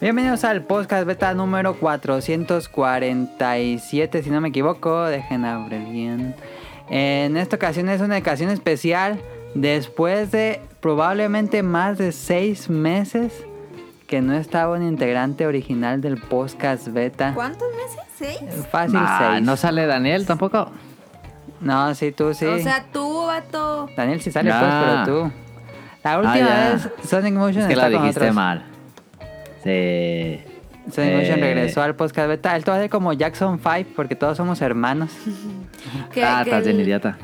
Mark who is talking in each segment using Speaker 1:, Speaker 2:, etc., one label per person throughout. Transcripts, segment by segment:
Speaker 1: Bienvenidos al podcast beta número 447, si no me equivoco, dejen abrir bien. En esta ocasión es una ocasión especial después de probablemente más de seis meses que no estaba un integrante original del podcast beta.
Speaker 2: ¿Cuántos meses? ¿Seis?
Speaker 1: Fácil
Speaker 3: Ah,
Speaker 1: seis.
Speaker 3: no sale Daniel tampoco.
Speaker 1: No, sí, tú sí.
Speaker 2: O sea, tú, vato.
Speaker 1: Daniel sí sale
Speaker 3: Nah. Ah,
Speaker 1: pues, pero tú. La última
Speaker 3: ya.
Speaker 1: vez Sonic Motion
Speaker 3: Es que
Speaker 1: está
Speaker 3: lo
Speaker 1: con
Speaker 3: dijiste
Speaker 1: otros.
Speaker 3: mal. Sí.
Speaker 1: Sonic Motion
Speaker 3: Eh.
Speaker 1: regresó al podcast beta. Él todo hace como Jackson 5 porque todos somos hermanos.
Speaker 2: Que,
Speaker 3: ah,
Speaker 2: que
Speaker 3: estás bien
Speaker 2: el-
Speaker 3: idiota.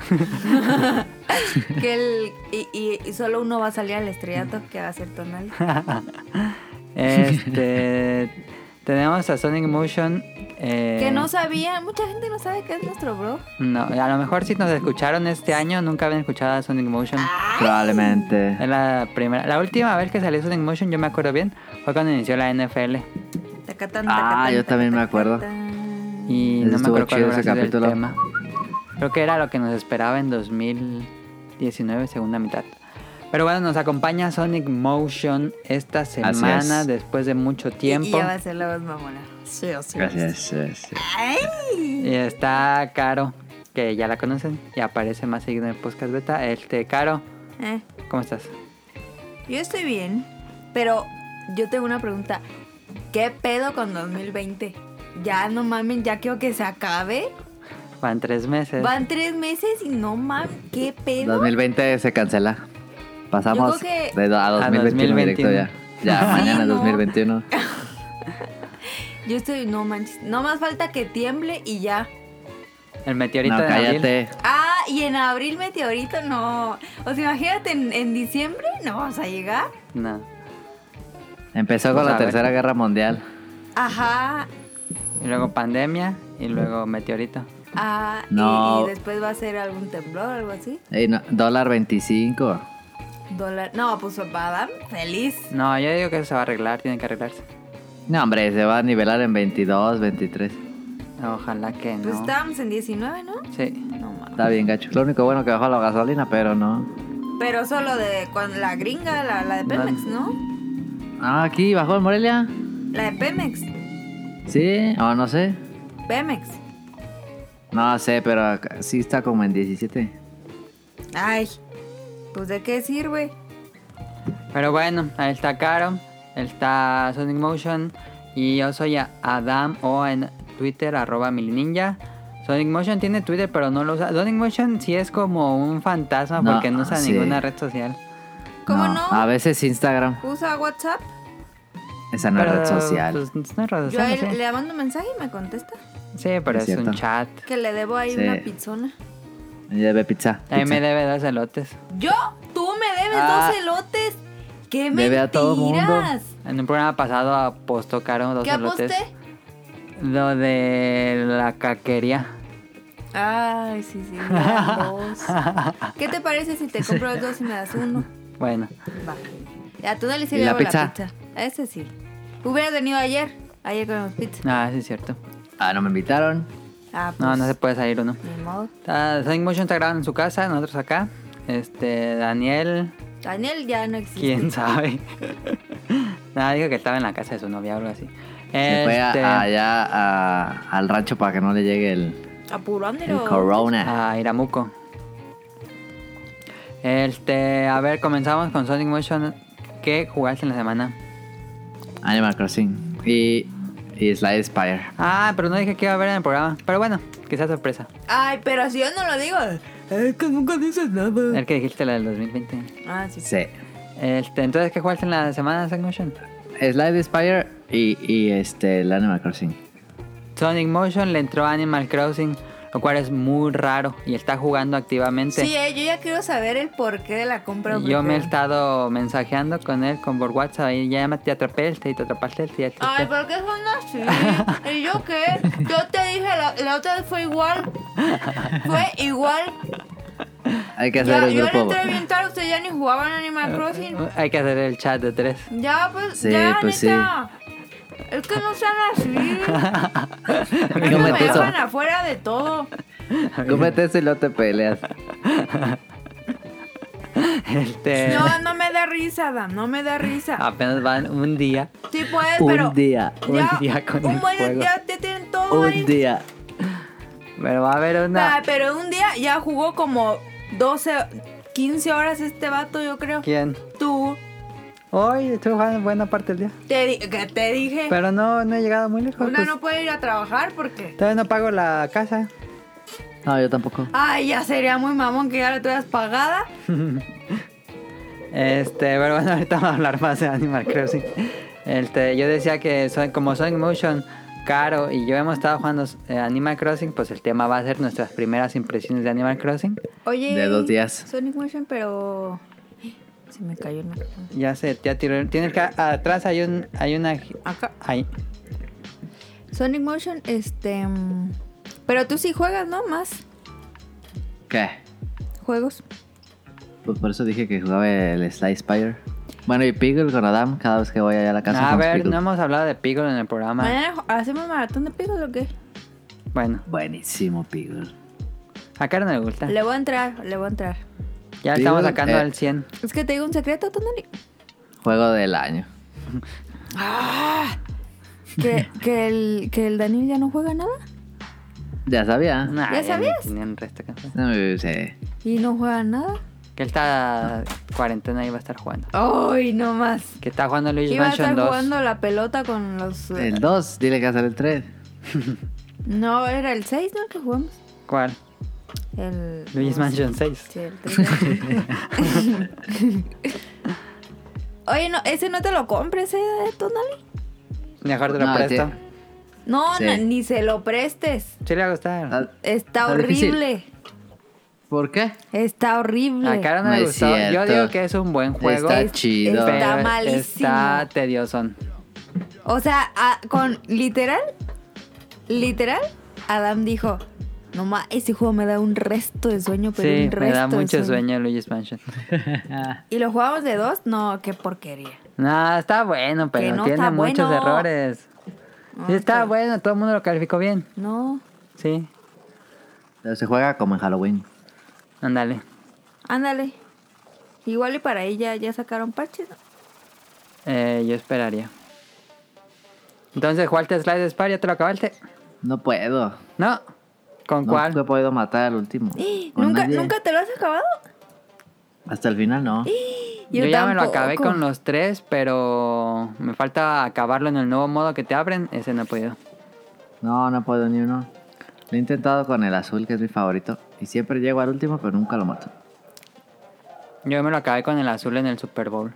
Speaker 2: Que el, y, y- y solo uno va a salir al estrellato que va a ser tonal.
Speaker 1: Este tenemos a Sonic Motion. eh,
Speaker 2: Que no sabía, mucha gente no sabe que es nuestro bro.
Speaker 1: no, a lo mejor si nos escucharon este año nunca habían escuchado a Sonic Motion.
Speaker 2: Ah.
Speaker 3: Probablemente.
Speaker 1: Es la primera, la última vez que salió Sonic Motion, yo me acuerdo bien, fue cuando inició la NFL
Speaker 2: Tacatán,
Speaker 3: Ah,
Speaker 2: tacatán,
Speaker 3: yo también me acuerdo.
Speaker 2: tacatán.
Speaker 1: y no
Speaker 3: Ese
Speaker 1: me acuerdo
Speaker 3: estuvo
Speaker 1: cuál
Speaker 3: chido
Speaker 1: habrá
Speaker 3: ese
Speaker 1: sido el
Speaker 3: capítulo.
Speaker 1: tema. Creo que era lo que nos esperaba en 2019 segunda mitad. Pero bueno, nos acompaña Sonic Motion esta semana
Speaker 3: es.
Speaker 1: después de mucho
Speaker 2: Y-
Speaker 1: tiempo.
Speaker 2: Y ya va a ser la voz mamona. Sí, o sí.
Speaker 3: Gracias. sí, sí.
Speaker 1: Y está Caro, que ya la conocen y aparece más seguido en el podcast beta. Este, Caro,
Speaker 2: Eh,
Speaker 1: ¿cómo estás?
Speaker 2: yo estoy bien, pero yo tengo una pregunta. ¿Qué pedo con 2020? Ya no mamen, ya quiero que se acabe.
Speaker 1: Van tres meses.
Speaker 2: Van tres meses y no mamen, ¿qué pedo?
Speaker 3: 2020 se cancela. Pasamos
Speaker 2: Yo creo que-
Speaker 3: de do- a 2021 directo
Speaker 1: 2021.
Speaker 3: ya. Ya,
Speaker 2: Sí,
Speaker 3: mañana
Speaker 2: ¿no?
Speaker 3: 2021.
Speaker 2: Yo estoy, no manches, no más falta que tiemble y ya.
Speaker 1: El meteorito
Speaker 3: No,
Speaker 1: de abril.
Speaker 3: cállate.
Speaker 2: Ah, y en abril meteorito no. O sea, imagínate, en, en diciembre no vas a llegar.
Speaker 1: No.
Speaker 3: Empezó con
Speaker 1: Pues a
Speaker 3: la
Speaker 1: ver.
Speaker 3: Tercera Guerra Mundial.
Speaker 2: Ajá.
Speaker 1: Y luego pandemia y luego meteorito.
Speaker 2: Ah, y-
Speaker 3: No.
Speaker 2: y, después va a ser algún temblor, algo así.
Speaker 3: Ey, no, dólar 25.
Speaker 2: Dólar. No, pues Badam, feliz.
Speaker 1: No, yo digo que eso se va a arreglar, tienen que arreglarse.
Speaker 3: No, hombre, se va a nivelar en 22, 23.
Speaker 1: Ojalá que no.
Speaker 2: Pues estábamos en 19, ¿no?
Speaker 1: Sí.
Speaker 2: No mames.
Speaker 3: Está bien, gacho. Lo único bueno que bajó la gasolina, pero no.
Speaker 2: Pero solo de cuando la gringa, la, la de Pemex, ¿no?
Speaker 3: Ah, aquí bajó en Morelia.
Speaker 2: La de Pemex.
Speaker 3: Sí, o no sé.
Speaker 2: Pemex.
Speaker 3: No sé, pero acá- sí está como en 17.
Speaker 2: Ay. Pues de qué sirve.
Speaker 1: Pero bueno, ahí está Caro, está Sonic Motion y yo soy a- Adam o en Twitter, arroba milininja. Sonic Motion tiene Twitter, pero no lo usa. Sonic Motion sí es como un fantasma
Speaker 3: No,
Speaker 1: porque no usa
Speaker 3: sí.
Speaker 1: ninguna red social.
Speaker 2: ¿Cómo no?
Speaker 3: A veces Instagram.
Speaker 2: Usa WhatsApp.
Speaker 3: Esa no
Speaker 1: Pero,
Speaker 3: es red social.
Speaker 1: pues, no es red
Speaker 2: Yo a
Speaker 1: social.
Speaker 2: él
Speaker 1: sí.
Speaker 2: le mando mensaje y me contesta.
Speaker 1: Sí, pero
Speaker 3: Es
Speaker 1: es, un
Speaker 3: cierto.
Speaker 1: chat.
Speaker 2: Que le debo ahí
Speaker 3: Sí.
Speaker 2: una pizzona.
Speaker 3: Ahí debe pizza.
Speaker 1: Ahí me
Speaker 3: pizza.
Speaker 1: debe dos elotes.
Speaker 2: Yo, tú me debes
Speaker 3: Ah.
Speaker 2: dos elotes. ¡Qué
Speaker 3: Debe
Speaker 2: mentiras!
Speaker 3: a todo mundo.
Speaker 1: En un programa pasado apostó Caro dos
Speaker 2: ¿Qué
Speaker 1: elotes.
Speaker 2: aposté?
Speaker 1: Lo de la caquería.
Speaker 2: Ay, sí, sí, me dan dos. ¿Qué te parece si te compro los dos y me das uno?
Speaker 1: Bueno,
Speaker 2: Va. A tú no le
Speaker 3: ¿Y
Speaker 2: sirve
Speaker 3: la
Speaker 2: la pizza.
Speaker 3: pizza?
Speaker 2: A ese sí. Hubieras venido ayer. Ayer comimos pizza.
Speaker 1: ah, sí es cierto.
Speaker 3: Ah, no me invitaron.
Speaker 2: Ah, pues.
Speaker 1: No, no se puede salir uno.
Speaker 2: Ni modo.
Speaker 1: Está- Sonic Motion está grabando en su casa, nosotros acá. Este, Daniel,
Speaker 2: Daniel ya no existe.
Speaker 1: quién sabe. Nada, dijo que estaba en la casa de su novia o algo así.
Speaker 3: Se fue a-
Speaker 1: Este,
Speaker 3: allá a- al rancho para que no le llegue el, el
Speaker 2: Apurándolo.
Speaker 3: corona.
Speaker 1: a Iramuco. Este, a ver, comenzamos con Sonic Motion. ¿Qué jugaste en la semana?
Speaker 3: Animal Crossing. Y, y Slide Spire.
Speaker 1: Ah, pero no dije que iba a ver en el programa. Pero bueno, que sea sorpresa.
Speaker 2: Ay, pero si yo no lo digo. Es que nunca dices nada.
Speaker 1: El que dijiste la del 2020.
Speaker 2: Ah, sí.
Speaker 3: Sí.
Speaker 1: Este, entonces, ¿qué jugaste en la semana, Sonic Motion?
Speaker 3: Slide Spire y, y este, el Animal Crossing.
Speaker 1: Sonic Motion le entró a Animal Crossing, lo cual es muy raro y está jugando activamente.
Speaker 2: Sí, eh, yo ya quiero saber el porqué de la compra.
Speaker 1: Yo me he
Speaker 2: porque-
Speaker 1: estado mensajeando con él con por WhatsApp y ya me te atrapé este y te atrapaste este y este.
Speaker 2: Ay, ¿por qué son así? ¿Y yo qué? Yo te dije, la, la otra vez fue igual. Fue igual.
Speaker 3: Hay que hacer
Speaker 2: Ya,
Speaker 3: el
Speaker 2: yo le
Speaker 3: grupo.
Speaker 2: entré bien tarde, ustedes ya ni jugaban Animal Crossing.
Speaker 1: Hay que hacer el chat de tres.
Speaker 2: Ya, pues,
Speaker 3: Sí,
Speaker 2: ya,
Speaker 3: pues
Speaker 2: neta. Es que no sean así. Es que me
Speaker 3: Cómete eso.
Speaker 2: dejan afuera de todo.
Speaker 3: Cómete eso y no te peleas. Eh.
Speaker 1: Este,
Speaker 2: No, no me da risa, Adam, no me da risa.
Speaker 1: Apenas van un día.
Speaker 2: Sí puedes,
Speaker 3: Ah, Un
Speaker 2: pero...
Speaker 3: día,
Speaker 1: un día con
Speaker 2: un
Speaker 1: el
Speaker 2: buen
Speaker 1: fuego.
Speaker 2: día te tienen todo ahí.
Speaker 3: un día.
Speaker 1: Pero va a haber
Speaker 2: Ah,
Speaker 1: una.
Speaker 2: pero un día ya jugó como 12, 15 horas este vato, yo creo.
Speaker 1: ¿Quién?
Speaker 2: Tú,
Speaker 1: Hoy estuve jugando buena parte del día.
Speaker 2: te, di- que te dije,
Speaker 1: Pero no, no he llegado muy lejos.
Speaker 2: una
Speaker 1: pues,
Speaker 2: no puede ir a trabajar porque...
Speaker 1: Todavía no pago la casa.
Speaker 3: No, yo tampoco.
Speaker 2: Ay, ya sería muy mamón que ya la tuvieras pagada.
Speaker 1: Este, pero bueno, ahorita vamos a hablar más de Animal Crossing. Este, yo decía que soy- como Sonic Motion, Caro y yo hemos estado jugando eh, Animal Crossing, pues el tema va a ser nuestras primeras impresiones de Animal Crossing.
Speaker 2: Oye.
Speaker 3: De dos días.
Speaker 2: Sonic Motion, pero... Se me cayó el micrófono.
Speaker 1: Ya se ya tiró. Tienes que atrás hay un hay una
Speaker 2: Acá.
Speaker 1: hay,
Speaker 2: Sonic Motion, este... mm, Pero tú sí juegas, ¿no? Más
Speaker 3: ¿Qué?
Speaker 2: juegos.
Speaker 3: Pues por eso dije que jugaba el Sly Spider. Bueno, y Piggle con Adam cada vez que voy allá a la casa.
Speaker 1: A
Speaker 3: jugamos
Speaker 1: ver,
Speaker 3: Piggle.
Speaker 1: no hemos hablado de Piccolo en el programa.
Speaker 2: Mañana ju- hacemos maratón de picos o qué?
Speaker 1: Bueno,
Speaker 3: Buenísimo, Piggle.
Speaker 1: a Caro no le gusta.
Speaker 2: Le voy a entrar, le voy a entrar.
Speaker 1: Ya le estamos
Speaker 3: Digo,
Speaker 1: sacando
Speaker 3: eh.
Speaker 1: al 100.
Speaker 2: Es que te digo un secreto, Tonali.
Speaker 3: Juego del año.
Speaker 2: Que, que, el, que el Daniel ya no juega nada.
Speaker 3: Ya sabía.
Speaker 1: Nah,
Speaker 2: ¿Ya
Speaker 1: ni
Speaker 2: sabías?
Speaker 1: tenían resto que hacer.
Speaker 3: No, sí.
Speaker 2: Y no juega nada.
Speaker 1: Que él está cuarentena y va a estar jugando.
Speaker 2: Ay, no más.
Speaker 1: Que está jugando Luigi
Speaker 2: Iba a
Speaker 1: Mansion
Speaker 2: estar
Speaker 1: 2.
Speaker 2: jugando la pelota con los... eh,
Speaker 3: El 2, dile que va a ser el 3.
Speaker 2: No, era el 6, ¿no? Que jugamos.
Speaker 1: ¿Cuál?
Speaker 2: El...
Speaker 1: Luigi's
Speaker 2: no sé.
Speaker 1: Mansion 6.
Speaker 2: Sí, el 3. Oye, no, ese no te lo compres, ¿eh, Tonali?
Speaker 1: Mejor te lo
Speaker 3: No, este,
Speaker 1: presto.
Speaker 3: sí.
Speaker 2: No,
Speaker 3: Sí.
Speaker 2: no, ni se lo prestes.
Speaker 1: Sí le va a
Speaker 3: Ah,
Speaker 1: gustar.
Speaker 2: Está
Speaker 3: Está difícil.
Speaker 2: horrible.
Speaker 3: ¿Por qué?
Speaker 2: Está horrible.
Speaker 1: A Caro no,
Speaker 3: No
Speaker 1: le
Speaker 3: es
Speaker 1: gustó. Yo
Speaker 3: cierto.
Speaker 1: digo que es un buen juego.
Speaker 3: Está
Speaker 2: Es-
Speaker 3: chido.
Speaker 1: pero
Speaker 2: Está malísimo.
Speaker 1: Está tedioso.
Speaker 2: O sea, a- con literal, literal, Adam dijo, no ma, ese juego me da un resto de sueño, pero
Speaker 1: Sí,
Speaker 2: un resto
Speaker 1: me da
Speaker 2: de
Speaker 1: mucho sueño Luigi's Mansion.
Speaker 2: Y lo jugamos de dos, no, qué porquería.
Speaker 1: No, está bueno, pero
Speaker 2: Que no
Speaker 1: tiene
Speaker 2: está
Speaker 1: muchos
Speaker 2: bueno.
Speaker 1: errores. Sí, está bueno, todo el mundo lo calificó bien.
Speaker 2: No,
Speaker 1: Sí,
Speaker 3: Pero se juega como en Halloween.
Speaker 1: ándale.
Speaker 2: ándale. Igual y para ella ya sacaron parches. ¿no?
Speaker 1: Eh, yo esperaría. Entonces, ¿jugaste Slide Spar? ¿Ya te lo acabaste?
Speaker 3: No puedo.
Speaker 1: No. ¿Con cuál?
Speaker 3: No he podido matar al último.
Speaker 2: ¡Eh!
Speaker 3: Con
Speaker 2: ¿Nunca,
Speaker 3: nadie.
Speaker 2: ¿Nunca te lo has acabado?
Speaker 3: Hasta el final no.
Speaker 1: Yo, ya me lo
Speaker 2: tampoco.
Speaker 1: acabé con los tres, pero me falta acabarlo en el nuevo modo que te abren. Ese no he podido.
Speaker 3: No, no puedo ni uno. Lo he intentado con el azul, que es mi favorito. Y siempre llego al último, pero nunca lo mato.
Speaker 1: Yo me lo acabé con el azul en el Super Bowl.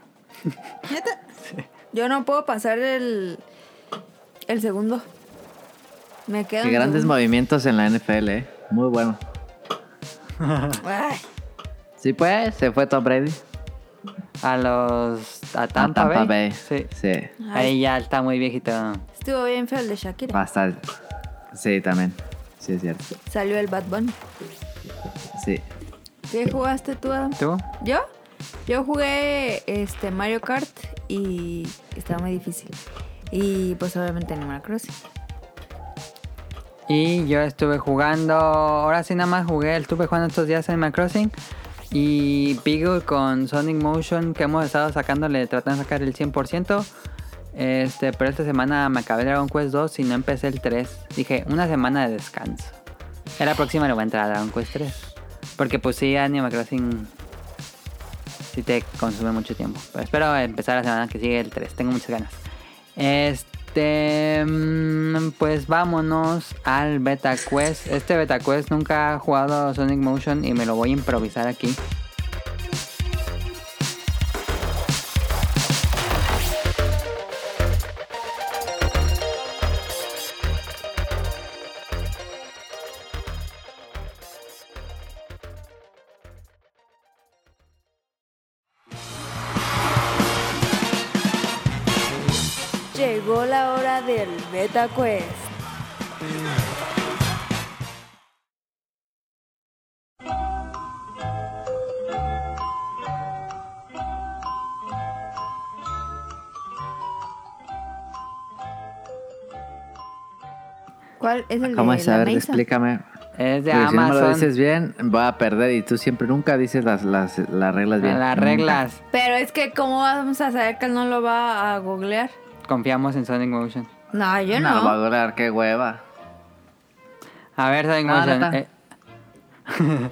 Speaker 2: Yo no puedo pasar el, el segundo. Me quedo
Speaker 3: Qué
Speaker 2: en
Speaker 3: grandes
Speaker 2: segundo.
Speaker 3: movimientos en la NFL, eh. Muy bueno.
Speaker 2: Ay,
Speaker 3: Sí, pues, se fue Tom Brady.
Speaker 1: A los. A
Speaker 3: A
Speaker 1: Ah, Tampa, Bay. Sí.
Speaker 3: Sí.
Speaker 1: Ahí ya está muy viejito.
Speaker 2: Estuvo bien feo el de Shakira.
Speaker 3: Bastante. Sí, también. Sí, es cierto.
Speaker 2: Salió el Bad Bunny.
Speaker 3: Sí.
Speaker 2: ¿Qué jugaste tú, Adam?
Speaker 1: ¿Tú?
Speaker 2: ¿Yo? Yo jugué este Mario Kart y estaba muy difícil. Y pues obviamente Animal Crossing.
Speaker 1: Y yo estuve jugando. Ahora sí, nada más jugué. Estuve jugando estos días Animal Crossing. Y Beagle con Sonic Motion, que hemos estado sacándole, tratando de sacar el 100%. Este, pero esta semana me acabé Dragon Quest 2 y no empecé el 3. Dije, una semana de descanso. Ya la próxima le voy a entrar a Dragon Quest 3. Porque pues sí, Animal Crossing sí te consume mucho tiempo. Pero espero empezar la semana que sigue el 3. Tengo muchas ganas. Este, mm, pues vámonos al Beta Quest. Este Beta Quest nunca ha jugado Sonic Motion y me lo voy a improvisar aquí.
Speaker 2: Llegó la hora del Beta Quest. ¿Cuál es el
Speaker 3: ¿Cómo
Speaker 2: de
Speaker 3: es?
Speaker 2: la
Speaker 3: A ver,
Speaker 2: Meisa?
Speaker 3: explícame.
Speaker 1: Es de
Speaker 3: Porque si no me lo
Speaker 1: Amazon.
Speaker 3: dices bien, voy a perder. Y tú siempre nunca dices las, las, las reglas bien.
Speaker 1: las
Speaker 3: Nunca.
Speaker 1: reglas.
Speaker 2: Pero es que, ¿cómo vamos a saber que él no lo va a googlear?
Speaker 1: Confiamos en Sonic Motion.
Speaker 2: No, yo
Speaker 3: No, va a
Speaker 2: no.
Speaker 3: durar, qué hueva.
Speaker 1: A ver, Sonic
Speaker 3: No,
Speaker 1: Motion.
Speaker 3: neta.
Speaker 1: eh,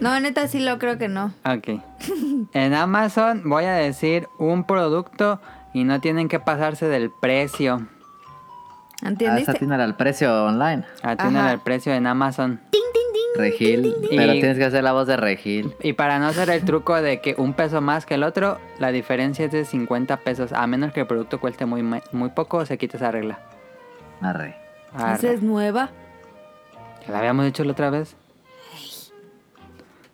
Speaker 2: No, neta, sí lo creo que no.
Speaker 1: eh, Ok. En Amazon voy a decir un producto y no tienen que pasarse del precio. este-
Speaker 3: Hasta
Speaker 2: ¿Entendiste?
Speaker 3: atinar al precio online.
Speaker 1: Atienden
Speaker 2: Ajá.
Speaker 1: al precio en Amazon.
Speaker 3: Regil.
Speaker 1: ding.
Speaker 3: Pero
Speaker 1: Y-
Speaker 3: tienes que hacer la voz de Regil.
Speaker 1: Y para no hacer el truco de que un peso más que el otro, la diferencia es de 50 pesos. A menos que el producto cueste muy, me- muy poco, se quita esa regla.
Speaker 3: Arre.
Speaker 1: Arre.
Speaker 2: Esa es nueva.
Speaker 1: ¿La habíamos hecho la otra vez?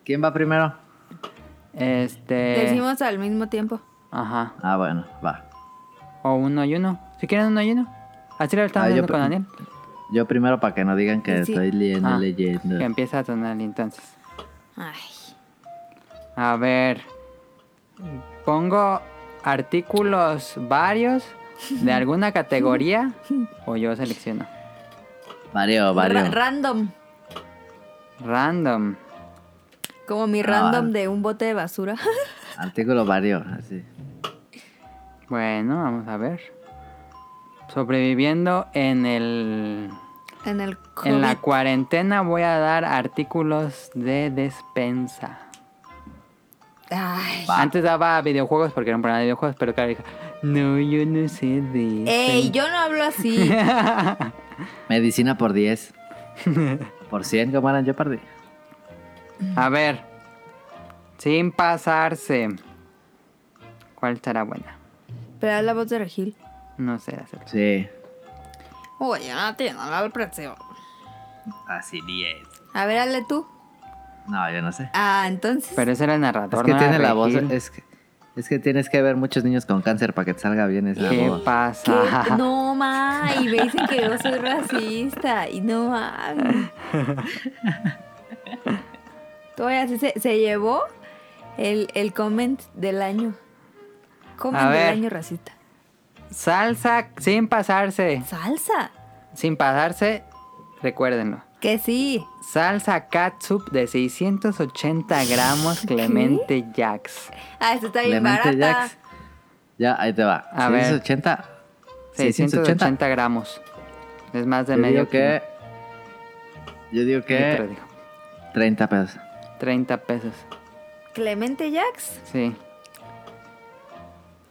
Speaker 3: ¿Quién va primero?
Speaker 1: Este...
Speaker 3: Eh.
Speaker 2: Decimos al mismo tiempo.
Speaker 1: Ajá.
Speaker 3: Ah, bueno, va.
Speaker 1: O uno y uno. Si quieren uno y uno. Así lo estamos
Speaker 3: Ah, yo
Speaker 1: haciendo
Speaker 3: pe-
Speaker 1: con Daniel.
Speaker 3: Yo primero para que no digan que
Speaker 2: Sí.
Speaker 3: estoy leyendo,
Speaker 1: Ah.
Speaker 3: leyendo.
Speaker 1: Que empieza a sonar entonces.
Speaker 2: Ay.
Speaker 1: A ver. Pongo artículos varios de alguna categoría o yo selecciono.
Speaker 3: Vario, vario.
Speaker 2: Ra- random.
Speaker 1: Random.
Speaker 2: Como mi
Speaker 3: Ah,
Speaker 2: random
Speaker 3: vale.
Speaker 2: de un bote de basura.
Speaker 3: Artículo vario, así.
Speaker 1: Bueno, vamos a ver. Sobreviviendo en el
Speaker 2: en el
Speaker 1: en la
Speaker 2: COVID.
Speaker 1: cuarentena voy a dar artículos de despensa.
Speaker 2: Ay.
Speaker 3: Va.
Speaker 1: Antes daba videojuegos porque no ponían videojuegos, pero claro, dije, no, yo no sé de eso".
Speaker 2: Ey, yo no hablo así.
Speaker 3: Medicina por 10. por 100, ¿cómo eran? Yo perdí.
Speaker 1: A ver. Sin pasarse. ¿Cuál estará buena?
Speaker 2: Pero haz la voz de Regil.
Speaker 1: No sé hacerlo.
Speaker 3: Sí.
Speaker 2: Oye, no tiene nada al precio.
Speaker 3: Así 10.
Speaker 2: A ver, hazle tú.
Speaker 3: No, yo no sé.
Speaker 2: Ah, entonces.
Speaker 1: Pero ese era el
Speaker 3: Es
Speaker 1: narrador.
Speaker 3: que
Speaker 1: no era
Speaker 3: tiene la voz.
Speaker 1: Regil.
Speaker 3: Es que, es que tienes que ver muchos niños con cáncer para que te salga bien esa
Speaker 1: ¿Qué
Speaker 3: voz.
Speaker 2: ¿Qué?
Speaker 1: pasa?
Speaker 2: No, ma. Y me dicen que yo soy racista. Y no, ma. Todavía sí se, se llevó el, el comment del año. Comment
Speaker 1: A
Speaker 2: del
Speaker 1: ver.
Speaker 2: año racista.
Speaker 1: Salsa sin pasarse.
Speaker 2: Salsa.
Speaker 1: Sin pasarse, recuérdenlo.
Speaker 2: Que sí.
Speaker 1: Salsa catsup de 680 gramos Clemente Jacks.
Speaker 2: Ah, esto está bien
Speaker 3: Clemente
Speaker 2: barata.
Speaker 3: Jacks. Ya, ahí te va.
Speaker 1: A ver.
Speaker 3: 680. 680.
Speaker 1: 680 gramos. Es más de
Speaker 3: Yo
Speaker 1: medio
Speaker 3: digo que. Yo digo
Speaker 1: kilo. Litro,
Speaker 3: que.
Speaker 1: dijo.
Speaker 3: 30 pesos.
Speaker 1: 30 pesos.
Speaker 2: Clemente Jacks.
Speaker 1: Sí.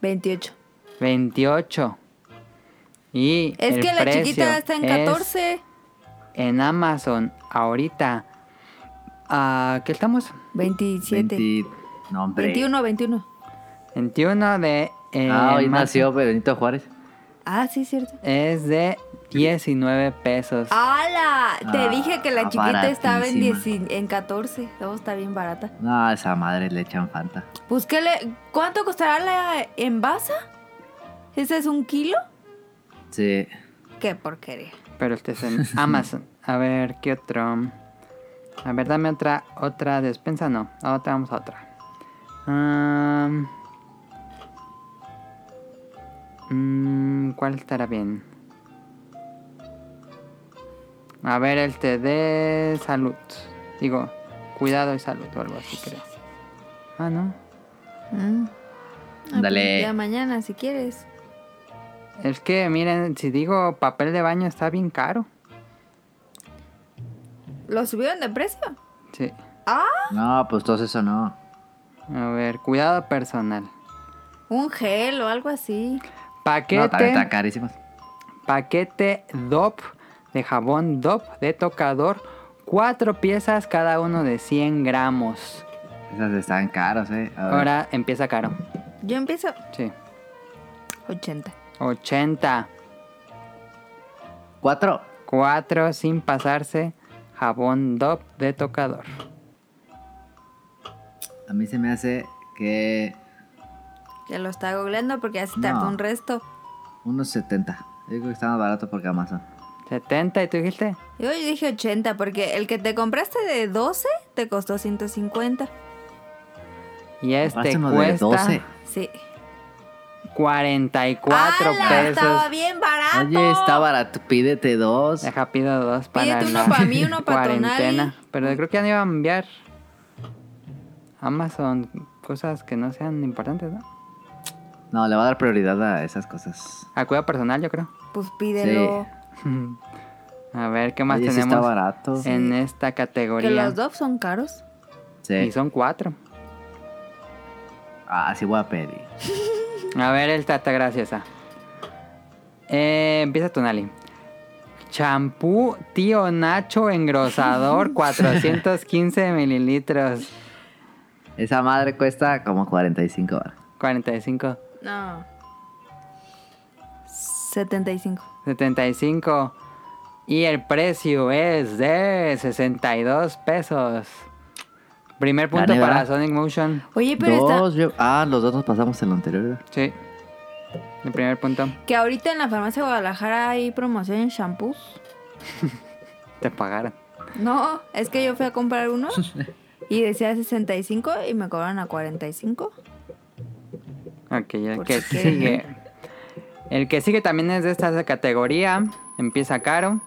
Speaker 2: 28.
Speaker 1: 28. Y
Speaker 2: Es
Speaker 1: el
Speaker 2: que la
Speaker 1: precio
Speaker 2: chiquita está en
Speaker 1: es
Speaker 2: 14.
Speaker 1: en Amazon ahorita. ¿A ¿Qué estamos?
Speaker 2: 27.
Speaker 3: 20. No, hombre.
Speaker 2: 21, 21.
Speaker 1: 21 de. eh,
Speaker 3: Ah, hoy
Speaker 1: marzo.
Speaker 3: nació Benito Juárez.
Speaker 2: Ah, sí, cierto.
Speaker 1: Es de 19 pesos.
Speaker 2: ¡Hala! Te
Speaker 3: Ah,
Speaker 2: dije que la chiquita estaba en,
Speaker 3: baratísima.
Speaker 2: 10 en 14. No, está bien barata.
Speaker 3: No, esa madre le echan fanta.
Speaker 2: Pues, ¿qué le- ¿cuánto costará la envasa? ¿Ese es un kilo?
Speaker 3: Sí.
Speaker 2: ¡Qué porquería!
Speaker 1: Pero este es en Amazon. A ver, ¿qué otro? A ver, dame otra, otra despensa. No, otra, vamos a otra. Am. Mm, ¿Cuál estará bien? A ver, el té de salud. Digo, cuidado y salud o algo así, creo. Ah, no.
Speaker 2: Mm. Ah,
Speaker 3: Dale.
Speaker 2: pues Ya mañana, si quieres.
Speaker 1: Es que, miren, si digo papel de baño está bien caro.
Speaker 2: ¿Lo subieron de precio?
Speaker 1: Sí.
Speaker 3: No, pues todo eso no.
Speaker 1: A ver, cuidado personal.
Speaker 2: Un gel o algo así.
Speaker 3: No,
Speaker 1: Paquete,
Speaker 3: también están carísimos.
Speaker 1: paquete DOP de jabón DOP de tocador. Cuatro piezas, cada uno de 100 gramos.
Speaker 3: Esas están caros, eh. A ver.
Speaker 1: Ahora empieza caro.
Speaker 2: Yo empiezo
Speaker 1: Sí.
Speaker 2: 80.
Speaker 1: 80.
Speaker 3: Cuatro.
Speaker 1: Cuatro sin pasarse. Jabón DOP de tocador.
Speaker 3: A mí se me hace que
Speaker 2: Ya lo está googleando porque así tardó
Speaker 3: No.
Speaker 2: un resto.
Speaker 3: unos 70. Yo creo que está más barato porque Amazon.
Speaker 1: 70, ¿y tú dijiste?
Speaker 2: Yo dije 80 porque el que te compraste de 12 te costó 150.
Speaker 1: Y este
Speaker 3: Compraste uno de
Speaker 1: cuesta
Speaker 3: 12.
Speaker 2: Sí.
Speaker 1: 44
Speaker 2: ¡Hala!
Speaker 1: pesos.
Speaker 2: Estaba bien barato.
Speaker 3: Oye, está barato. Pídete dos.
Speaker 1: Deja, pido dos para
Speaker 2: Pídete uno
Speaker 1: la
Speaker 2: pa' mí, uno pa'
Speaker 1: cuarentena. Pero creo que ya no iba a enviar Amazon cosas que no sean importantes, ¿no?
Speaker 3: No, le va a dar prioridad a esas cosas.
Speaker 1: A cuidado personal, yo creo.
Speaker 2: Pues pídelo.
Speaker 1: A ver, ¿qué más
Speaker 3: Oye, sí está
Speaker 1: tenemos
Speaker 3: barato.
Speaker 1: en esta
Speaker 2: Que
Speaker 1: categoría?
Speaker 2: los dos son caros.
Speaker 1: Y
Speaker 3: Sí.
Speaker 1: son cuatro.
Speaker 3: Ah, sí voy a pedir.
Speaker 1: A ver, el tata graciosa. Eh, empieza Tonali. Champú tío Nacho engrosador 415 mililitros.
Speaker 3: Esa madre cuesta como 45 horas.
Speaker 1: 45.
Speaker 2: No. 75.
Speaker 1: 75. Y el precio es de 62 pesos. Primer punto
Speaker 3: Gané,
Speaker 1: para
Speaker 3: ¿verdad?
Speaker 1: Sonic Motion.
Speaker 2: Oye, pero
Speaker 3: dos, yo- Ah, los dos nos pasamos en lo anterior. ¿verdad?
Speaker 1: Sí. El primer punto.
Speaker 2: está. Que ahorita en la farmacia de Guadalajara hay promoción en shampoos.
Speaker 1: Te pagaron.
Speaker 2: No, es que yo fui a comprar uno y decía 65 y me cobraron a 45.
Speaker 1: Ok, el
Speaker 2: Por
Speaker 1: que
Speaker 2: si quieren.
Speaker 1: sigue. El que sigue también es de esta categoría. Empieza caro.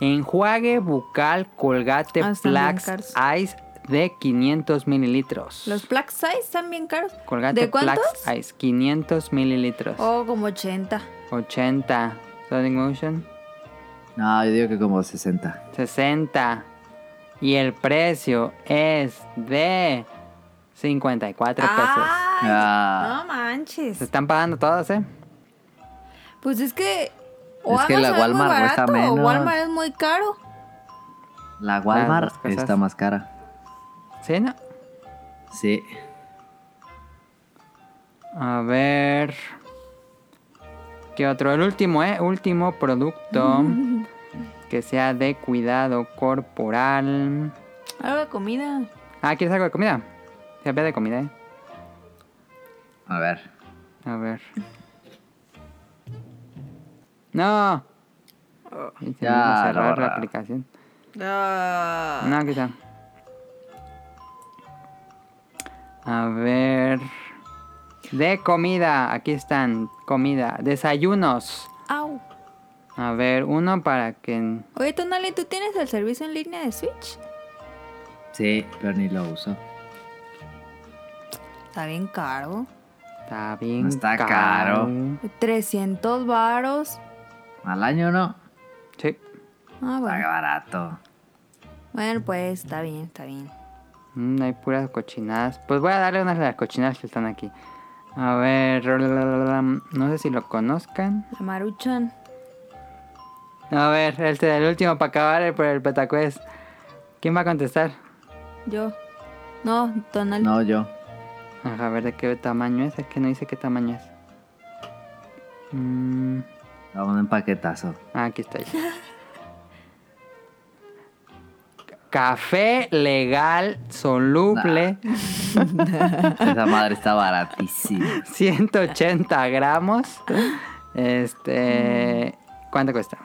Speaker 1: Enjuague bucal colgate
Speaker 2: Ah, están bien
Speaker 1: Plax
Speaker 2: caros.
Speaker 1: Ice de 500 mililitros.
Speaker 2: Los Black Size están bien caros.
Speaker 1: Colgate
Speaker 2: ¿De cuántos?
Speaker 1: Plax Ice, 500 mililitros.
Speaker 2: Oh, como 80.
Speaker 1: 80. Sonic Motion,
Speaker 3: No, yo digo que como 60.
Speaker 1: 60. Y el precio es de 54 pesos.
Speaker 2: Ay,
Speaker 3: Ah.
Speaker 2: No manches.
Speaker 1: Se están pagando todos, ¿eh?
Speaker 2: Pues es que. O
Speaker 3: Es que la
Speaker 2: Amazon es muy
Speaker 3: Walmart cuesta
Speaker 2: barato, o
Speaker 3: menos.
Speaker 2: Walmart es muy caro.
Speaker 3: La Walmart
Speaker 1: Las dos cosas.
Speaker 3: está más cara.
Speaker 1: ¿Sí, no?
Speaker 3: Sí.
Speaker 1: A ver. ¿Qué otro? El último, ¿eh? Último producto. que sea de cuidado corporal.
Speaker 2: Algo de comida.
Speaker 1: Ah, ¿quieres algo de comida? Se habla de comida, ¿eh?
Speaker 3: A ver.
Speaker 1: A ver. ¡No! Y se me va a
Speaker 3: Ya,
Speaker 1: cerrar la
Speaker 3: Laura.
Speaker 1: aplicación. No, aquí está. A ver. De comida. Aquí están. Comida. Desayunos.
Speaker 2: Au.
Speaker 1: A ver, uno para que.
Speaker 2: Oye, Tonali, ¿tú tienes el servicio en línea de Switch?
Speaker 3: Sí, pero ni lo uso.
Speaker 2: Está bien caro.
Speaker 1: Está bien.
Speaker 3: No está caro.
Speaker 2: 300 varos.
Speaker 3: Al año no.
Speaker 1: Sí.
Speaker 2: Ah,
Speaker 3: Paga
Speaker 2: bueno.
Speaker 3: barato.
Speaker 2: Bueno, pues está bien, está bien.
Speaker 1: Mm, hay puras cochinadas. Pues voy a darle unas de las cochinadas que están aquí. A ver. No sé si lo conozcan.
Speaker 2: La Maruchan.
Speaker 1: A ver, este, el último para acabar el, por el petacuest. ¿Quién va a contestar?
Speaker 2: Yo. No, Tonali.
Speaker 3: No, yo.
Speaker 1: Ajá, A ver de qué tamaño es. Es que no dice qué tamaño es. Mm,
Speaker 3: Vamos un paquetazo.
Speaker 1: ah, aquí está. ya. Café legal soluble.
Speaker 3: Esa madre está baratísima.
Speaker 1: 180 gramos. Este. ¿Cuánto cuesta?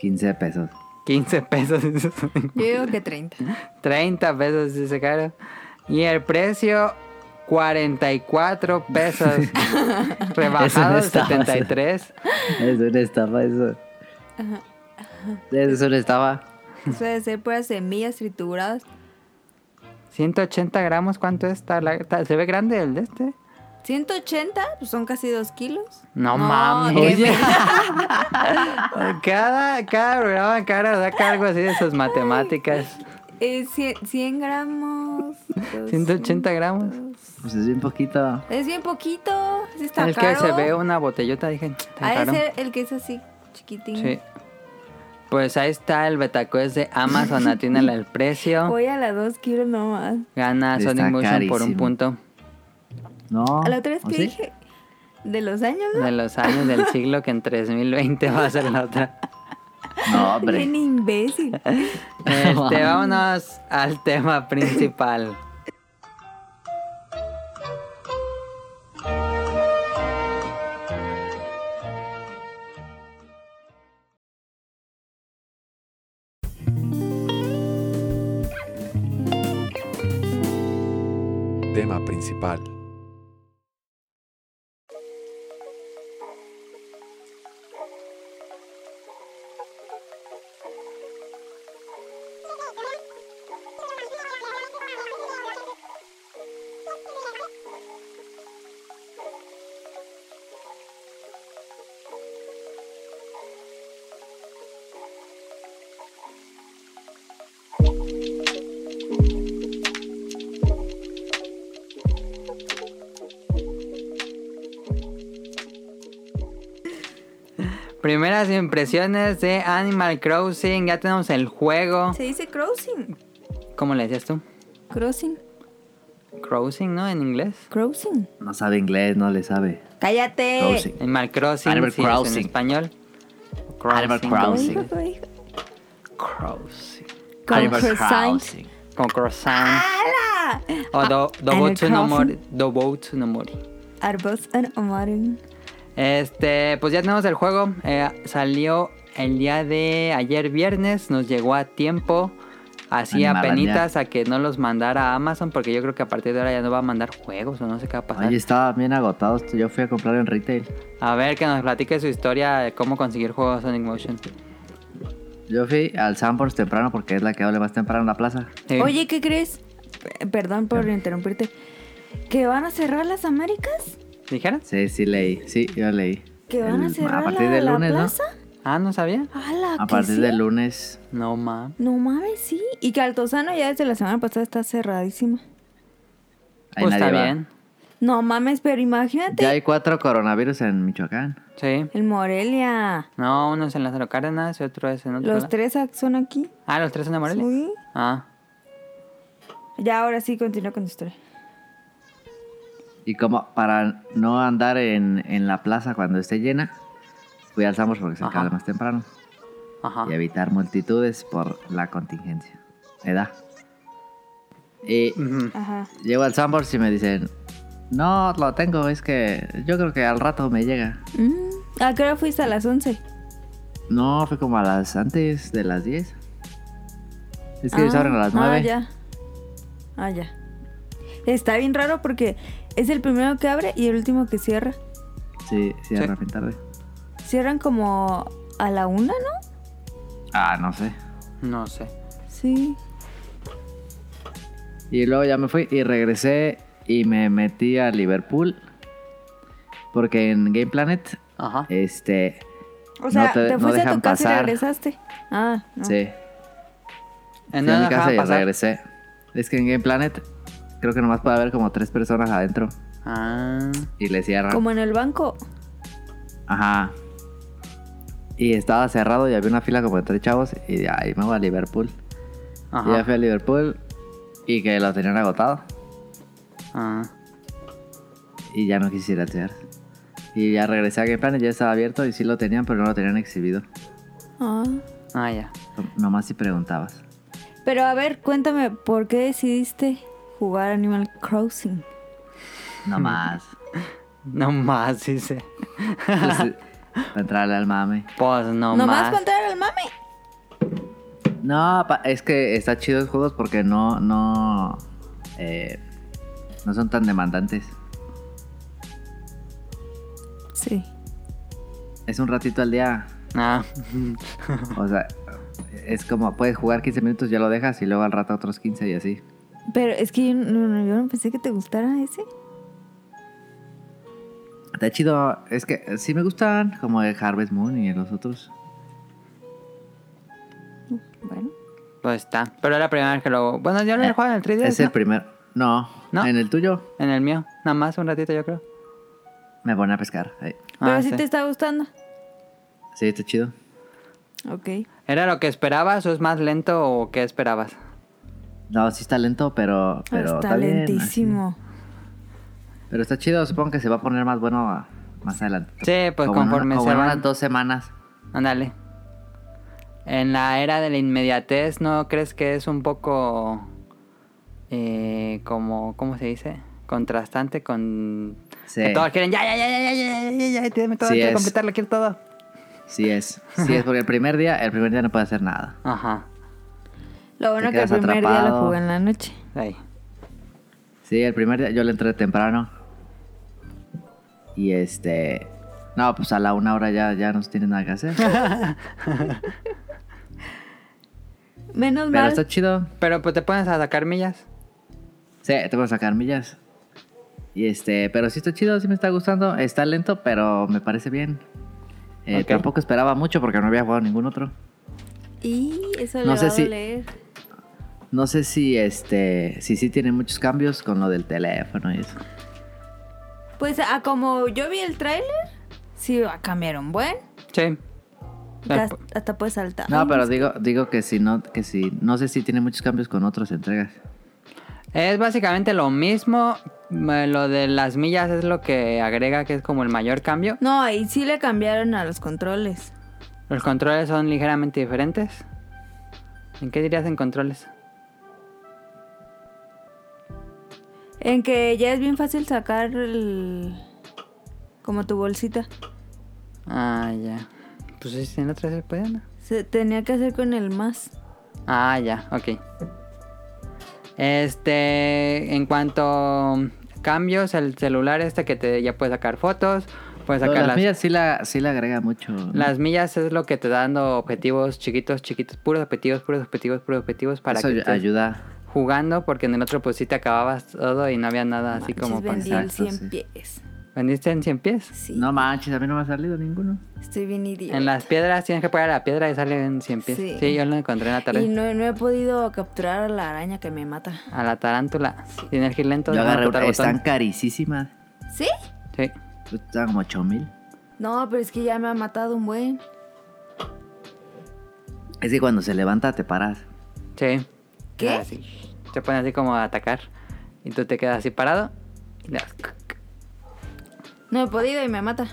Speaker 3: 15 pesos.
Speaker 1: 15 pesos.
Speaker 2: Yo digo que 30.
Speaker 1: 30 pesos dice caro. Y el precio, 44 pesos. Rebajado al
Speaker 3: Eso no está.
Speaker 1: 73.
Speaker 3: Es una estafa eso. Eso es una estafa.
Speaker 2: Eso debe ser puras semillas trituradas.
Speaker 1: 180 gramos, ¿cuánto es? ¿Está la- está- ¿Se ve grande el de este?
Speaker 2: 180, pues son casi 2 kilos.
Speaker 1: No,
Speaker 2: qué
Speaker 1: mames.
Speaker 2: pe-
Speaker 1: cada, cada programa, cada hora saca algo así de sus matemáticas.
Speaker 2: Eh, cien- 100 gramos. dos-
Speaker 1: 180 gramos.
Speaker 3: Pues es bien poquito.
Speaker 2: Es bien poquito. sí está
Speaker 1: El que
Speaker 2: caro.
Speaker 1: se ve una botellota, dije. está
Speaker 2: Ha
Speaker 1: caro.
Speaker 2: de ser el que es así, chiquitín.
Speaker 1: Sí. Pues ahí está el betacuez de Amazon. Atínale el precio.
Speaker 2: Voy a la 2 kilos nomás.
Speaker 1: Gana
Speaker 3: Está
Speaker 1: Sonic Motion por un
Speaker 3: carísimo.
Speaker 1: punto
Speaker 3: No.
Speaker 2: A la otra vez
Speaker 3: ¿O
Speaker 1: ¿Ah,
Speaker 2: que
Speaker 3: sí?
Speaker 2: dije, de los años, ¿no?
Speaker 1: de los años del siglo que en 3020 va a ser la otra.
Speaker 3: No, hombre.
Speaker 2: Bien imbécil.
Speaker 1: Este, vámonos al tema principal.
Speaker 4: Tema principal.
Speaker 1: Primeras impresiones de Animal Crossing. Ya tenemos el juego.
Speaker 2: Se dice crossing.
Speaker 1: ¿Cómo le decías tú?
Speaker 2: Crossing.
Speaker 1: Crossing, ¿no? En inglés.
Speaker 2: Crossing.
Speaker 3: No sabe inglés, no le sabe.
Speaker 2: Cállate.
Speaker 3: Crossing.
Speaker 1: Animal Crossing.
Speaker 3: Animal
Speaker 1: sí, es
Speaker 3: Crossing.
Speaker 1: en español.
Speaker 3: Animal
Speaker 2: ¿Cómo
Speaker 3: Crossing.
Speaker 2: dijo? ¿Cómo dijo?
Speaker 1: Crossing.
Speaker 3: Animal
Speaker 2: Croissant.
Speaker 3: Crossing.
Speaker 1: Con croissant.
Speaker 2: Ah, ¡Hala!
Speaker 1: O do,
Speaker 2: Animal
Speaker 1: Dobotsu no
Speaker 2: Crossing.
Speaker 1: mori. Dobotsu no mori.
Speaker 2: Arbos and Omarin.
Speaker 1: Este, pues ya tenemos el juego. eh, salió el día de ayer viernes. Nos llegó a tiempo. Así
Speaker 3: Animal
Speaker 1: apenitas a que no los mandara a Amazon. Porque yo creo que a partir de ahora ya no va a mandar juegos o no sé qué va a pasar.
Speaker 3: Oye, estaban bien agotados. Yo fui a comprar en retail.
Speaker 1: A ver, que nos platique su historia de cómo conseguir juegos Sonic Motion.
Speaker 3: Yo fui al Sanborns temprano porque es la que hable más temprano en la plaza.
Speaker 1: Sí.
Speaker 2: Oye, ¿qué crees? P- Perdón por interrumpirte. ¿Que van a cerrar las Américas?
Speaker 1: ¿Dijeron?
Speaker 3: Sí, sí leí. Sí, yo leí.
Speaker 2: ¿Que van a
Speaker 3: El-
Speaker 2: cerrar
Speaker 3: A partir
Speaker 2: la,
Speaker 3: del
Speaker 2: la
Speaker 3: lunes, ¿no?
Speaker 2: plaza?
Speaker 1: Ah, no sabía.
Speaker 2: ¡Hala!
Speaker 3: A
Speaker 2: ¿que
Speaker 3: partir
Speaker 2: sí?
Speaker 3: del lunes.
Speaker 1: No mames.
Speaker 2: No mames, sí. Y que Altozano ya desde la semana pasada está cerradísima.
Speaker 3: Ahí
Speaker 1: Pues
Speaker 3: nadie
Speaker 1: está
Speaker 3: va.
Speaker 1: bien.
Speaker 2: No mames, pero imagínate.
Speaker 3: Ya hay cuatro coronavirus en Michoacán.
Speaker 1: Sí.
Speaker 2: El Morelia.
Speaker 1: No, uno es en Lázaro Cárdenas y otro es en otro.
Speaker 2: Los
Speaker 1: lado.
Speaker 2: tres son aquí.
Speaker 1: Ah, los tres son de Morelia.
Speaker 2: Sí.
Speaker 1: Ah.
Speaker 2: Ya ahora sí, continúa con tu historia.
Speaker 3: Y como para no andar en, en la plaza cuando esté llena, fui al Sanborns porque se
Speaker 1: Ajá.
Speaker 3: acaba más temprano.
Speaker 1: Ajá.
Speaker 3: y evitar multitudes por la contingencia. Edad. Y
Speaker 1: Ujú.
Speaker 2: Ajá.
Speaker 3: llego al Sambors y me dicen, no, lo tengo, es que yo creo que al rato me llega.
Speaker 2: Mm, ¿A qué hora fuiste a las 11?
Speaker 3: No, fue como a las antes de las 10. Es que
Speaker 2: Ah,
Speaker 3: ellos abren a las 9.
Speaker 2: Ah, ya. Ah, ya. Está bien raro porque es el primero que abre y el último que cierra.
Speaker 3: Sí,
Speaker 1: Sí.
Speaker 3: sí, abren bien tarde.
Speaker 2: Cierran como a la una, ¿no?
Speaker 3: Ah, no sé.
Speaker 1: No sé.
Speaker 2: Sí.
Speaker 3: Y luego ya me fui y regresé y me metí a Liverpool. Porque en Game Planet,
Speaker 1: Ajá.
Speaker 3: este,
Speaker 2: O sea,
Speaker 3: No
Speaker 2: te,
Speaker 3: te- no
Speaker 2: fuiste a tu
Speaker 3: dejan
Speaker 2: casa y
Speaker 3: pasar.
Speaker 2: regresaste. Ah, no.
Speaker 3: sí,
Speaker 1: En
Speaker 3: Fui a mi
Speaker 1: nada
Speaker 3: casa
Speaker 1: dejaban
Speaker 3: y
Speaker 1: pasar.
Speaker 3: regresé. Es que en Game Planet creo que nomás puede haber como tres personas adentro
Speaker 1: Ah.
Speaker 3: y le cierran.
Speaker 2: Como en el banco.
Speaker 3: Ajá. Y estaba cerrado y había una fila como de tres chavos y de ahí me voy a Liverpool. Y ya
Speaker 1: Ajá.
Speaker 3: fui a Liverpool y que lo tenían agotado
Speaker 1: Ah.
Speaker 3: y ya no quisiera tirar. Y ya regresé a Game Planet, ya estaba abierto y sí lo tenían, pero no lo tenían exhibido.
Speaker 2: Ah.
Speaker 1: Ah, ya.
Speaker 3: Nomás si preguntabas.
Speaker 2: Pero a ver, cuéntame, ¿por qué decidiste jugar Animal Crossing?
Speaker 3: Nomás.
Speaker 1: No más, dice.
Speaker 3: Entonces, para entrarle al mame.
Speaker 1: Pues no
Speaker 2: Nomás
Speaker 1: más.
Speaker 2: para entrar al mame.
Speaker 3: No, pa- es que está chido los juegos porque no, no, eh, no son tan demandantes.
Speaker 2: Sí.
Speaker 3: Es un ratito al día.
Speaker 1: Ah.
Speaker 3: O sea, es como puedes jugar 15 minutos, ya lo dejas y luego al rato otros 15 y así.
Speaker 2: Pero es que yo no, no, yo no pensé que te gustara ese.
Speaker 3: Está chido. Es que sí me gustan como el Harvest Moon y los otros.
Speaker 2: Bueno.
Speaker 1: Pues está. Pero es la primera vez que lo. Bueno, yo lo he
Speaker 3: Eh,
Speaker 1: jugado en el 3DS.
Speaker 3: Es el
Speaker 1: ¿no?
Speaker 3: primer. No,
Speaker 1: ¿No?
Speaker 3: en el tuyo
Speaker 1: En el mío. Nada más un ratito, yo creo.
Speaker 3: me pone a pescar. eh.
Speaker 2: Pero
Speaker 1: Ah,
Speaker 2: sí
Speaker 1: sí.
Speaker 2: te está gustando.
Speaker 3: Sí, está chido.
Speaker 2: Ok.
Speaker 1: ¿Era lo que esperabas o es más lento o qué esperabas?
Speaker 3: No, sí está lento, pero.
Speaker 2: Ah,
Speaker 3: pero
Speaker 2: está,
Speaker 3: está bien, así.
Speaker 2: lentísimo.
Speaker 3: Pero está chido, supongo que se va a poner más bueno a- más adelante.
Speaker 1: Sí, pues
Speaker 3: Como en una-
Speaker 1: conforme
Speaker 3: como
Speaker 1: se
Speaker 3: en
Speaker 1: van-
Speaker 3: unas dos semanas.
Speaker 1: Ándale. En la era de la inmediatez, ¿no crees que es un poco eh, como, ¿cómo se dice? Contrastante con...
Speaker 3: Sí.
Speaker 1: Que todos quieren, ya, ya, ya, ya, ya, ya, ya, ya, ya, tírame todo,
Speaker 3: Sí
Speaker 1: quiero
Speaker 3: es.
Speaker 1: completarlo, quiero todo.
Speaker 3: Sí es. Sí es porque el primer día, el primer día no puede hacer nada.
Speaker 1: Ajá,
Speaker 2: Lo bueno
Speaker 3: Te
Speaker 2: que el
Speaker 3: quedas
Speaker 2: primer día lo
Speaker 3: atrapado.
Speaker 2: jugué en la noche.
Speaker 1: ahí.
Speaker 3: Sí, el primer día yo le entré temprano. Y este. No, pues a la una hora ya, ya no se tiene nada que hacer.
Speaker 2: Menos
Speaker 3: Pero
Speaker 2: mal.
Speaker 3: está chido.
Speaker 1: Pero pues te pones a sacar millas.
Speaker 3: Sí, te voy a sacar millas. Y este, pero sí está chido, sí me está gustando. Está lento, pero me parece bien. Eh,
Speaker 1: Ok.
Speaker 3: Tampoco esperaba mucho porque no había jugado ningún otro.
Speaker 2: Y eso
Speaker 3: No
Speaker 2: le
Speaker 3: sé
Speaker 2: va
Speaker 3: si-
Speaker 2: a doler.
Speaker 3: No sé si este, si sí tiene muchos cambios con lo del teléfono y eso.
Speaker 2: ah, Pues a como yo vi el tráiler, sí a cambiar un buen.
Speaker 1: Sí, Ah,
Speaker 2: Hasta, hasta puedes saltar.
Speaker 3: No, pero
Speaker 1: pues
Speaker 3: digo, digo que si no, que si, no sé si tiene muchos cambios con otras entregas.
Speaker 1: Es básicamente lo mismo. eh, Lo de las millas es lo que agrega que es como el mayor cambio.
Speaker 2: No, y sí le cambiaron a los controles.
Speaker 1: Los controles son ligeramente diferentes. ¿En qué dirías en controles?
Speaker 2: En que ya es bien fácil sacar el... como tu bolsita.
Speaker 1: Ah, ya. Pues sí, si en la otra se puede, ¿no?
Speaker 2: Se tenía que hacer con el más.
Speaker 1: Ah, ya, ok. Este, en cuanto a cambios, el celular este que te ya puedes sacar fotos, puedes
Speaker 3: Pero
Speaker 1: sacar
Speaker 3: las,
Speaker 1: las,
Speaker 3: millas sí la, sí la agrega mucho. ¿no?
Speaker 1: las millas es lo que te da dando objetivos chiquitos, chiquitos, puros objetivos, puros objetivos, puros objetivos para
Speaker 3: Eso
Speaker 1: que
Speaker 3: ayu-
Speaker 1: estés
Speaker 3: ayuda.
Speaker 1: jugando, porque en el otro pues sí te acababas todo y no había nada así
Speaker 2: Manches,
Speaker 1: como para...
Speaker 2: vendí
Speaker 3: Exacto,
Speaker 2: el 100
Speaker 3: sí.
Speaker 2: pies.
Speaker 1: ¿Vendiste en 100 pies?
Speaker 2: Sí.
Speaker 3: No manches, a mí no me ha salido ninguno.
Speaker 2: Estoy bien idiota.
Speaker 1: En las piedras tienes que pegar a la piedra y sale en 100 pies. Sí,
Speaker 2: Sí.
Speaker 1: yo lo encontré en la
Speaker 2: Y
Speaker 1: tarde.
Speaker 2: no, no he podido capturar a la araña que me mata.
Speaker 1: A la tarántula. Tienes que ir lento.
Speaker 3: Yo
Speaker 1: no
Speaker 3: agarré,
Speaker 1: apretar botón.
Speaker 3: están carísimas.
Speaker 2: ¿Sí?
Speaker 1: Sí.
Speaker 3: Están como 8 mil.
Speaker 2: No, pero es que ya me ha matado un buen.
Speaker 3: Es que cuando se levanta te paras.
Speaker 1: Sí.
Speaker 2: ¿Qué?
Speaker 3: Ah,
Speaker 1: Así. Se pone así como a atacar. Y tú te quedas así parado. Y le das c-
Speaker 2: No he podido y me mata.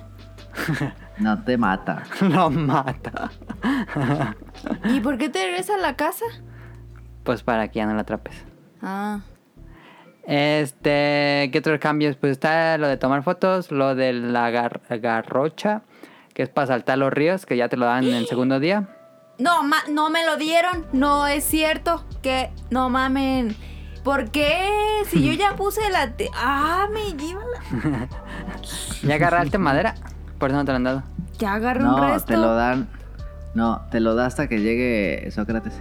Speaker 3: No te mata.
Speaker 1: c- Lo mata.
Speaker 2: ¿Y por qué te regresas a la casa?
Speaker 1: Pues para que ya no lo atrapes.
Speaker 2: Ah,
Speaker 1: Este, ¿qué otros cambios? Pues está lo de tomar fotos, lo de la gar- garrocha, que es para saltar los ríos, que ya te lo dan en el segundo día.
Speaker 2: No, ma- no me lo dieron. No es cierto que no mamen. ¿Por qué? Si yo ya puse la te- ah, me lleva la-
Speaker 1: Ya agarraste madera, por eso no te lo han dado.
Speaker 2: Ya agarré un
Speaker 3: No,
Speaker 2: resto.
Speaker 3: te lo dan. No, te lo da hasta que llegue Sócrates.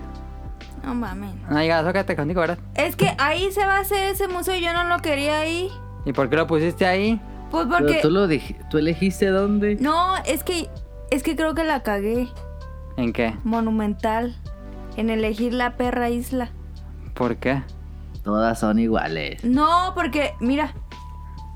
Speaker 2: No mamen.
Speaker 1: No llegado Sócrates contigo, ¿verdad?
Speaker 2: Es que ahí se va a hacer ese museo y yo no lo quería ahí.
Speaker 1: ¿Y por qué lo pusiste ahí?
Speaker 2: Pues
Speaker 3: Pero
Speaker 2: porque
Speaker 3: tú lo dij- tú elegiste dónde.
Speaker 2: no, es que es que creo que la cagué
Speaker 1: ¿En qué?
Speaker 2: monumental en elegir la perra isla.
Speaker 1: ¿Por qué?
Speaker 3: Todas son iguales.
Speaker 2: No, porque mira,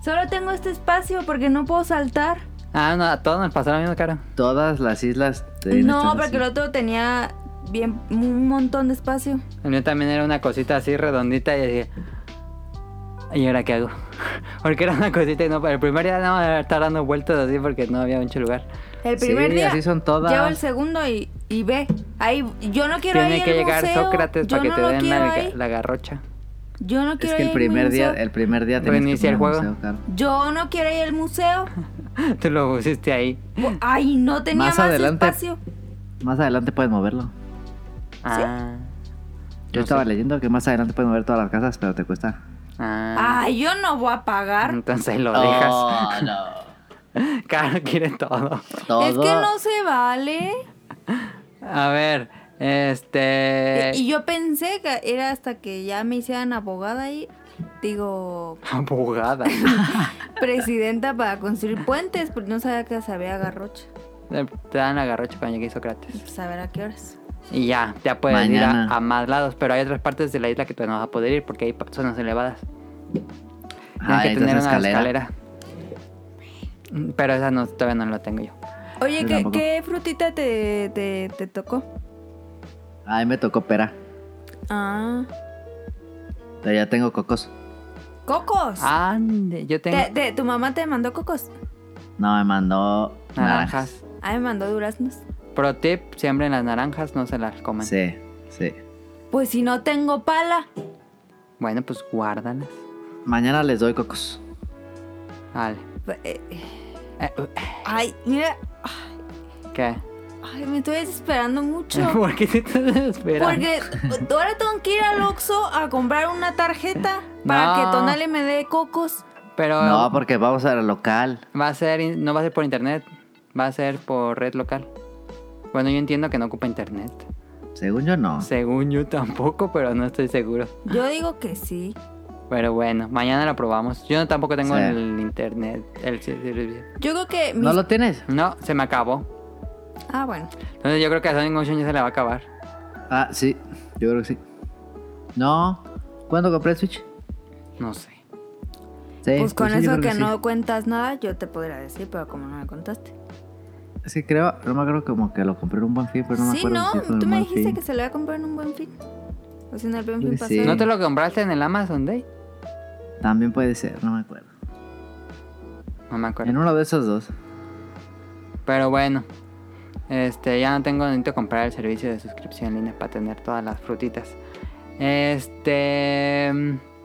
Speaker 2: solo tengo este espacio porque no puedo saltar.
Speaker 1: Ah, no, a todos nos pasó lo mismo, cara.
Speaker 3: Todas las islas. tienen
Speaker 2: No,
Speaker 3: estas
Speaker 2: porque el
Speaker 3: islas.
Speaker 2: otro tenía bien un montón de espacio.
Speaker 1: El mío también era una cosita así redondita y decía, ¿y ahora qué hago? Porque era una cosita y no, el primer día no estar dando vueltas así porque no había mucho lugar.
Speaker 2: El primer
Speaker 3: Sí,
Speaker 2: día.
Speaker 3: así son todas.
Speaker 2: Llevo el segundo y, y ve. Ahí, yo no quiero ir
Speaker 1: Tiene
Speaker 2: al
Speaker 1: que llegar
Speaker 2: museo,
Speaker 1: Sócrates
Speaker 2: yo
Speaker 1: para que
Speaker 2: no
Speaker 1: te
Speaker 2: lo
Speaker 1: den la,
Speaker 2: quiero ahí,
Speaker 1: la garrocha.
Speaker 2: Yo no
Speaker 3: Es
Speaker 2: quiero
Speaker 3: que el
Speaker 2: ir
Speaker 3: primer
Speaker 2: al
Speaker 3: día,
Speaker 2: museo.
Speaker 3: el primer día tienes que
Speaker 1: Reinicia el
Speaker 3: poner
Speaker 1: juego.
Speaker 3: museo, Carlos.
Speaker 2: Yo no quiero ir al museo.
Speaker 1: Tú lo pusiste ahí.
Speaker 2: Bu- Ay, no tenía
Speaker 3: Más
Speaker 2: más,
Speaker 3: adelante.
Speaker 2: espacio.
Speaker 3: Más adelante puedes moverlo.
Speaker 1: Ah,
Speaker 3: Yo
Speaker 1: No
Speaker 3: estaba
Speaker 1: sé.
Speaker 3: leyendo que más adelante puedes mover todas las casas, pero te cuesta.
Speaker 1: ah.
Speaker 2: Ay, yo no voy a pagar.
Speaker 1: Entonces lo dejas.
Speaker 3: Oh. no.
Speaker 1: Caro quiere todo.
Speaker 3: Todo.
Speaker 2: Es que no se vale.
Speaker 1: A ver,
Speaker 3: Eh.
Speaker 1: este...
Speaker 2: Y yo pensé que era hasta que ya me hicieran abogada y digo
Speaker 1: Abogada.
Speaker 2: presidenta para construir puentes, porque no sabía que sabía garrocha.
Speaker 1: Te dan la garrocha cuando llegue Sócrates.
Speaker 2: Saber pues a qué horas.
Speaker 1: Y ya, ya puedes ir
Speaker 3: Mañana.
Speaker 1: a, a más lados, pero hay otras partes de la isla que tú no vas a poder ir porque hay pa- zonas elevadas. Tienes
Speaker 3: Ah,
Speaker 1: que tener una
Speaker 3: entonces
Speaker 1: escalera.
Speaker 3: escalera.
Speaker 1: Mm, Pero esa no, todavía no la tengo yo.
Speaker 2: Oye,
Speaker 3: Yo
Speaker 2: ¿qué,
Speaker 3: tampoco.
Speaker 2: qué frutita te, te, te tocó?
Speaker 3: Ay, me tocó pera.
Speaker 2: Ah,
Speaker 3: Pero ya tengo cocos.
Speaker 2: cocos.
Speaker 3: Ah,
Speaker 1: Ande, yo tengo
Speaker 2: Te- te- ¿Tu mamá te mandó cocos?
Speaker 3: No, me mandó naranjas.
Speaker 1: naranjas.
Speaker 2: Ah, me mandó duraznos.
Speaker 1: Pro tip, siembren las naranjas, no se las coman.
Speaker 3: Sí, sí.
Speaker 2: Pues si no tengo pala.
Speaker 1: Bueno, pues guárdalas.
Speaker 3: Mañana les doy cocos.
Speaker 1: Vale.
Speaker 2: Eh,
Speaker 1: Eh, eh,
Speaker 2: Ay, mira,
Speaker 1: ¿Qué?
Speaker 2: ay, me estoy desesperando mucho.
Speaker 1: ¿Por qué te estás desesperando?
Speaker 2: Porque ahora tengo que ir al Oxxo a comprar una tarjeta para
Speaker 1: No.
Speaker 2: que Tonale me dé cocos.
Speaker 1: Pero
Speaker 3: No, porque vamos al local.
Speaker 1: va a ser, in- no va a ser por internet, va a ser por red local. Bueno, yo entiendo que no ocupa internet.
Speaker 3: Según yo, no.
Speaker 1: Según yo tampoco, pero no estoy seguro.
Speaker 2: Yo digo que sí.
Speaker 1: Pero bueno, mañana lo probamos. Yo no- tampoco tengo
Speaker 3: Sí.
Speaker 1: el internet, el servicio.
Speaker 2: Yo creo que mis-
Speaker 3: ¿No lo tienes?
Speaker 1: No, se me acabó.
Speaker 2: Ah, bueno.
Speaker 1: Entonces yo creo que a Sonic Motion ya se le va a acabar.
Speaker 3: Ah, sí. Yo creo que sí. No. ¿Cuándo compré el Switch?
Speaker 1: No sé.
Speaker 3: Sí.
Speaker 2: pues con
Speaker 3: sí, yo
Speaker 2: eso
Speaker 3: creo
Speaker 2: que,
Speaker 3: sí.
Speaker 2: no cuentas nada, yo te podría decir, pero como no me contaste.
Speaker 3: Es que creo, no me acuerdo como que lo compré en un buen fin, pero no me
Speaker 2: sí,
Speaker 3: acuerdo.
Speaker 2: no,
Speaker 3: si fue en
Speaker 2: tú
Speaker 3: un
Speaker 2: me
Speaker 3: Buen
Speaker 2: dijiste
Speaker 3: Fin.
Speaker 2: que se lo iba a comprar en un buen fin. O sea, en el buen
Speaker 3: Creo
Speaker 2: fin
Speaker 3: que
Speaker 2: pasado.
Speaker 3: sí.
Speaker 1: ¿No te lo compraste en el Amazon Day?
Speaker 3: También puede ser, no me acuerdo.
Speaker 1: No me acuerdo.
Speaker 3: En uno de esos dos.
Speaker 1: Pero bueno, este, ya no tengo, necesito comprar el servicio de suscripción en línea para tener todas las frutitas. Este,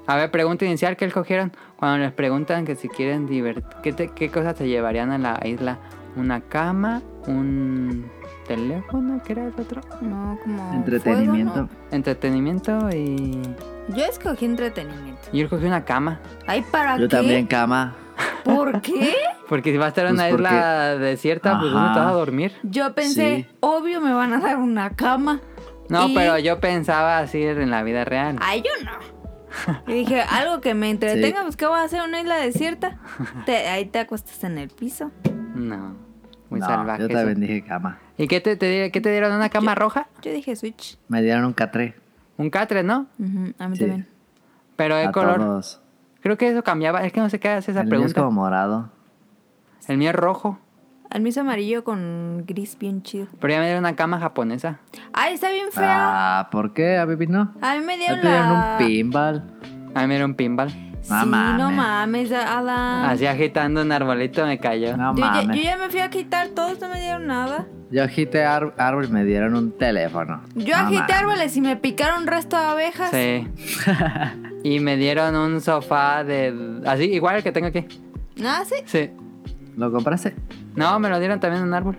Speaker 1: a ver, pregunta inicial que escogieron cuando les preguntan que si quieren divertir, ¿qué, te- qué cosas se llevarían a la isla? ¿Una cama? ¿Un teléfono? ¿Qué era el otro?
Speaker 2: No, como.
Speaker 3: Entretenimiento.
Speaker 2: fuego,
Speaker 1: Entretenimiento y...
Speaker 2: ¿no? Yo escogí entretenimiento.
Speaker 1: Yo escogí una cama,
Speaker 2: Ay, ¿para
Speaker 3: Yo
Speaker 2: qué?
Speaker 3: también cama.
Speaker 2: ¿Por qué?
Speaker 1: porque si va a estar en
Speaker 3: Pues
Speaker 1: una
Speaker 3: porque-
Speaker 1: isla desierta, pues ¿dónde te vas a
Speaker 3: Ajá.
Speaker 1: dormir?
Speaker 2: Yo pensé,
Speaker 3: Sí.
Speaker 2: obvio me van a dar una cama.
Speaker 1: No,
Speaker 2: Y-
Speaker 1: pero yo pensaba así en la vida real.
Speaker 2: Ay, yo no. Y dije, algo que me entretenga,
Speaker 3: Sí.
Speaker 2: pues ¿qué voy a hacer? ¿Una isla desierta? Te- ahí te acuestas en el piso.
Speaker 1: No, muy
Speaker 3: No,
Speaker 1: salvaje.
Speaker 3: Yo
Speaker 1: eso.
Speaker 3: también dije cama.
Speaker 1: ¿Y qué te, te di- qué te dieron? ¿Una cama roja?
Speaker 2: Yo dije Switch.
Speaker 3: Me dieron un catre.
Speaker 1: Un catre, ¿no?
Speaker 2: Ujú, a mí
Speaker 3: Sí.
Speaker 2: también.
Speaker 1: Pero de
Speaker 3: A
Speaker 1: color.
Speaker 3: todos.
Speaker 1: Creo que eso cambiaba. Es que no sé qué hace esa
Speaker 3: El mío es
Speaker 1: pregunta.
Speaker 3: como morado.
Speaker 1: El mío es rojo.
Speaker 2: Al mismo amarillo con gris bien chido.
Speaker 1: Pero ya me dieron una cama japonesa.
Speaker 2: Ay, está bien fea.
Speaker 3: Ah, ¿por qué? A Bibi no.
Speaker 2: a mí me
Speaker 3: Me
Speaker 2: dieron
Speaker 3: pidieron
Speaker 2: la...
Speaker 3: un pinball.
Speaker 1: A mí me dieron pinball.
Speaker 2: Sí,
Speaker 3: No
Speaker 2: no
Speaker 3: mames.
Speaker 2: mames, Adam.
Speaker 1: Así agitando un arbolito me cayó.
Speaker 3: No
Speaker 2: yo, ya, yo
Speaker 3: mames.
Speaker 2: ya me fui a quitar, todos no me dieron nada.
Speaker 3: Yo agité ar- árbol y me dieron un teléfono.
Speaker 2: Yo
Speaker 3: No
Speaker 2: agité
Speaker 3: mames.
Speaker 2: árboles y me picaron resto de abejas.
Speaker 1: Sí. y me dieron un sofá de... Así, igual el que tengo aquí.
Speaker 2: Ah, sí.
Speaker 1: Sí.
Speaker 3: ¿Lo compraste?
Speaker 1: No, me lo dieron también en un árbol.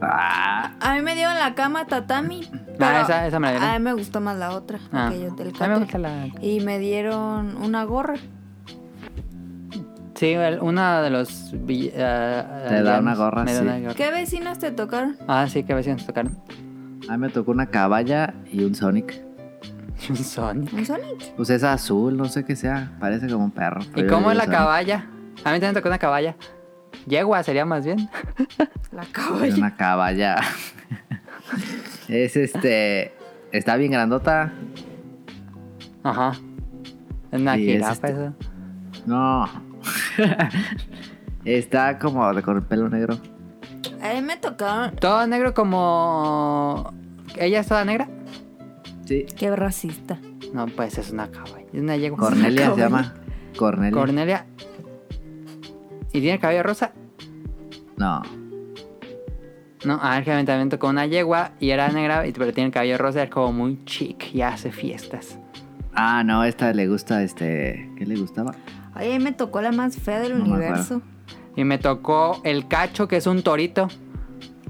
Speaker 3: Ah,
Speaker 2: A mí me dieron la cama tatami. pero
Speaker 1: Ah, esa- esa me la dieron.
Speaker 2: A mí me gustó más la otra.
Speaker 1: Ah.
Speaker 2: aquella del
Speaker 1: A mí me
Speaker 2: catre.
Speaker 1: gusta la...
Speaker 2: Y me dieron una gorra.
Speaker 1: Sí, el- una de los... vill- ah,
Speaker 3: Te da una
Speaker 1: villanos.
Speaker 3: gorra,
Speaker 1: Me da
Speaker 3: sí.
Speaker 1: una gorra.
Speaker 2: ¿Qué vecinos te tocaron?
Speaker 1: Ah, sí, que a veces nos tocaron.
Speaker 3: a mí me tocó una caballa y un Sonic.
Speaker 1: Un Sonic.
Speaker 2: ¿Un Sonic?
Speaker 3: Pues es azul, no sé qué sea. Parece como un perro. pero
Speaker 1: ¿Y
Speaker 3: yo
Speaker 1: cómo
Speaker 3: digo
Speaker 1: es la
Speaker 3: Sonic.
Speaker 1: caballa? A mí también tocó una caballa. Yegua sería más bien.
Speaker 2: La
Speaker 3: Es
Speaker 2: caballa.
Speaker 3: una caballa. es este. Está bien grandota.
Speaker 1: Ajá. Es una
Speaker 3: Sí, es
Speaker 1: jirafa
Speaker 3: este-
Speaker 1: eso.
Speaker 3: No. está como de- con el pelo negro.
Speaker 2: A mí me tocaron.
Speaker 1: Todo negro como... ¿Ella es toda negra?
Speaker 3: Sí.
Speaker 2: Qué racista.
Speaker 1: No, pues es una caballa. Es una yegua.
Speaker 3: Cornelia se
Speaker 2: caballa.
Speaker 3: llama. Cornelia.
Speaker 1: Cornelia. ¿Y tiene el cabello rosa?
Speaker 3: no.
Speaker 1: No, a ver, que a mí también tocó una yegua y era negra, y- pero tiene el cabello rosa, es como muy chic y hace fiestas.
Speaker 3: Ah, no, esta le gusta este. ¿Qué le gustaba?
Speaker 2: Ay, a mí me tocó la más fea del
Speaker 3: No me
Speaker 2: universo.
Speaker 1: Y me tocó el cacho, que es un torito.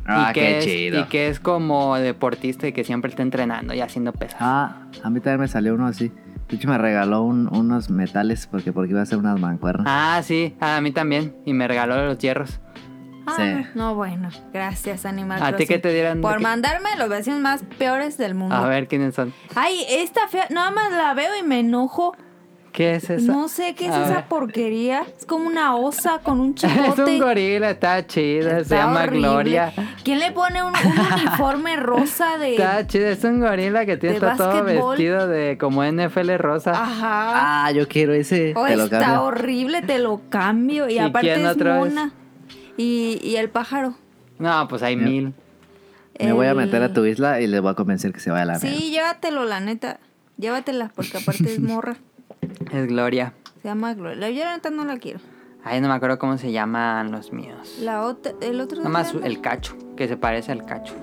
Speaker 3: Ah,
Speaker 1: y que
Speaker 3: qué
Speaker 1: es,
Speaker 3: chido.
Speaker 1: Y que es como deportista y que siempre está entrenando y haciendo pesas.
Speaker 3: Ah, a mí también me salió uno así. De hecho, me regaló un- unos metales porque, porque iba a hacer unas mancuernas.
Speaker 1: Ah, sí, a mí también. Y me regaló los hierros.
Speaker 2: Ah,
Speaker 3: Sí.
Speaker 2: no, bueno. Gracias, Animal
Speaker 1: ¿A ti
Speaker 2: Crossing,
Speaker 1: qué te dieron?
Speaker 2: Por
Speaker 1: ¿Qué-
Speaker 2: mandarme los vecinos más peores del mundo.
Speaker 1: A ver quiénes son.
Speaker 2: Ay, esta fea. Nada más la veo y me enojo.
Speaker 1: ¿Qué es eso?
Speaker 2: No sé qué es
Speaker 1: A
Speaker 2: esa
Speaker 1: ver.
Speaker 2: porquería. Es como una osa con un
Speaker 1: es
Speaker 2: chicote.
Speaker 1: un gorila, está chido. se
Speaker 2: Está
Speaker 1: llama
Speaker 2: horrible.
Speaker 1: Gloria.
Speaker 2: ¿Quién le pone un, un uniforme rosa de.
Speaker 1: Está chido, es un gorila que tiene
Speaker 2: De
Speaker 1: está todo
Speaker 2: básquetbol.
Speaker 1: vestido de como NFL rosa.
Speaker 2: Ajá.
Speaker 3: Ah, yo quiero ese.
Speaker 2: Oh,
Speaker 3: Te lo
Speaker 2: está
Speaker 3: cambio.
Speaker 2: horrible, te lo cambio. Y,
Speaker 1: ¿Y
Speaker 2: aparte
Speaker 1: quién
Speaker 2: es
Speaker 1: otra vez?
Speaker 2: mona. Y, y el pájaro.
Speaker 1: No, pues hay mil.
Speaker 3: Me voy a
Speaker 2: El-
Speaker 3: meter a tu isla y le voy a convencer que se vaya a la mierda.
Speaker 2: Sí, llévatelo, la neta. Llévatela, porque aparte es morra.
Speaker 1: Es Gloria.
Speaker 2: Se llama Gloria. Yo la neta no la quiero.
Speaker 1: Ay, no me acuerdo cómo se llaman los míos.
Speaker 2: La otra, el otro
Speaker 1: Nada más
Speaker 2: día-
Speaker 1: el cacho, que se parece al cacho.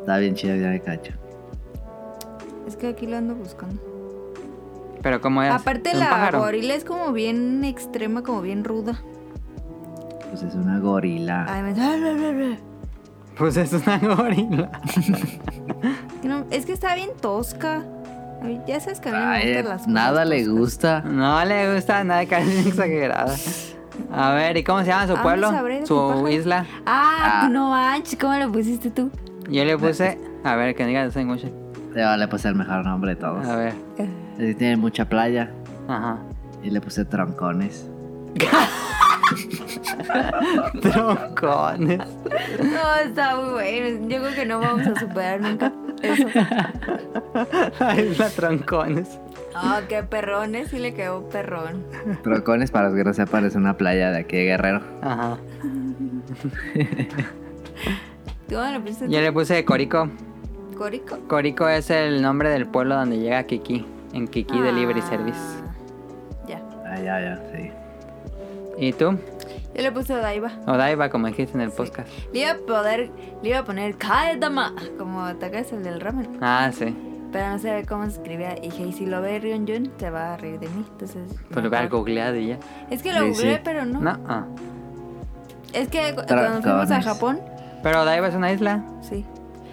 Speaker 3: Está bien chido, ya me cacho.
Speaker 2: Es que aquí lo ando buscando.
Speaker 1: Pero cómo es.
Speaker 2: Aparte
Speaker 1: ¿Un
Speaker 2: la
Speaker 1: pájaro?
Speaker 2: gorila es como bien extrema, como bien ruda.
Speaker 3: Pues es una gorila.
Speaker 2: Ay, me-
Speaker 1: Pues es una gorila.
Speaker 2: Es que no- es que está bien tosca. Ay, Ya sabes que a mí no me
Speaker 3: Ay,
Speaker 2: gustan las cosas pues.
Speaker 3: nada le
Speaker 2: toscas.
Speaker 3: gusta.
Speaker 1: No le gusta nada, casi exagerada. A ver, ¿y cómo se llama su
Speaker 2: Ah,
Speaker 1: pueblo?
Speaker 2: no sabré de qué
Speaker 1: Su
Speaker 2: pájaro.
Speaker 1: isla.
Speaker 2: Ah,
Speaker 3: Ah.
Speaker 2: no manches, ¿cómo lo pusiste tú?
Speaker 1: Yo le puse. A ver, que diga Senguche.
Speaker 3: Le vale, pues el mejor nombre de todos.
Speaker 1: A ver.
Speaker 3: Sí, Tiene mucha playa
Speaker 1: Ajá.
Speaker 3: y le puse troncones.
Speaker 1: Troncones.
Speaker 2: No, está muy bueno. Yo creo que no vamos a superar nunca eso.
Speaker 1: La isla Troncones.
Speaker 2: Ah, qué perrones, sí le quedó perrón.
Speaker 3: Troncones, para los que no sepan, es una playa de aquí de Guerrero.
Speaker 1: Ajá.
Speaker 2: ¿Tú dónde le pusiste?
Speaker 1: Yo le puse Corico.
Speaker 2: Corico.
Speaker 1: Corico es el nombre del pueblo donde llega Kiki. En Kiki Delivery
Speaker 2: Ah,
Speaker 1: Service.
Speaker 2: Ya.
Speaker 3: Ah, ya, ya, sí.
Speaker 1: ¿Y tú?
Speaker 2: Yo le puse Odaiba.
Speaker 1: Odaiba, como dijiste en el podcast.
Speaker 2: Le iba a poder, le iba a poner Kaedama, como te acuerdas el del ramen.
Speaker 1: Ah, sí.
Speaker 2: Pero no sé cómo se escribía. Y dije, y si lo ve Ryun Jun, se va a reír de mí. Entonces.
Speaker 1: Pues lo
Speaker 2: mejor.
Speaker 1: hubiera googleado y ya.
Speaker 2: Es que lo
Speaker 3: Sí,
Speaker 2: googleé,
Speaker 3: sí.
Speaker 2: pero no.
Speaker 1: No. ah.
Speaker 2: Es que cu- cuando fuimos a
Speaker 3: Dragones.
Speaker 2: Japón,
Speaker 1: Pero Odaiba es una isla.
Speaker 2: sí.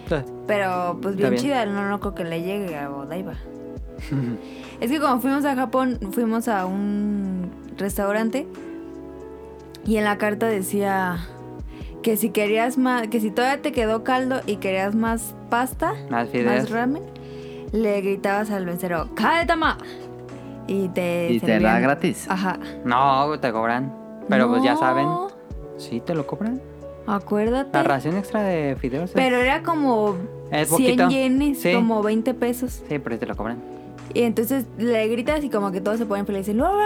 Speaker 1: Entonces,
Speaker 2: Pero pues
Speaker 1: Está
Speaker 2: bien,
Speaker 1: bien.
Speaker 2: chida, no loco que le llegue a Odaiba. es que cuando fuimos a Japón, fuimos a un restaurante y en la carta decía que si querías más, que si todavía te quedó caldo y querías más pasta,
Speaker 1: Más
Speaker 2: más
Speaker 1: fideos.
Speaker 2: ramen, le gritabas al mesero, ¡Kaetama! Y te
Speaker 3: Y te
Speaker 2: servían-
Speaker 3: da gratis.
Speaker 2: Ajá.
Speaker 1: No, te cobran. Pero pues ya
Speaker 2: No,
Speaker 1: saben. Sí, te lo cobran.
Speaker 2: Acuérdate.
Speaker 1: La ración extra de fideos. es-
Speaker 2: Pero era como
Speaker 1: Es
Speaker 2: 100
Speaker 1: poquito.
Speaker 2: yenes,
Speaker 1: Sí.
Speaker 2: como 20 pesos.
Speaker 1: Sí, pero sí te lo cobran.
Speaker 2: Y entonces le gritas y como que todos se ponen felices "Bla, bla,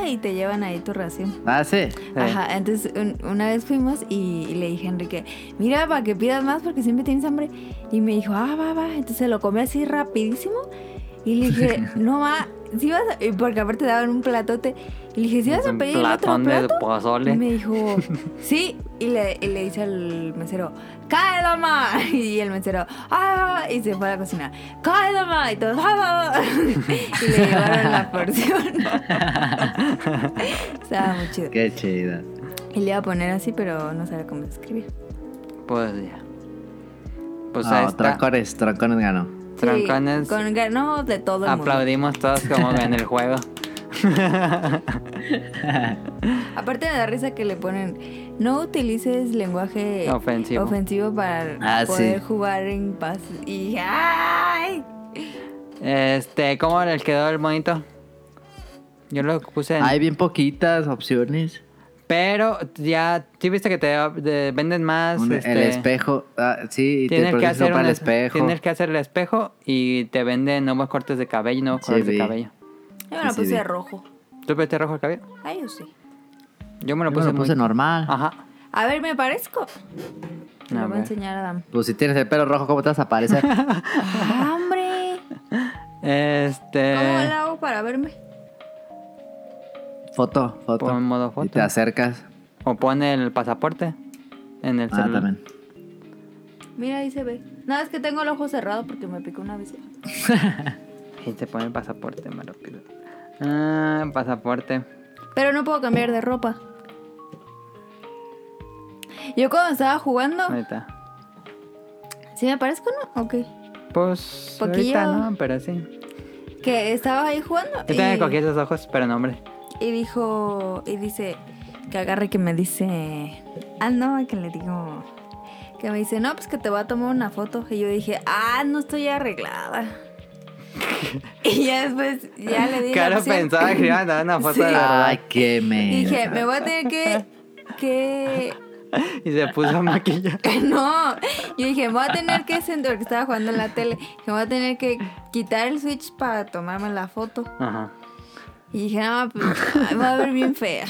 Speaker 2: bla", y te llevan ahí tu ración.
Speaker 3: Ah, sí.
Speaker 2: Ajá, entonces un- una vez fuimos y, y le dije a Enrique, mira, para que pidas más porque siempre tienes hambre. Y me dijo, ah, va, va. Entonces se lo comí así rapidísimo. Y le dije, no, va, si vas a-" y porque aparte daban un platote. Y le dije, si vas a
Speaker 1: un
Speaker 2: pedir el otro
Speaker 1: platón de
Speaker 2: plato? Y
Speaker 1: pozole.
Speaker 2: me dijo, sí, y le, y le dice al mesero, ¡Cae, dama! Y el mesero, ¡ah! Y se fue a la cocina, ¡Cae, dama! Y todos, ¡ah! ah, ah". Y le llevaron la porción. Estaba muy chido.
Speaker 3: Qué chida.
Speaker 2: Y le iba a poner así, pero no sabía cómo se escribía.
Speaker 1: Pues ya. Pues ahí
Speaker 3: No,
Speaker 1: está.
Speaker 3: troncones, troncones ganó.
Speaker 2: Sí,
Speaker 1: Trancones.
Speaker 2: con ganó de todo el mundo.
Speaker 1: Aplaudimos todos como en el juego.
Speaker 2: Aparte me da risa que le ponen, no utilices lenguaje
Speaker 1: Ofensivo.
Speaker 2: ofensivo para
Speaker 3: Ah, sí.
Speaker 2: poder jugar en paz. Y ¡ay!
Speaker 1: Este, ¿cómo les quedó el monito? Yo lo puse en...
Speaker 3: Hay bien poquitas opciones.
Speaker 1: Pero ya, ¿sí viste que te de- venden más?
Speaker 3: Un- El
Speaker 1: este,
Speaker 3: espejo. ah, sí, y te
Speaker 1: Tienes que,
Speaker 3: pones
Speaker 1: hacer
Speaker 3: ropa
Speaker 1: un
Speaker 3: al
Speaker 1: es-
Speaker 3: espejo.
Speaker 1: tienes que hacer el espejo y te venden nuevos cortes de cabello, nuevos
Speaker 3: Sí,
Speaker 1: colores de
Speaker 3: vi.
Speaker 1: cabello.
Speaker 2: Yo me la
Speaker 3: Sí, sí,
Speaker 2: puse
Speaker 3: vi.
Speaker 2: rojo.
Speaker 1: ¿Tú pusiste rojo el cabello?
Speaker 2: Ay, yo sí.
Speaker 1: Yo me
Speaker 3: Yo
Speaker 1: lo
Speaker 3: me
Speaker 1: puse,
Speaker 3: lo puse
Speaker 1: muy-
Speaker 3: normal.
Speaker 1: pues, Ajá.
Speaker 2: A ver, me parezco. Te
Speaker 1: A
Speaker 2: lo voy a
Speaker 1: ver.
Speaker 2: enseñar a Adam.
Speaker 3: Pues si tienes el pelo rojo, ¿cómo te vas a parecer?
Speaker 2: ¡Ah, ¡Hombre!
Speaker 1: Este...
Speaker 3: Eh.
Speaker 2: ¿Cómo lo hago para verme?
Speaker 3: foto, foto.
Speaker 1: Pon modo foto. Ah,
Speaker 3: Y te acercas.
Speaker 1: O pone el pasaporte en el
Speaker 3: Ah,
Speaker 1: celular.
Speaker 3: también.
Speaker 2: Mira, ahí se ve. Nada, es que tengo el ojo cerrado porque me picó una vez.
Speaker 1: Y te pone el pasaporte, me lo pido. Ah, pasaporte.
Speaker 2: Pero no puedo cambiar de ropa. Yo cuando estaba jugando,
Speaker 1: Ahí está.
Speaker 2: ¿sí me parezco o no? Ok.
Speaker 1: Pues
Speaker 2: Poquillo.
Speaker 1: ahorita no, pero sí.
Speaker 2: Que estaba ahí jugando
Speaker 1: Yo también cogí
Speaker 2: y,
Speaker 1: esos ojos, pero no, hombre.
Speaker 2: y dijo, y dice, que agarre que me dice, ah, no, que le digo, que me dice, no, pues que te voy a tomar una foto. Y yo dije, ah, no estoy arreglada. y ya después, ya le dije.
Speaker 1: Claro, pensaba que iban a dar una foto
Speaker 2: Sí.
Speaker 1: de verdad.
Speaker 3: Ay, qué me.
Speaker 2: Dije, me voy a tener que. que.
Speaker 1: Y se puso a maquillar.
Speaker 2: No, yo dije, me voy a tener que sentar, porque estaba jugando en la tele, que me voy a tener que quitar el switch para tomarme la foto.
Speaker 1: Ajá.
Speaker 2: Y dije, no, pues ay, me va a ver bien fea.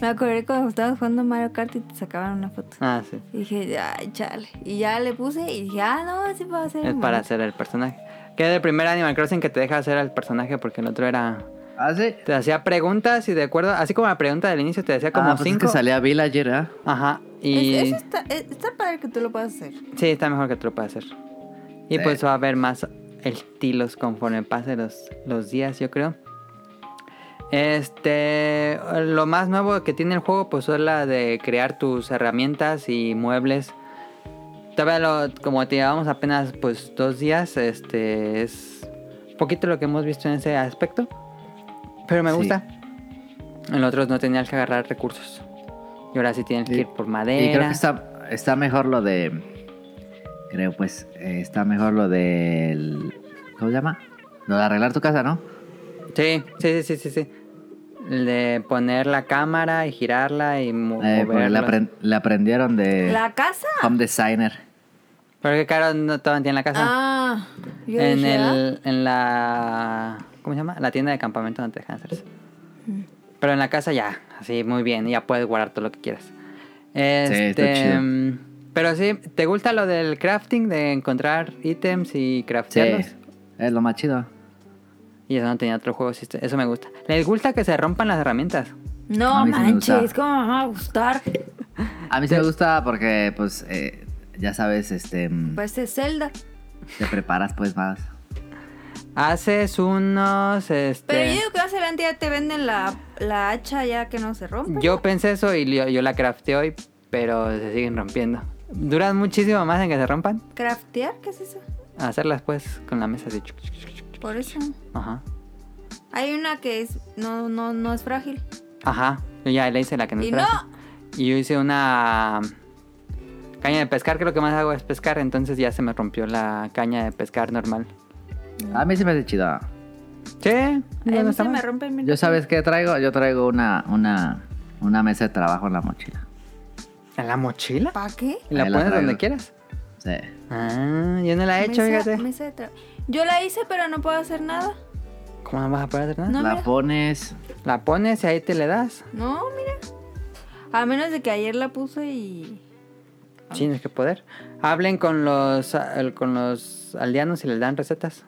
Speaker 2: Me acordé cuando estabas jugando Mario Kart y te sacaban una foto.
Speaker 1: Ah, sí.
Speaker 2: Y dije, ay, chale. Y ya le puse y dije, ah, no, así puedo hacer.
Speaker 1: Es para hacer el personaje. Que es el primer Animal Crossing que te deja hacer al personaje porque el otro era...
Speaker 3: Ah, sí.
Speaker 1: Te hacía preguntas y de acuerdo... Así como la pregunta del inicio te decía como
Speaker 3: ah, pues es
Speaker 1: cinco.
Speaker 3: que salía Villager, ¿ah?
Speaker 1: Ajá. Y...
Speaker 2: Y... Eso está, es- está padre que tú lo puedas hacer.
Speaker 1: Sí, está mejor que te lo puedas hacer. Y
Speaker 3: Sí.
Speaker 1: pues va a haber más estilos conforme pasen los, los días, yo creo. Este, lo más nuevo que tiene el juego, pues es la de crear tus herramientas y muebles. Todavía lo, como te llevamos apenas pues dos días, este es poquito lo que hemos visto en ese aspecto. Pero me
Speaker 3: Sí.
Speaker 1: gusta. En los otros no tenías que agarrar recursos. Y ahora sí tienes que
Speaker 3: Y-
Speaker 1: ir por madera.
Speaker 3: Y creo que está, está mejor lo de. Creo, pues. eh, está mejor lo del. ¿Cómo se llama? Lo de arreglar tu casa, ¿no?
Speaker 1: Sí, sí, sí, sí, sí, sí. El de poner la cámara y girarla y mo-
Speaker 3: Eh, porque le,
Speaker 1: moverla.
Speaker 3: apren- le aprendieron de
Speaker 2: ¿La casa?
Speaker 3: Home Designer.
Speaker 1: Pero que claro, no todavía tiene la casa.
Speaker 2: Ah, yo
Speaker 1: en
Speaker 2: dije, ah.
Speaker 1: el, en la ¿cómo se llama? La tienda de campamento donde te
Speaker 2: Mm.
Speaker 1: dejan hacer eso. Pero en la casa ya, así muy bien, ya puedes guardar todo lo que quieras. Este,
Speaker 3: está chido.
Speaker 1: mm, Pero sí, ¿te gusta lo del crafting? De encontrar ítems y craftearlos.
Speaker 3: es lo más chido.
Speaker 1: Y eso no tenía otro juego, sí, eso me gusta. Les gusta que se rompan las herramientas.
Speaker 2: No
Speaker 3: A mí sí me
Speaker 2: manches,
Speaker 3: gusta.
Speaker 2: ¿cómo me va a gustar?
Speaker 3: A mí sí me gusta porque, pues, eh, ya sabes, este, mm,
Speaker 2: Parece Zelda.
Speaker 3: te preparas pues más.
Speaker 1: Haces unos, este...
Speaker 2: Pero yo digo que más adelante ya te venden la, la hacha ya que no se rompe.
Speaker 1: Yo pensé eso y yo, yo la crafté hoy, pero se siguen rompiendo. Duran muchísimo más en que se rompan.
Speaker 2: ¿Craftear? ¿Qué es eso?
Speaker 1: Hacerlas pues con la mesa así. chuc, chuc, chuc, chuc.
Speaker 2: Por eso.
Speaker 1: Ajá.
Speaker 2: Hay una que es no, no, no es frágil.
Speaker 1: Ajá. Yo ya le hice la que no
Speaker 2: Y
Speaker 1: es frágil.
Speaker 2: no.
Speaker 1: Y yo hice una um, caña de pescar, que lo que más hago es pescar, entonces ya se me rompió la caña de pescar normal.
Speaker 3: A mí sí me hace chido.
Speaker 1: Sí, ya
Speaker 2: A
Speaker 1: no
Speaker 2: mí
Speaker 1: está
Speaker 2: se me
Speaker 1: mal.
Speaker 2: rompe el
Speaker 3: ¿Yo sabes qué traigo? Yo traigo una, una, una mesa de trabajo en la mochila.
Speaker 1: ¿En la mochila?
Speaker 2: ¿Para qué?
Speaker 1: Y la
Speaker 3: Ahí la
Speaker 1: pones
Speaker 3: traigo.
Speaker 1: donde quieras.
Speaker 3: Sí.
Speaker 1: Ah, yo no la he hecho,
Speaker 2: Mesa-
Speaker 1: fíjate.
Speaker 2: mesa de tra- Yo la hice, pero no puedo hacer nada.
Speaker 1: ¿Cómo no vas a poder hacer nada?
Speaker 2: No,
Speaker 3: la
Speaker 2: Ah, mira.
Speaker 3: pones...
Speaker 1: La pones y ahí te le das.
Speaker 2: No, mira. A menos de que ayer la puse y.
Speaker 1: Ah. Tienes que poder. Hablen con los eh, con los aldeanos y les dan recetas.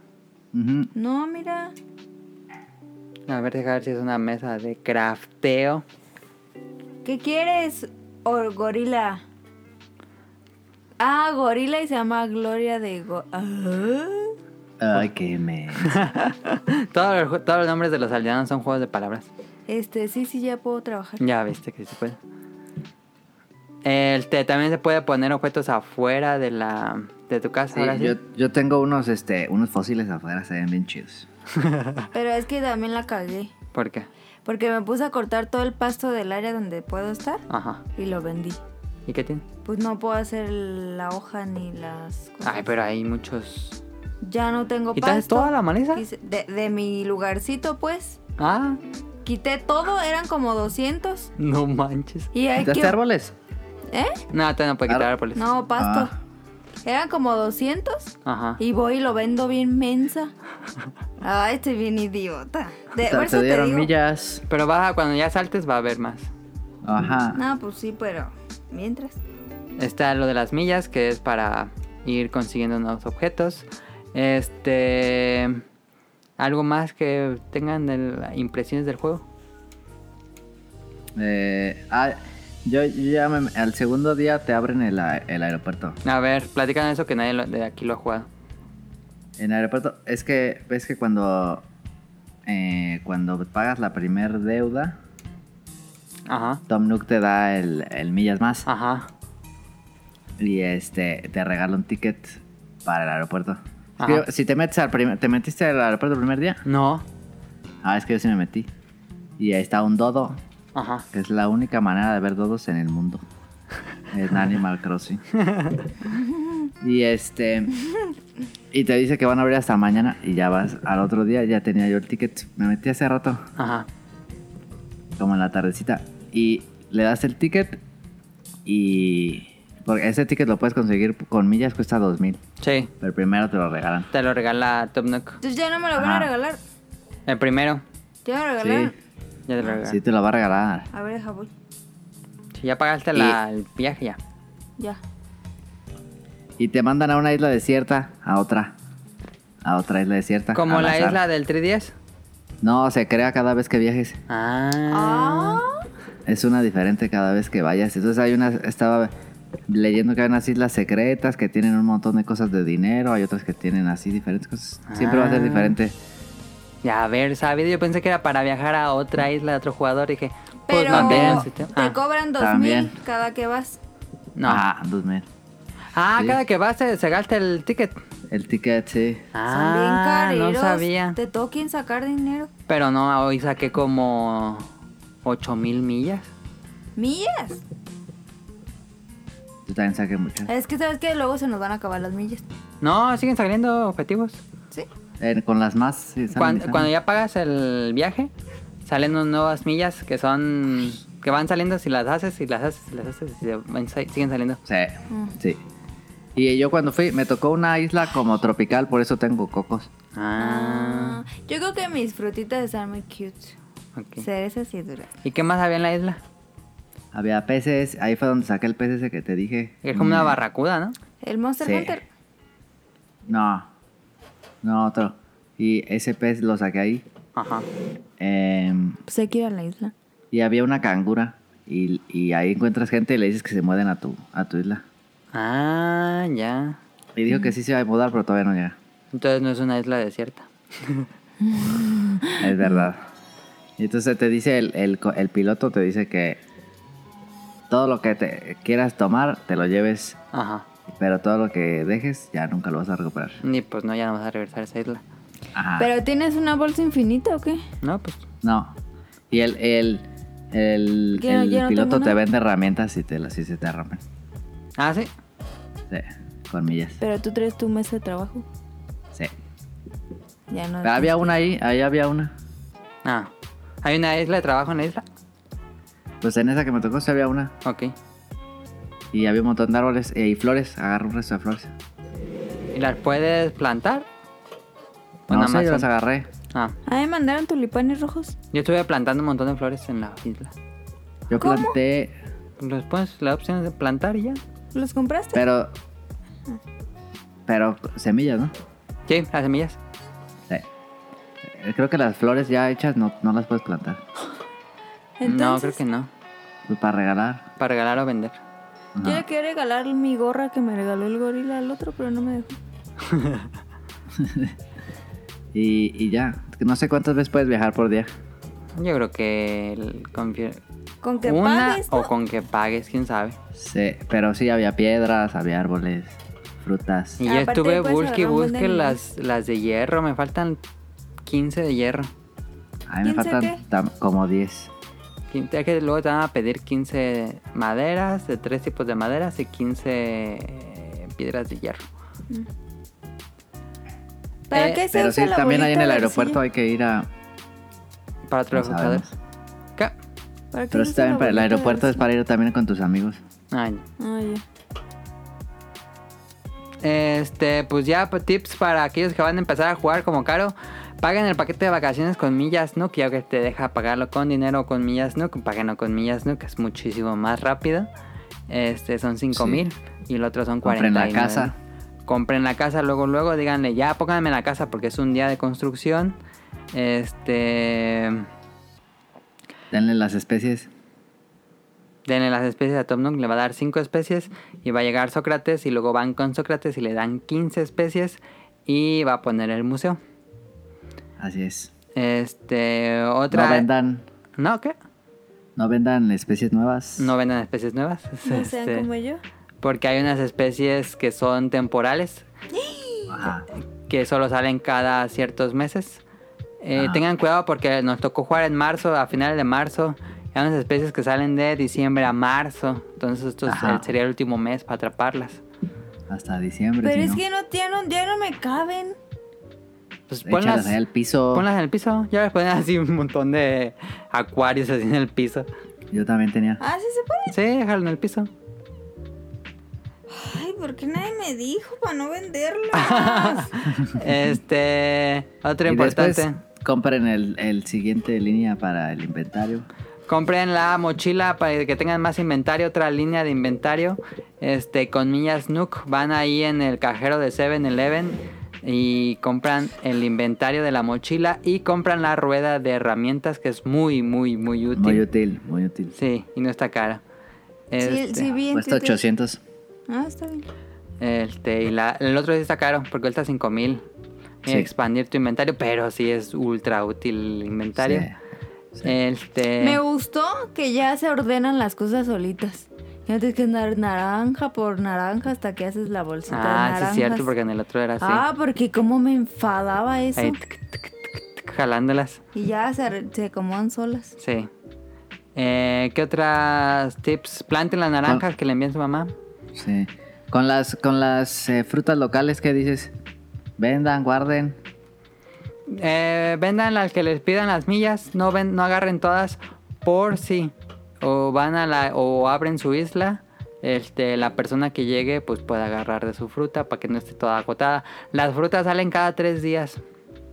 Speaker 3: ujú.
Speaker 2: No, mira.
Speaker 1: A ver, deja ver si es una mesa de crafteo.
Speaker 2: ¿Qué quieres? O gorila. Ah, gorila y se llama Gloria de Go. Ah.
Speaker 3: Ay, qué me...
Speaker 1: Todos los, ju- todos los nombres de los aldeanos son juegos de palabras.
Speaker 2: Este, sí, sí, ya puedo trabajar.
Speaker 1: Ya viste que sí se puede. El te- también se puede poner objetos afuera de la de tu casa.
Speaker 3: Sí,
Speaker 1: ahora sí.
Speaker 3: yo, yo tengo unos, este, unos fósiles afuera, se ven bien chidos.
Speaker 2: Pero es que también la cagué.
Speaker 1: ¿Por qué?
Speaker 2: Porque me puse a cortar todo el pasto del área donde puedo estar
Speaker 1: Ajá.
Speaker 2: y lo vendí.
Speaker 1: ¿Y qué tiene?
Speaker 2: Pues no puedo hacer la hoja ni las cosas.
Speaker 1: Ay, pero hay muchos.
Speaker 2: Ya no tengo
Speaker 1: ¿Quitaste
Speaker 2: pasto.
Speaker 1: toda la maleza?
Speaker 2: Quise- De, de mi lugarcito, pues.
Speaker 1: Ah,
Speaker 2: Quité todo, eran como 200.
Speaker 1: no manches.
Speaker 2: Y hay
Speaker 3: ¿Quitaste
Speaker 2: que...
Speaker 3: árboles?
Speaker 2: ¿Eh?
Speaker 1: No, te no puede quitar
Speaker 3: Ar-
Speaker 1: árboles.
Speaker 2: No, pasto.
Speaker 3: Ah.
Speaker 2: Eran como 200.
Speaker 1: Ajá.
Speaker 2: Y voy y lo vendo bien mensa. Ay, estoy bien idiota. De,
Speaker 3: Te,
Speaker 2: por
Speaker 3: te
Speaker 2: eso te
Speaker 3: dieron
Speaker 2: digo-
Speaker 3: millas.
Speaker 1: Pero vas a- cuando ya saltes va a haber más.
Speaker 3: Ajá.
Speaker 2: No, pues sí, pero mientras.
Speaker 1: Está lo de las millas, que es para ir consiguiendo nuevos objetos. Este. Algo más que tengan de impresiones del juego.
Speaker 3: Eh, ah, yo, yo ya me- al segundo día te abren el, a- el aeropuerto.
Speaker 1: A ver, platican eso que nadie lo- de aquí lo ha jugado.
Speaker 3: En el aeropuerto es que ves que cuando eh, cuando pagas la primer deuda,
Speaker 1: Ajá.
Speaker 3: Tom Nook te da el, el millas más
Speaker 1: Ajá.
Speaker 3: y este te regala un ticket para el aeropuerto. Es que
Speaker 1: Ajá.
Speaker 3: yo- si te metes al primer, te metiste al aeropuerto el primer día.
Speaker 1: No.
Speaker 3: Ah, es que yo sí me metí. Y ahí está un dodo,
Speaker 1: Ajá.
Speaker 3: que es la única manera de ver dodos en el mundo. En Animal Crossing. Y este. Y te dice que van a abrir hasta mañana. Y ya vas al otro día. Ya tenía yo el ticket. Me metí hace rato.
Speaker 1: Ajá.
Speaker 3: como en la tardecita. Y le das el ticket y... Porque ese ticket lo puedes conseguir con millas, cuesta 2000.
Speaker 1: Sí.
Speaker 3: Pero primero te lo regalan.
Speaker 1: Te lo regala Top Nook.
Speaker 2: Entonces ya no me lo van a
Speaker 3: Ah.
Speaker 2: regalar.
Speaker 1: El primero.
Speaker 2: Ya me lo
Speaker 3: Sí,
Speaker 2: regalaron.
Speaker 1: Ya te lo regala.
Speaker 3: sí te lo va a regalar.
Speaker 2: A ver, deja voy.
Speaker 1: Si ya pagaste la- el viaje ya.
Speaker 2: Ya.
Speaker 3: Y te mandan a una isla desierta, a otra. A otra isla desierta.
Speaker 1: Como
Speaker 3: al
Speaker 1: la
Speaker 3: azar.
Speaker 1: isla del 310.
Speaker 3: No, se crea cada vez que viajes.
Speaker 1: Ah.
Speaker 2: Ah.
Speaker 3: Es una diferente cada vez que vayas. Entonces hay una... Estaba leyendo que hay unas islas secretas que tienen un montón de cosas de dinero. Hay otras que tienen así diferentes cosas. Siempre va a ser
Speaker 1: Ah.
Speaker 3: diferente.
Speaker 1: Ya, a ver, sabido. Yo pensé que era para viajar a otra isla de otro jugador. Dije, pues
Speaker 2: Pero
Speaker 1: mantengan el
Speaker 2: te
Speaker 1: sistema. Ah.
Speaker 2: cobran dos mil
Speaker 3: también.
Speaker 2: cada que vas.
Speaker 1: No.
Speaker 3: Ah, 2000.
Speaker 1: Ah,
Speaker 3: Sí.
Speaker 1: cada que vas se, se gasta el ticket.
Speaker 3: El ticket, sí.
Speaker 1: Ah,
Speaker 2: Son bien
Speaker 1: no
Speaker 2: careros.
Speaker 1: sabía.
Speaker 2: Te toquen sacar dinero.
Speaker 1: Pero no, hoy saqué como 8000 millas.
Speaker 2: Millas.
Speaker 3: Yo también saqué mucho.
Speaker 2: Es que sabes que luego se nos van a acabar las millas.
Speaker 1: No, siguen saliendo objetivos.
Speaker 2: Sí.
Speaker 3: Eh, con las más. sí, salen,
Speaker 1: Cuan-
Speaker 3: salen.
Speaker 1: cuando ya pagas el viaje, salen unas nuevas millas que son. que van saliendo si las haces, si las haces, si las haces, y se van- si- siguen saliendo.
Speaker 3: Sí,
Speaker 2: Mm.
Speaker 3: sí. Y yo cuando fui, me tocó una isla como tropical, por eso tengo cocos.
Speaker 1: Ah,
Speaker 2: Ah, Yo creo que mis frutitas están muy cute.
Speaker 1: ok.
Speaker 2: Cerezas y duras.
Speaker 1: ¿Y qué más había en la isla?
Speaker 3: Había peces, ahí fue donde saqué el pez ese que te dije. Mm,
Speaker 1: Es como una barracuda, ¿no?
Speaker 2: El Monster
Speaker 3: Sí.
Speaker 2: Hunter.
Speaker 3: No, no, otro. Y ese pez lo saqué ahí.
Speaker 1: Ajá.
Speaker 3: Em,
Speaker 2: Pues hay que ir a la isla.
Speaker 3: y había una cangura. Y, y ahí encuentras gente y le dices que se mueven a tu, a tu isla.
Speaker 1: Ah, ya.
Speaker 3: Y
Speaker 1: Mm.
Speaker 3: dijo que sí se iba a mudar, pero todavía no llega.
Speaker 1: Entonces no es una isla desierta.
Speaker 3: Es verdad. Y entonces te dice el, el co- el piloto, te dice que todo lo que te quieras tomar, te lo lleves,
Speaker 1: Ajá.
Speaker 3: pero todo lo que dejes, ya nunca lo vas a recuperar.
Speaker 1: Y pues no, ya no vas a regresar a esa isla. Ah.
Speaker 3: Ajá.
Speaker 2: ¿Pero tienes una bolsa infinita o qué?
Speaker 1: No, pues.
Speaker 3: No. Y el, el, el,
Speaker 2: Ya-
Speaker 3: el
Speaker 2: ya no
Speaker 3: piloto
Speaker 2: tengo
Speaker 3: te
Speaker 2: nada.
Speaker 3: vende herramientas y te las y se te rompen.
Speaker 1: Ah, sí.
Speaker 3: Sí, con millas.
Speaker 2: Pero tú traes tu mesa de trabajo.
Speaker 3: Sí.
Speaker 2: Ya no.
Speaker 3: Pero había una ahí, ahí había una.
Speaker 1: Ah. ¿Hay una isla de trabajo en la isla?
Speaker 3: Pues en esa que me tocó sí había una.
Speaker 1: Ok.
Speaker 3: Y había un montón de árboles eh, y flores. Agarra un resto de flores.
Speaker 1: ¿Y las puedes plantar? ¿O
Speaker 3: No
Speaker 1: nada
Speaker 3: sé,
Speaker 1: más
Speaker 3: yo
Speaker 1: son-
Speaker 3: las agarré.
Speaker 1: Ah.
Speaker 2: Ah, me mandaron tulipanes rojos.
Speaker 1: Yo estuve plantando un montón de flores en la isla.
Speaker 3: Yo
Speaker 2: ¿Cómo?
Speaker 3: planté,
Speaker 1: Después la opción es de plantar y ya.
Speaker 2: ¿Los compraste?
Speaker 3: pero... Pero semillas, ¿no?
Speaker 1: Sí, las semillas.
Speaker 3: Sí. Eh, Creo que las flores ya hechas no, no las puedes plantar.
Speaker 1: No, creo
Speaker 2: Entonces,
Speaker 1: que no.
Speaker 3: Pues para regalar.
Speaker 1: Para regalar o vender.
Speaker 3: Ajá.
Speaker 2: Yo le quería regalar mi gorra que me regaló el gorila al otro, pero no me dejó.
Speaker 3: Y, y ya. No sé cuántas veces puedes viajar por día.
Speaker 1: Yo creo que el- confie-
Speaker 2: Con que
Speaker 1: una
Speaker 2: pagues.
Speaker 1: o
Speaker 2: ¿no?
Speaker 1: con que pagues, quién sabe.
Speaker 3: Sí, pero sí había piedras, había árboles, frutas.
Speaker 1: Y yo
Speaker 2: Aparte,
Speaker 1: estuve
Speaker 2: puedes
Speaker 1: busque
Speaker 2: agarrar un buen de
Speaker 1: busque
Speaker 2: animales.
Speaker 1: las, las de hierro. Me faltan 15 de hierro.
Speaker 3: A mí
Speaker 2: 15
Speaker 3: me faltan
Speaker 2: qué?
Speaker 3: tam- como 10.
Speaker 1: Quin- Es que luego te van a pedir 15 maderas, de tres tipos de maderas y 15 eh, piedras de hierro.
Speaker 2: ¿Para
Speaker 1: Eh,
Speaker 2: qué se
Speaker 3: Pero sí,
Speaker 2: usa la
Speaker 3: también ahí en
Speaker 2: bolita
Speaker 3: el
Speaker 2: de
Speaker 3: aeropuerto
Speaker 2: arcilla?
Speaker 3: hay que ir a...
Speaker 1: Para otro
Speaker 3: no
Speaker 1: jugador.
Speaker 3: sabemos.
Speaker 1: ¿Qué?
Speaker 2: ¿Para qué se
Speaker 3: Pero sí,
Speaker 2: usa
Speaker 3: también
Speaker 2: la
Speaker 3: para el
Speaker 2: bolita de
Speaker 3: aeropuerto es
Speaker 2: arcilla?
Speaker 3: para ir también con tus amigos.
Speaker 1: Ay,
Speaker 2: Ah, ya.
Speaker 1: Este, pues ya pues, tips para aquellos que van a empezar a jugar como caro. Paguen el paquete de vacaciones con millas Nook, ya que te deja pagarlo con dinero o con millas Nook. Páguenlo con millas Nook, es muchísimo más rápido. Este, son 5
Speaker 3: Sí.
Speaker 1: mil y el otro son
Speaker 3: Compren
Speaker 1: 49.
Speaker 3: la casa.
Speaker 1: Compren la casa, luego, luego, díganle, ya pónganme la casa porque es un día de construcción. Este,
Speaker 3: Denle las especies.
Speaker 1: denle las especies a Tom Nook, le va a dar 5 especies y va a llegar Sócrates y luego van con Sócrates y le dan 15 especies y va a poner el museo.
Speaker 3: Así es.
Speaker 1: Este, otra.
Speaker 3: No vendan,
Speaker 1: ¿No? ¿Qué?
Speaker 3: no vendan especies nuevas.
Speaker 1: No vendan especies nuevas.
Speaker 2: No sean
Speaker 1: Este,
Speaker 2: como yo.
Speaker 1: Porque hay unas especies que son temporales,
Speaker 3: Ajá.
Speaker 1: que solo salen cada ciertos meses. Eh,
Speaker 3: Ah.
Speaker 1: tengan cuidado porque nos tocó jugar en marzo, a finales de marzo. Hay unas especies que salen de diciembre a marzo. Entonces, esto es-
Speaker 3: Ajá.
Speaker 1: sería el último mes para atraparlas.
Speaker 3: Hasta diciembre.
Speaker 2: Pero
Speaker 3: si
Speaker 2: es
Speaker 3: no.
Speaker 2: que no tienen, ya no me caben.
Speaker 1: Pues
Speaker 3: Échalas
Speaker 1: ponlas,
Speaker 3: ahí al piso.
Speaker 1: ponlas en el piso. Ya les ponen así un montón de acuarios así en el piso.
Speaker 3: Yo también tenía.
Speaker 2: Ah, sí se puede.
Speaker 1: Sí, déjalo en el piso.
Speaker 2: Ay, ¿por qué nadie me dijo para no venderlas?
Speaker 1: Este. Otro
Speaker 3: Y
Speaker 1: importante.
Speaker 3: después compren el, el siguiente línea para el inventario.
Speaker 1: Compren la mochila para que tengan más inventario, otra línea de inventario. Este, con millas Nook van ahí en el cajero de 7-Eleven y compran el inventario de la mochila y compran la rueda de herramientas que es muy, muy, muy útil.
Speaker 3: Muy útil, muy útil.
Speaker 1: Sí, y no está cara.
Speaker 2: sí,
Speaker 1: Este,
Speaker 2: sí, bien.
Speaker 3: Cuesta 800.
Speaker 2: Ah, está bien.
Speaker 1: este, y la- el otro sí está caro porque cuesta 5000.
Speaker 3: Sí.
Speaker 1: Expandir tu inventario, pero sí es ultra útil el inventario.
Speaker 3: Sí. sí.
Speaker 1: Este,
Speaker 3: Eh.
Speaker 2: Me gustó que ya se ordenan las cosas solitas. Ya no tienes que andar naranja por naranja hasta que haces la bolsita de
Speaker 1: ah, sí, es cierto,
Speaker 2: naranjas.
Speaker 1: porque en el otro era así.
Speaker 2: Ah, porque cómo me enfadaba eso.
Speaker 1: Ahí, tic, tic, tic, tic, jalándolas.
Speaker 2: Y ya se, arre- se acomodan solas.
Speaker 1: Sí. Eh, ¿Qué otras tips? Planten las
Speaker 3: Ah.
Speaker 1: naranjas que le envían su mamá.
Speaker 3: Sí. Con las, con las eh, frutas locales, ¿qué dices? Vendan, guarden.
Speaker 1: Eh, vendan las que les pidan las millas. No, ven, no agarren todas por si. O van a la. O abren su isla. Este, la persona que llegue pues puede agarrar de su fruta para que no esté toda agotada. Las frutas salen cada tres días.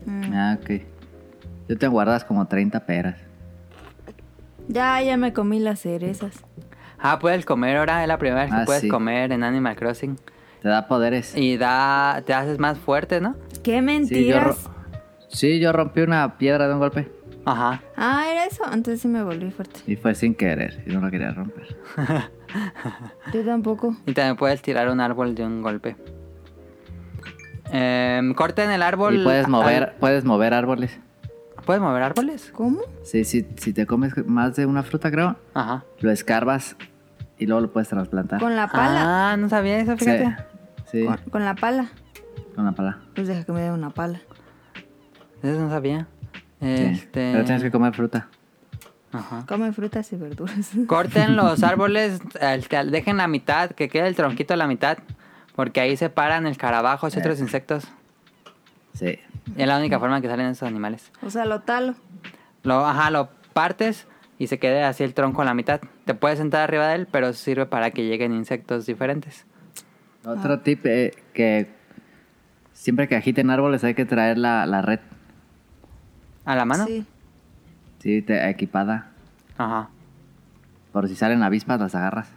Speaker 2: Mm.
Speaker 3: Ah, ok. Yo te guardas como 30 peras.
Speaker 2: Ya, ya me comí las cerezas.
Speaker 1: Ah, puedes comer ahora, es la primera vez que
Speaker 3: Ah,
Speaker 1: puedes
Speaker 3: sí.
Speaker 1: comer en Animal Crossing.
Speaker 3: Te da poderes.
Speaker 1: Y da, te haces más fuerte, ¿no?
Speaker 2: ¡Qué
Speaker 3: Sí yo,
Speaker 2: mentiras!
Speaker 3: ro- sí, yo rompí una piedra de un golpe.
Speaker 1: Ajá.
Speaker 2: Ah, ¿era eso? Entonces sí me volví fuerte.
Speaker 3: Y fue sin querer. Y no lo quería romper.
Speaker 2: Yo tampoco.
Speaker 1: Y también puedes tirar un árbol de un golpe. Em, corten el árbol.
Speaker 3: Y puedes
Speaker 1: al-
Speaker 3: mover, puedes mover árboles.
Speaker 1: ¿Puedes mover árboles?
Speaker 2: ¿Cómo?
Speaker 3: Sí, sí, si te comes más de una fruta, creo,
Speaker 1: Ajá.
Speaker 3: lo escarbas y luego lo puedes trasplantar.
Speaker 2: Con la pala.
Speaker 1: Ah, no sabía eso,
Speaker 3: Sí,
Speaker 1: fíjate.
Speaker 3: Sí,
Speaker 2: Con, con la pala.
Speaker 3: con la pala.
Speaker 2: Pues deja que me dé una pala.
Speaker 1: Eso no sabía.
Speaker 3: Sí.
Speaker 1: Este.
Speaker 3: Pero tienes que comer fruta.
Speaker 1: Ajá.
Speaker 2: Come frutas y verduras.
Speaker 1: Corten los árboles, al- que al- dejen la mitad, que quede el tronquito a la mitad, porque ahí separan el carabajo y otros insectos.
Speaker 3: Sí.
Speaker 1: Es la única forma que salen esos animales.
Speaker 2: O sea, lo talo.
Speaker 1: Lo, ajá, lo partes y se quede así el tronco a la mitad. Te puedes sentar arriba de él, pero sirve para que lleguen insectos diferentes.
Speaker 3: Otro tip eh, que siempre que agiten árboles hay que traer la, la red.
Speaker 1: ¿A la mano?
Speaker 2: Sí.
Speaker 3: Sí, te- equipada.
Speaker 1: Ajá.
Speaker 3: Por si salen avispas, las agarras.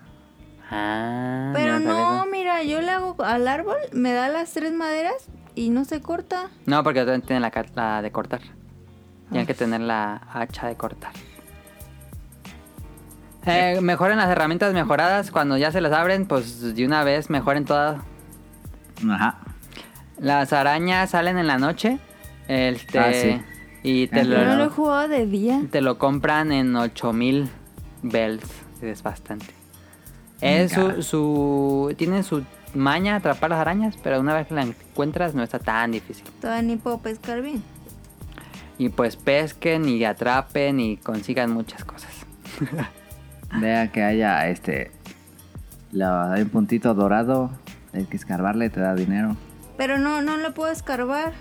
Speaker 1: Ah,
Speaker 2: Pero
Speaker 1: mira, sabía
Speaker 2: no,
Speaker 1: eso.
Speaker 2: mira, yo le hago al árbol, me da las tres maderas y no se corta.
Speaker 1: No, porque también tienen la, car- la de cortar. Tienen
Speaker 2: Ah.
Speaker 1: que tener la hacha de cortar. Eh, mejoren las herramientas mejoradas. Cuando ya se las abren, pues de una vez mejoren todas.
Speaker 3: Ajá.
Speaker 1: Las arañas salen en la noche. Este,
Speaker 3: Ah, sí.
Speaker 1: Y te
Speaker 3: Ah,
Speaker 1: lo,
Speaker 2: Pero no lo
Speaker 3: Claro.
Speaker 2: he jugado de día.
Speaker 1: te lo compran en 8000 bells. que Es bastante. Es
Speaker 3: Venga.
Speaker 1: su, su- Tiene su maña atrapar las arañas, pero una vez que la encuentras no está tan difícil.
Speaker 2: Todavía ni puedo pescar bien.
Speaker 1: Y pues pesquen y atrapen y consigan muchas cosas.
Speaker 3: Vea que haya este. la- hay un puntito dorado. Hay que escarbarle, te da dinero.
Speaker 2: Pero no, no lo puedo escarbar.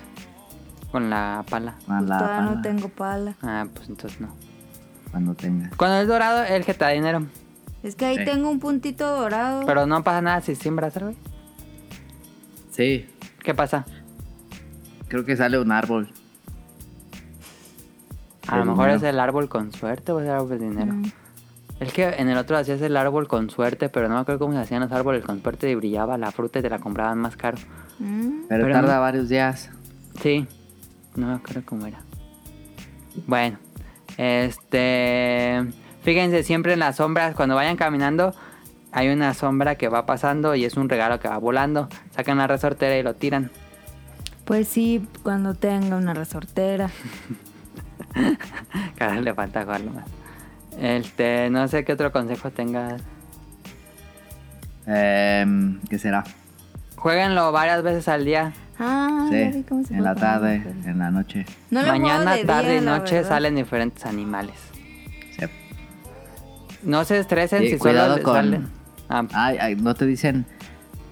Speaker 1: Con la pala.
Speaker 3: Ah, la
Speaker 2: Todavía
Speaker 3: pala,
Speaker 2: no tengo pala.
Speaker 1: Ah, pues entonces no.
Speaker 3: Cuando tenga.
Speaker 1: Cuando es dorado, el que te da dinero.
Speaker 2: Es que ahí
Speaker 3: Sí.
Speaker 2: tengo un puntito dorado.
Speaker 1: Pero no pasa nada si siembras algo.
Speaker 3: Sí.
Speaker 1: ¿Qué pasa?
Speaker 3: Creo que sale un árbol.
Speaker 1: A lo
Speaker 3: El
Speaker 1: mejor
Speaker 3: dinero.
Speaker 1: es el árbol con suerte o es el árbol de dinero.
Speaker 2: Mm.
Speaker 1: Es que en el otro hacías el árbol con suerte, pero no me acuerdo cómo se hacían los árboles con suerte y brillaba la fruta y te la compraban más caro.
Speaker 2: Mm.
Speaker 3: Pero,
Speaker 1: Pero
Speaker 3: tarda
Speaker 1: no-
Speaker 3: varios días.
Speaker 1: Sí, no me acuerdo cómo era. Bueno, este. Fíjense siempre en las sombras, cuando vayan caminando, hay una sombra que va pasando y es un regalo que va volando. Sacan la resortera y lo tiran.
Speaker 2: Pues sí, cuando tenga una resortera.
Speaker 1: Cara, le falta jugarlo más. Este, no sé qué otro consejo tengas.
Speaker 3: Em, ¿Qué será?
Speaker 1: Jueguenlo varias veces al día.
Speaker 2: Ah, ya vi
Speaker 3: sí.
Speaker 2: cómo se
Speaker 3: En la
Speaker 2: juega.
Speaker 3: tarde, en la noche.
Speaker 2: No lo he jugado
Speaker 1: Mañana,
Speaker 2: de
Speaker 1: tarde
Speaker 2: día,
Speaker 1: y
Speaker 2: la
Speaker 1: noche
Speaker 2: verdad.
Speaker 1: salen diferentes animales.
Speaker 3: Sí.
Speaker 1: No se estresen
Speaker 3: Sí,
Speaker 1: si
Speaker 3: cuidado
Speaker 1: solo les
Speaker 3: con-
Speaker 1: salen. Ah,
Speaker 3: Ay, ay, no te dicen,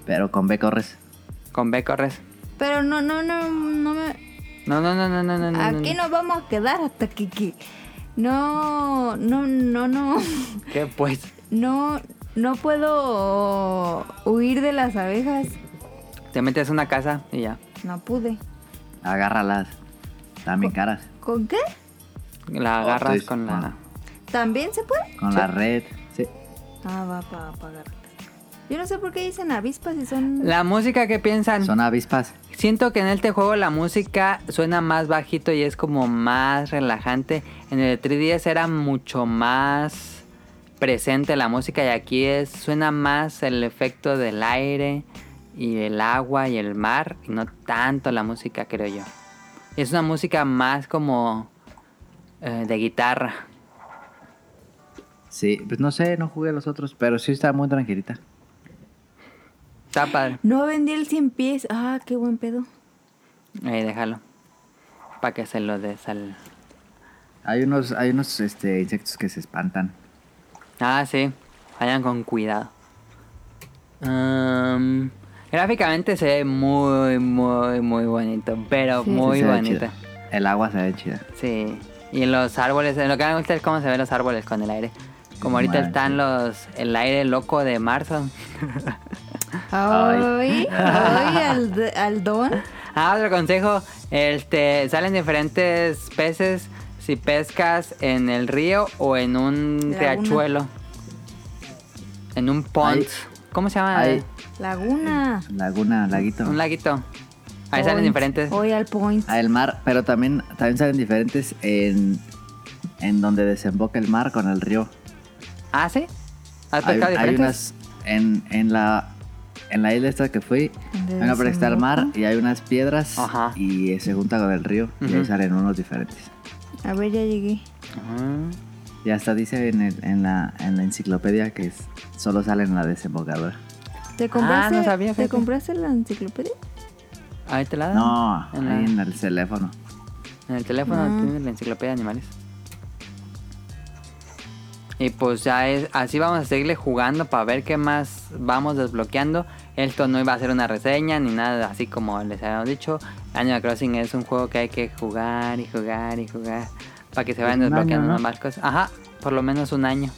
Speaker 3: pero con B corres.
Speaker 1: con B corres.
Speaker 2: Pero no, no, no, no me.
Speaker 1: No, no, no, no, no, no. no,
Speaker 2: Aquí
Speaker 1: no.
Speaker 2: nos vamos a quedar hasta que, que- no, no, no, no,
Speaker 1: ¿Qué pues?
Speaker 2: no, no puedo huir de las abejas.
Speaker 1: Te metes a una casa y ya.
Speaker 2: No pude.
Speaker 3: Agárralas. También caras.
Speaker 2: ¿Con qué?
Speaker 1: La
Speaker 3: Oh,
Speaker 1: agarras
Speaker 3: sí.
Speaker 1: con la.
Speaker 2: ¿También se puede?
Speaker 3: Con
Speaker 1: Sí.
Speaker 3: la red. Sí.
Speaker 2: Ah, va para apagar. Yo no sé por qué dicen avispas si son.
Speaker 1: La música que piensan.
Speaker 3: Son avispas.
Speaker 1: Siento que en este juego la música suena más bajito y es como más relajante. En el de 3DS era mucho más presente la música y aquí es suena más el efecto del aire y el agua y el mar y no tanto la música creo yo. Es una música más como eh, de guitarra.
Speaker 3: Sí. Pues no sé, no jugué los otros, pero sí está muy tranquilita.
Speaker 1: Está padre.
Speaker 2: No vendí el 100 pies. Ah, qué buen pedo.
Speaker 1: Ahí déjalo. Para que se lo des al...
Speaker 3: Hay unos, hay unos este, insectos que se espantan.
Speaker 1: Ah, sí. Vayan con cuidado. Am, gráficamente se ve muy, muy, muy bonito. Pero
Speaker 2: Sí.
Speaker 1: muy
Speaker 3: Sí, se ve
Speaker 1: bonita.
Speaker 3: chida. El agua se ve chida.
Speaker 1: Sí. Y los árboles. Lo que me gusta es cómo se ven los árboles con el aire. Como ahorita
Speaker 3: Madre.
Speaker 1: están los... El aire loco de marzo.
Speaker 2: Ay, ay,
Speaker 3: Ay.
Speaker 2: al, de- al don.
Speaker 1: Ah, otro consejo. Este, salen diferentes peces si pescas en el río o en un
Speaker 2: Laguna.
Speaker 1: riachuelo. En un pond.
Speaker 3: Ahí.
Speaker 1: ¿Cómo se llama?
Speaker 3: Ahí.
Speaker 2: Laguna.
Speaker 3: Laguna, laguito.
Speaker 1: Un laguito. Ahí salen
Speaker 2: Point.
Speaker 1: diferentes.
Speaker 2: Hoy al point.
Speaker 3: Ah, el mar, pero también, también salen diferentes en, en donde desemboca el mar con el río.
Speaker 1: ¿Ah, sí? ¿Has
Speaker 3: Hay,
Speaker 1: pescado
Speaker 3: hay
Speaker 1: diferentes?
Speaker 3: unas en, en la en la isla esta que fui,
Speaker 2: ¿Donde
Speaker 3: hay una parte que está el mar
Speaker 2: desemboca?
Speaker 3: y hay unas piedras
Speaker 1: Ajá.
Speaker 3: y eh, se junta con el río y
Speaker 1: Ujú.
Speaker 3: ahí salen unos diferentes.
Speaker 2: A ver, ya llegué.
Speaker 1: Ajá.
Speaker 3: Y hasta dice en, el- en la, en la enciclopedia que es- solo sale en la desembocadura.
Speaker 2: ¿Te compraste,
Speaker 1: Ah, no sabía,
Speaker 2: ¿te
Speaker 1: fíjate.
Speaker 2: compraste la enciclopedia?
Speaker 1: Ahí te la dan.
Speaker 3: No,
Speaker 1: Ah, En, la-
Speaker 3: ahí en el teléfono.
Speaker 1: en el teléfono
Speaker 2: Ah.
Speaker 1: tienes la enciclopedia de animales. Y pues ya es, así vamos a seguirle jugando para ver qué más vamos desbloqueando. Esto no iba a ser una reseña ni nada así como les habíamos dicho. Animal Crossing es un juego que hay que jugar y jugar y jugar para que se vayan
Speaker 3: Un año,
Speaker 1: desbloqueando
Speaker 3: ¿no?
Speaker 1: más cosas. Ajá, por lo menos un año.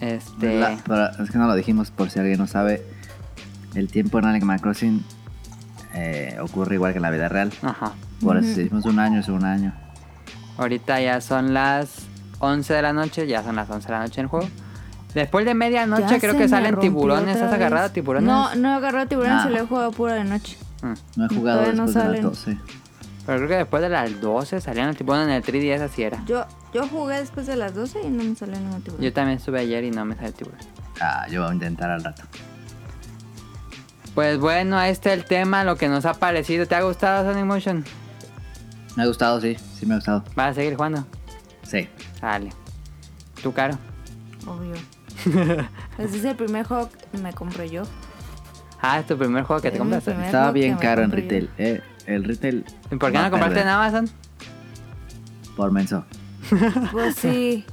Speaker 1: Este.
Speaker 3: La- pero es que no lo dijimos por si alguien no sabe. El tiempo en Animal Crossing eh, ocurre igual que en la vida real.
Speaker 1: Ajá.
Speaker 3: Por eso
Speaker 2: Ujú.
Speaker 3: si decimos un año, es un año.
Speaker 1: Ahorita ya son las 11 de la noche, ya son las 11 de la noche en el juego. Después de medianoche
Speaker 2: Ya
Speaker 1: creo
Speaker 2: se
Speaker 1: que
Speaker 2: me
Speaker 1: salen
Speaker 2: rompió
Speaker 1: tiburones.
Speaker 2: otra
Speaker 1: ¿Has agarrado
Speaker 2: vez.
Speaker 1: tiburones?
Speaker 2: No, no he agarrado tiburones,
Speaker 3: Nah.
Speaker 2: se lo he jugado pura de noche.
Speaker 1: Mm.
Speaker 3: No he jugado
Speaker 2: Todavía no
Speaker 3: después de
Speaker 2: salen.
Speaker 3: las 12.
Speaker 1: Pero creo que después de las 12 salían los tiburones en el 3DS, así era.
Speaker 2: Yo, yo jugué después de las 12 y no me salió ningún tiburón.
Speaker 1: Yo también estuve ayer y no me salió tiburón.
Speaker 3: Ah, yo voy a intentar al rato.
Speaker 1: Pues bueno, este es el tema, lo que nos ha parecido. ¿Te ha gustado Sonic Motion?
Speaker 3: Me ha gustado, sí. Sí me ha gustado.
Speaker 1: ¿Vas a seguir jugando?
Speaker 3: Sí.
Speaker 1: Dale. Tú, Caro.
Speaker 2: Obvio. Ese es el primer juego que me compré yo.
Speaker 1: Ah, es tu primer juego que
Speaker 2: Sí,
Speaker 1: te
Speaker 2: mi
Speaker 1: compraste.
Speaker 2: primer. Es
Speaker 3: Estaba
Speaker 2: lo que
Speaker 3: bien
Speaker 2: me
Speaker 3: caro en
Speaker 2: compré yo.
Speaker 3: retail. eh. el retail...
Speaker 1: ¿Y por qué no
Speaker 3: va a
Speaker 1: lo compraste
Speaker 3: perder
Speaker 1: en Amazon?
Speaker 3: Por menso.
Speaker 2: Pues sí.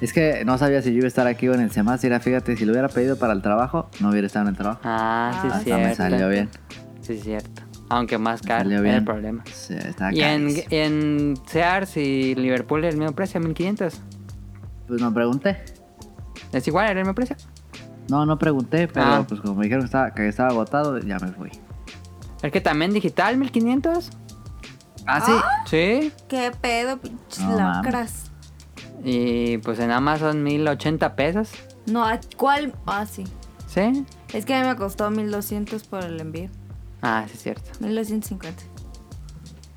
Speaker 3: Es que no sabía si yo iba a estar aquí o en el semestre. Fíjate, si lo hubiera pedido para el trabajo, no hubiera estado en el trabajo.
Speaker 1: Ah, sí,
Speaker 2: Ah.
Speaker 1: es
Speaker 3: Hasta
Speaker 1: cierto.
Speaker 3: me salió bien.
Speaker 1: Sí, es cierto. Aunque más
Speaker 3: Me
Speaker 1: caro,
Speaker 3: salió
Speaker 1: era
Speaker 3: bien.
Speaker 1: el problema.
Speaker 3: Sí, estaba
Speaker 1: Y en,
Speaker 3: carísimo.
Speaker 1: en Sears y Liverpool el mismo precio, 1500.
Speaker 3: Pues no pregunté.
Speaker 1: Es igual, era el mismo precio.
Speaker 3: No, no pregunté, pero
Speaker 1: Ah.
Speaker 3: pues como me dijeron que estaba, que estaba agotado, ya me fui.
Speaker 1: Es que también digital, 1500.
Speaker 3: Ah, sí.
Speaker 1: Sí.
Speaker 2: ¿Qué pedo, pinches
Speaker 3: No, mames.
Speaker 2: lacras?
Speaker 1: Y pues en Amazon 1080 pesos.
Speaker 2: No, ¿a ¿cuál? Ah, sí.
Speaker 1: Sí.
Speaker 2: Es que a mí me costó 1200 por el envío.
Speaker 1: Ah, sí, es cierto.
Speaker 2: 1250.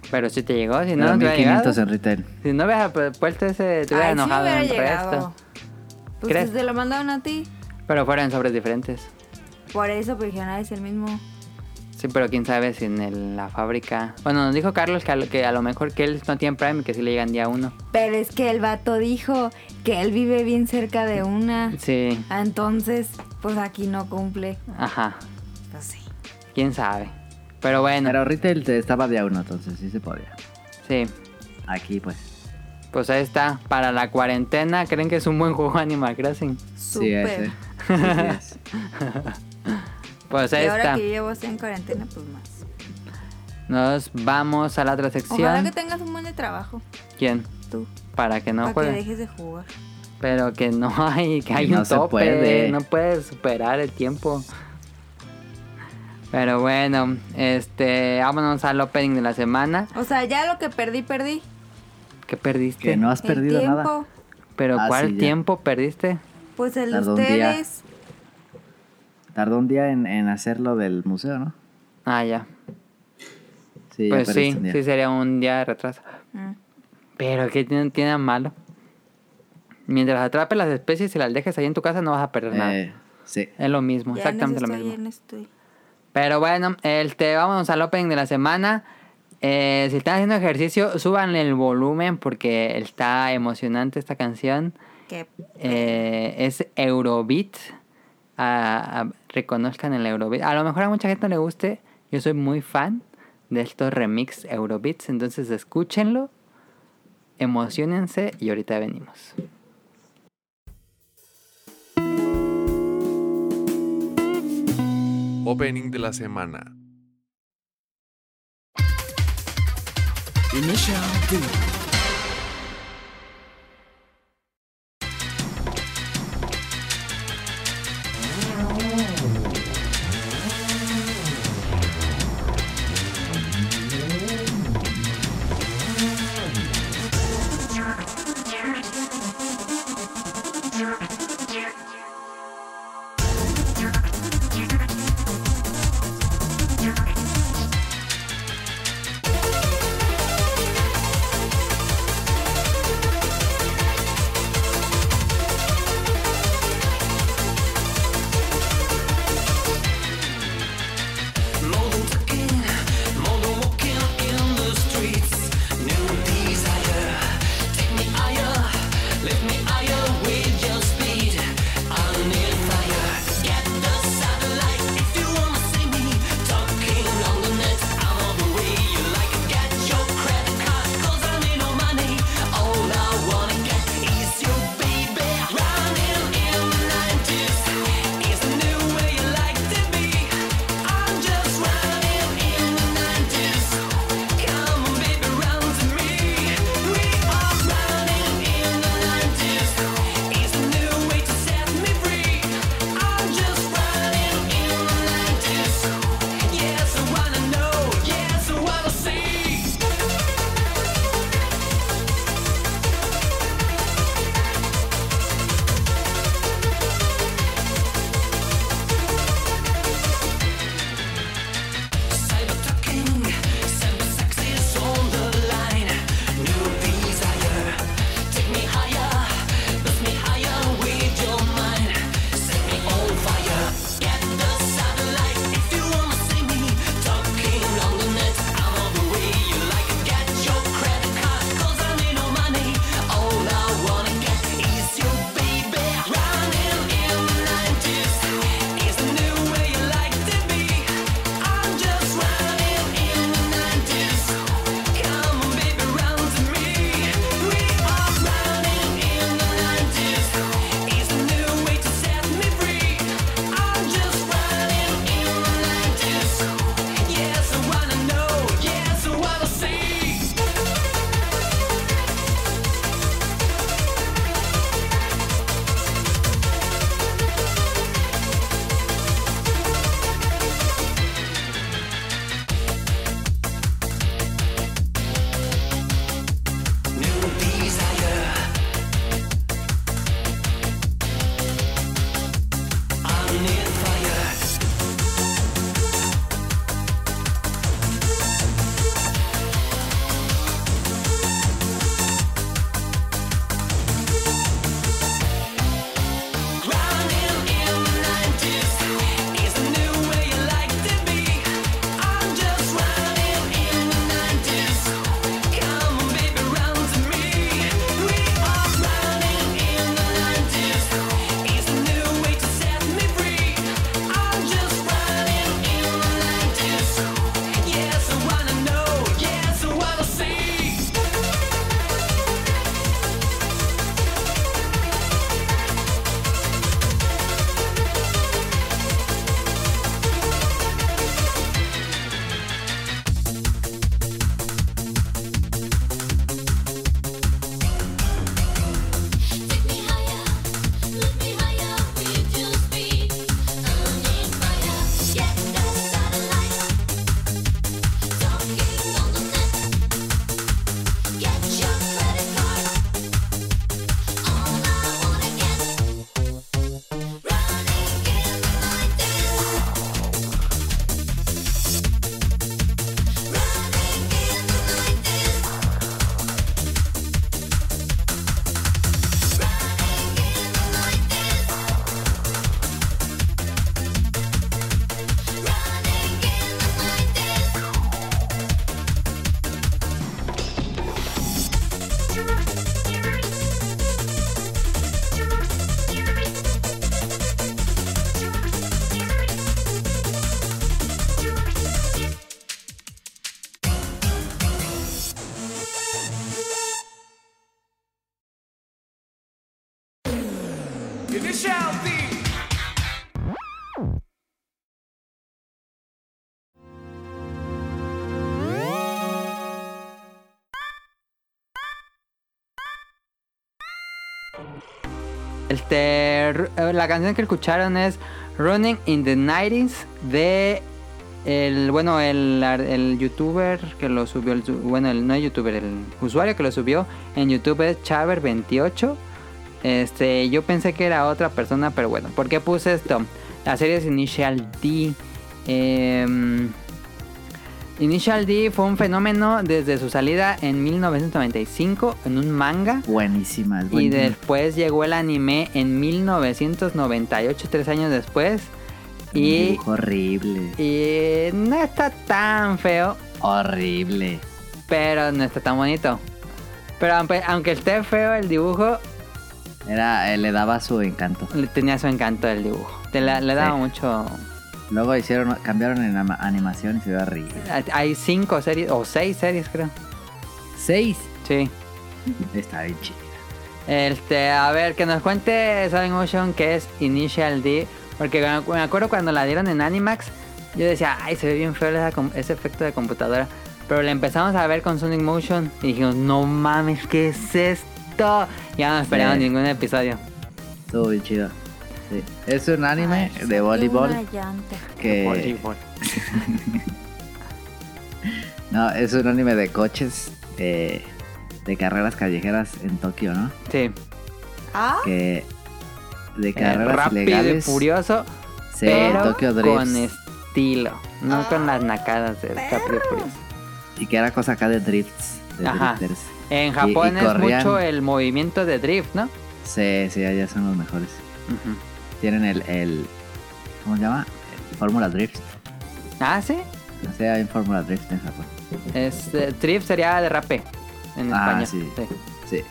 Speaker 1: Pero si te llegó, si no, no
Speaker 3: Pero
Speaker 1: te hubiera
Speaker 3: 1500
Speaker 1: llegado.
Speaker 3: en retail.
Speaker 1: Si no hubieras pu- puesto ese, te hubiera
Speaker 2: Ay, sí
Speaker 1: enojado
Speaker 2: hubiera
Speaker 1: en el
Speaker 2: llegado.
Speaker 1: resto.
Speaker 2: Pues
Speaker 1: ¿Crees?
Speaker 2: si te lo mandaron a ti.
Speaker 1: Pero fueron sobres diferentes.
Speaker 2: Por eso, porque dijeron, ah, es el mismo.
Speaker 1: Sí, pero quién sabe si en el- la fábrica. Bueno, nos dijo Carlos que a, lo, que a lo mejor que él no tiene Prime y que sí le llegan día uno.
Speaker 2: Pero es que el vato dijo que él vive bien cerca de una.
Speaker 1: Sí.
Speaker 2: Ah, Entonces, pues aquí no cumple.
Speaker 1: Ajá.
Speaker 2: Pues sí.
Speaker 1: Quién sabe. Pero bueno.
Speaker 3: Pero retail te estaba de a uno, entonces sí se podía.
Speaker 1: Sí.
Speaker 3: Aquí pues.
Speaker 1: Pues ahí está, para la cuarentena, ¿creen que es un buen juego Animal Crossing?
Speaker 3: Sí es,
Speaker 2: Súper.
Speaker 3: eh. Sí, sí es.
Speaker 1: Pues ahí
Speaker 2: y ahora
Speaker 1: está.
Speaker 2: que llevo en cuarentena, pues más.
Speaker 1: Nos vamos a la otra
Speaker 2: Ojalá
Speaker 1: sección.
Speaker 2: que tengas un buen de trabajo,
Speaker 1: ¿Quién?
Speaker 2: tú.
Speaker 1: Para que no
Speaker 2: para que
Speaker 1: juegue.
Speaker 2: dejes de jugar.
Speaker 1: Pero que no hay, que hay
Speaker 3: no
Speaker 1: un
Speaker 3: se
Speaker 1: tope.
Speaker 3: puede.
Speaker 1: No puedes superar el tiempo. Pero bueno, este, vámonos al opening de la semana.
Speaker 2: O sea, ya lo que perdí, perdí.
Speaker 1: ¿Qué perdiste?
Speaker 3: Que no has
Speaker 2: El
Speaker 3: perdido
Speaker 2: tiempo,
Speaker 3: nada.
Speaker 1: Pero
Speaker 3: Ah,
Speaker 1: ¿cuál
Speaker 3: sí, ya.
Speaker 1: tiempo perdiste?
Speaker 2: Pues el de
Speaker 3: Tardó un día.
Speaker 2: ustedes.
Speaker 3: Tardó un día en, en hacer lo del museo, ¿no?
Speaker 1: Ah, ya.
Speaker 3: Sí, ya
Speaker 1: pues
Speaker 3: perdiste
Speaker 1: sí,
Speaker 3: un día.
Speaker 1: sí sería un día de retraso.
Speaker 2: Mm.
Speaker 1: Pero ¿qué tiene, tiene de malo? Mientras atrapes las especies y las dejes ahí en tu casa no vas a perder nada.
Speaker 3: Eh, sí.
Speaker 1: Es lo mismo,
Speaker 2: Ya en eso
Speaker 1: exactamente lo
Speaker 2: estoy,
Speaker 1: mismo.
Speaker 2: ya en eso estoy.
Speaker 1: Pero bueno, este, vámonos al opening de la semana. Eh, si están haciendo ejercicio, súbanle el volumen porque está emocionante esta canción.
Speaker 2: Que-
Speaker 1: Eh, es Eurobeat. Ah, ah, reconozcan el Eurobeat. A lo mejor a mucha gente le guste. Yo soy muy fan de estos remix Eurobeats. Entonces escúchenlo, emocionense y ahorita venimos.
Speaker 4: Opening de la semana. and it shall be.
Speaker 1: Este, ru- eh, la canción que escucharon es Running in the 90s de el bueno el, ar- el youtuber que lo subió el, su- bueno el no el youtuber el usuario que lo subió en YouTube es Chaver 28 este yo pensé que era otra persona pero bueno ¿por qué puse esto? La serie es Initial D Em, Initial D fue un fenómeno desde su salida en 1995 en un manga
Speaker 3: Buenísima, es
Speaker 1: y
Speaker 3: buenísima.
Speaker 1: después llegó el anime en 1998, tres años después.
Speaker 3: Un
Speaker 1: Y,
Speaker 3: dibujo horrible.
Speaker 1: y no está tan feo,
Speaker 3: Horrible.
Speaker 1: pero no está tan bonito. Pero aunque, aunque esté feo el dibujo,
Speaker 3: Era, eh, le daba su encanto.
Speaker 1: le tenía su encanto el dibujo. Te la- le daba
Speaker 3: Sí.
Speaker 1: mucho...
Speaker 3: Luego hicieron, cambiaron en ama- animación y se ve horrible.
Speaker 1: Hay cinco series, o seis series creo.
Speaker 3: Seis.
Speaker 1: Sí.
Speaker 3: Está bien chido.
Speaker 1: Este, a ver, que nos cuente Sonic Motion que es Initial D. Porque me- me acuerdo cuando la dieron en Animax, yo decía, ay, se ve bien feo esa com- ese efecto de computadora. Pero la empezamos a ver con Sonic Motion y dijimos, no mames, ¿qué es esto? Ya no esperamos
Speaker 3: Sí.
Speaker 1: ningún episodio.
Speaker 3: Estuvo bien chido. Sí. Es un anime
Speaker 2: Ay,
Speaker 3: de voleibol
Speaker 2: una llanta.
Speaker 3: que... No, es un anime de coches eh, de carreras callejeras en Tokio, ¿no?
Speaker 1: Sí.
Speaker 2: Ah,
Speaker 3: Que de
Speaker 1: Eh,
Speaker 3: carreras
Speaker 1: rápido
Speaker 3: legales.
Speaker 1: y furioso,
Speaker 3: sí,
Speaker 1: pero
Speaker 3: Tokio
Speaker 1: con
Speaker 3: Drifts.
Speaker 1: estilo. No con las nacadas de rápido y furioso.
Speaker 3: Y que era cosa acá de drifts, de
Speaker 1: Ajá.
Speaker 3: drifters.
Speaker 1: En
Speaker 3: y
Speaker 1: Japón es
Speaker 3: corrían.
Speaker 1: mucho el movimiento de drift, ¿no?
Speaker 3: Sí, sí, allá son los mejores.
Speaker 1: Ujú.
Speaker 3: Tienen el, el ¿cómo se llama? Fórmula Drift.
Speaker 1: Ah, sí.
Speaker 3: No sé, hay Fórmula Drift en Japón.
Speaker 1: Es, eh, trip sería derrape en
Speaker 3: Ah,
Speaker 1: español.
Speaker 3: sí. Sí.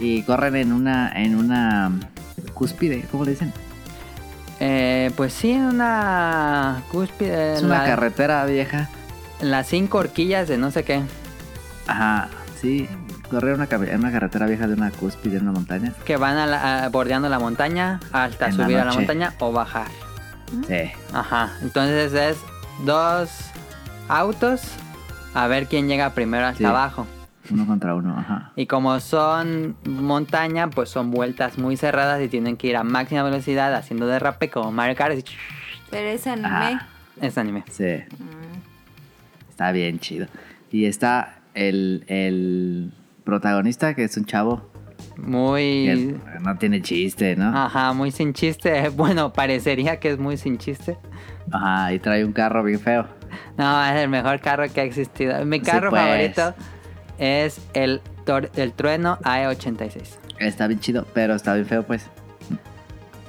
Speaker 3: Y corren en una, en una cúspide, ¿cómo le dicen?
Speaker 1: Eh, pues sí, en una cúspide.
Speaker 3: Es
Speaker 1: en
Speaker 3: una
Speaker 1: la-
Speaker 3: carretera vieja.
Speaker 1: en las cinco horquillas de no sé qué.
Speaker 3: Ajá, sí. Correr una, cami- en una carretera vieja de una cúspide en una montaña.
Speaker 1: Que van a la- a- bordeando la montaña hasta
Speaker 3: En la
Speaker 1: subir a la
Speaker 3: noche.
Speaker 1: montaña o bajar.
Speaker 3: Sí.
Speaker 1: Ajá. Entonces es dos autos a ver quién llega primero hasta
Speaker 3: Sí.
Speaker 1: abajo.
Speaker 3: Uno contra uno, ajá.
Speaker 1: Y como son montaña, pues son vueltas muy cerradas y tienen que ir a máxima velocidad haciendo derrape como Mario Kart.
Speaker 2: pero es anime. Mm.
Speaker 3: Ah.
Speaker 1: Es anime.
Speaker 3: Sí. Está bien chido. Y está el, el protagonista, que es un chavo.
Speaker 1: Muy...
Speaker 3: que no tiene chiste, ¿no?
Speaker 1: Ajá, muy sin chiste. Bueno, parecería que es muy sin chiste.
Speaker 3: Ajá, y trae un carro bien feo.
Speaker 1: No, es el mejor carro que ha existido. Mi
Speaker 3: Sí,
Speaker 1: carro
Speaker 3: pues.
Speaker 1: favorito es el, tor- el Trueno AE86.
Speaker 3: Está bien chido, pero está bien feo, pues.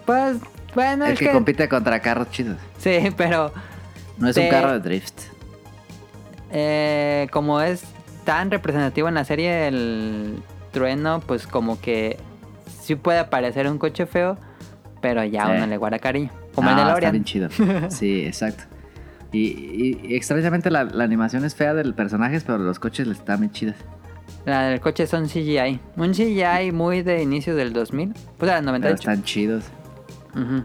Speaker 1: Pues, bueno,
Speaker 3: el
Speaker 1: es
Speaker 3: que,
Speaker 1: que...
Speaker 3: compite contra carros chidos.
Speaker 1: Sí, pero
Speaker 3: No es
Speaker 1: Te-
Speaker 3: un carro de drift.
Speaker 1: eh, como es tan representativo en la serie el Trueno, pues como que sí puede parecer un coche feo, pero ya
Speaker 3: Sí.
Speaker 1: uno le guarda cariño. Como
Speaker 3: No,
Speaker 1: el de
Speaker 3: Ah, Está
Speaker 1: Laurean.
Speaker 3: bien chido. Sí, exacto. Y, y- y extrañamente la, la animación es fea del personaje, pero los coches les están bien chidos.
Speaker 1: La del coche son CGI. Un CGI muy de inicio del 2000. Pues era
Speaker 3: Pero
Speaker 1: 98.
Speaker 3: están chidos.
Speaker 1: Ujú.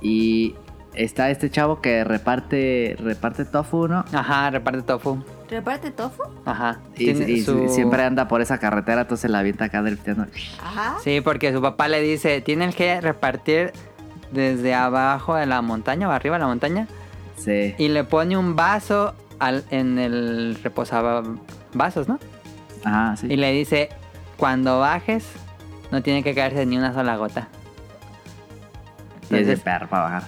Speaker 3: Y está este chavo que reparte reparte tofu, ¿no?
Speaker 1: Ajá, reparte tofu.
Speaker 2: ¿Reparte tofu?
Speaker 1: Ajá.
Speaker 3: Y,
Speaker 1: Tiene
Speaker 3: y
Speaker 1: su-
Speaker 3: siempre anda por esa carretera, entonces la avienta acá drifteando.
Speaker 2: Ajá.
Speaker 1: Sí, porque su papá le dice, tienen que repartir desde abajo de la montaña o arriba de la montaña.
Speaker 3: Sí.
Speaker 1: Y le pone un vaso al, en el reposavasos, ¿no?
Speaker 3: Ajá, sí.
Speaker 1: Y le dice, cuando bajes, no tiene que caerse ni una sola gota.
Speaker 3: Y es de
Speaker 1: Entonces,
Speaker 3: perro para bajar.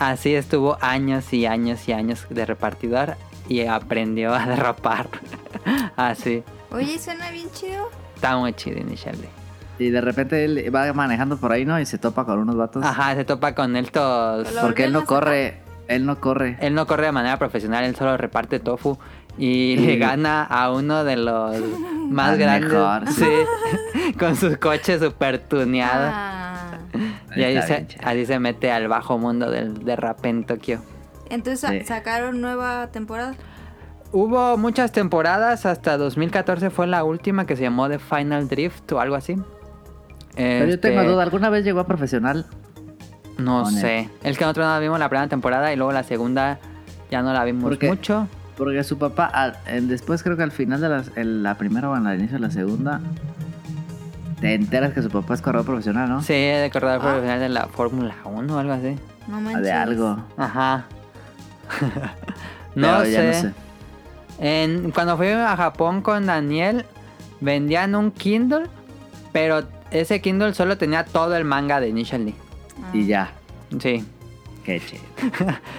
Speaker 1: así estuvo años y años y años de repartidor y aprendió a derrapar. así.
Speaker 2: Oye, suena bien chido.
Speaker 1: Está muy chido Initial D.
Speaker 3: Y de repente él va manejando por ahí, ¿no? Y se topa con unos vatos.
Speaker 1: Ajá, se topa con estos...
Speaker 2: Lo
Speaker 3: Porque él
Speaker 2: volvieron
Speaker 3: no
Speaker 2: a
Speaker 3: corre, él no corre.
Speaker 1: Él no corre de manera profesional, él solo reparte tofu y le gana a uno de los más
Speaker 3: Al
Speaker 1: grandes
Speaker 3: mejor, sí.
Speaker 1: sí, con sus coches super tuneados.
Speaker 2: Ah.
Speaker 1: y ahí
Speaker 3: Está
Speaker 1: se,
Speaker 3: bien chido.
Speaker 1: ahí se mete al bajo mundo del derrape en Tokio.
Speaker 2: Entonces sa-
Speaker 3: Sí.
Speaker 2: sacaron nueva temporada.
Speaker 1: Hubo muchas temporadas, hasta 2014 fue la última que se llamó The Final Drift o algo así.
Speaker 3: Pero yo tengo
Speaker 1: Este,
Speaker 3: duda, ¿alguna vez llegó a profesional?
Speaker 1: No
Speaker 3: con él.
Speaker 1: sé. Es que nosotros no la vimos la primera temporada y luego la segunda ya no la vimos
Speaker 3: ¿Por qué?
Speaker 1: mucho.
Speaker 3: Porque su papá, al- en- después creo que al final de las- en la primera o en el inicio de la segunda, te enteras que su papá es corredor profesional, ¿no?
Speaker 1: Sí, de corredor
Speaker 2: Ah.
Speaker 1: profesional de la Fórmula 1 o algo así.
Speaker 2: No manches.
Speaker 3: Ah, De algo.
Speaker 1: Ajá. no,
Speaker 3: Pero
Speaker 1: sé.
Speaker 3: ya no sé.
Speaker 1: En- cuando fui a Japón con Daniel, vendían un Kindle, pero ese Kindle solo tenía todo el manga de Initially.
Speaker 2: Ah.
Speaker 3: Y ya.
Speaker 1: Sí.
Speaker 3: Qué chido.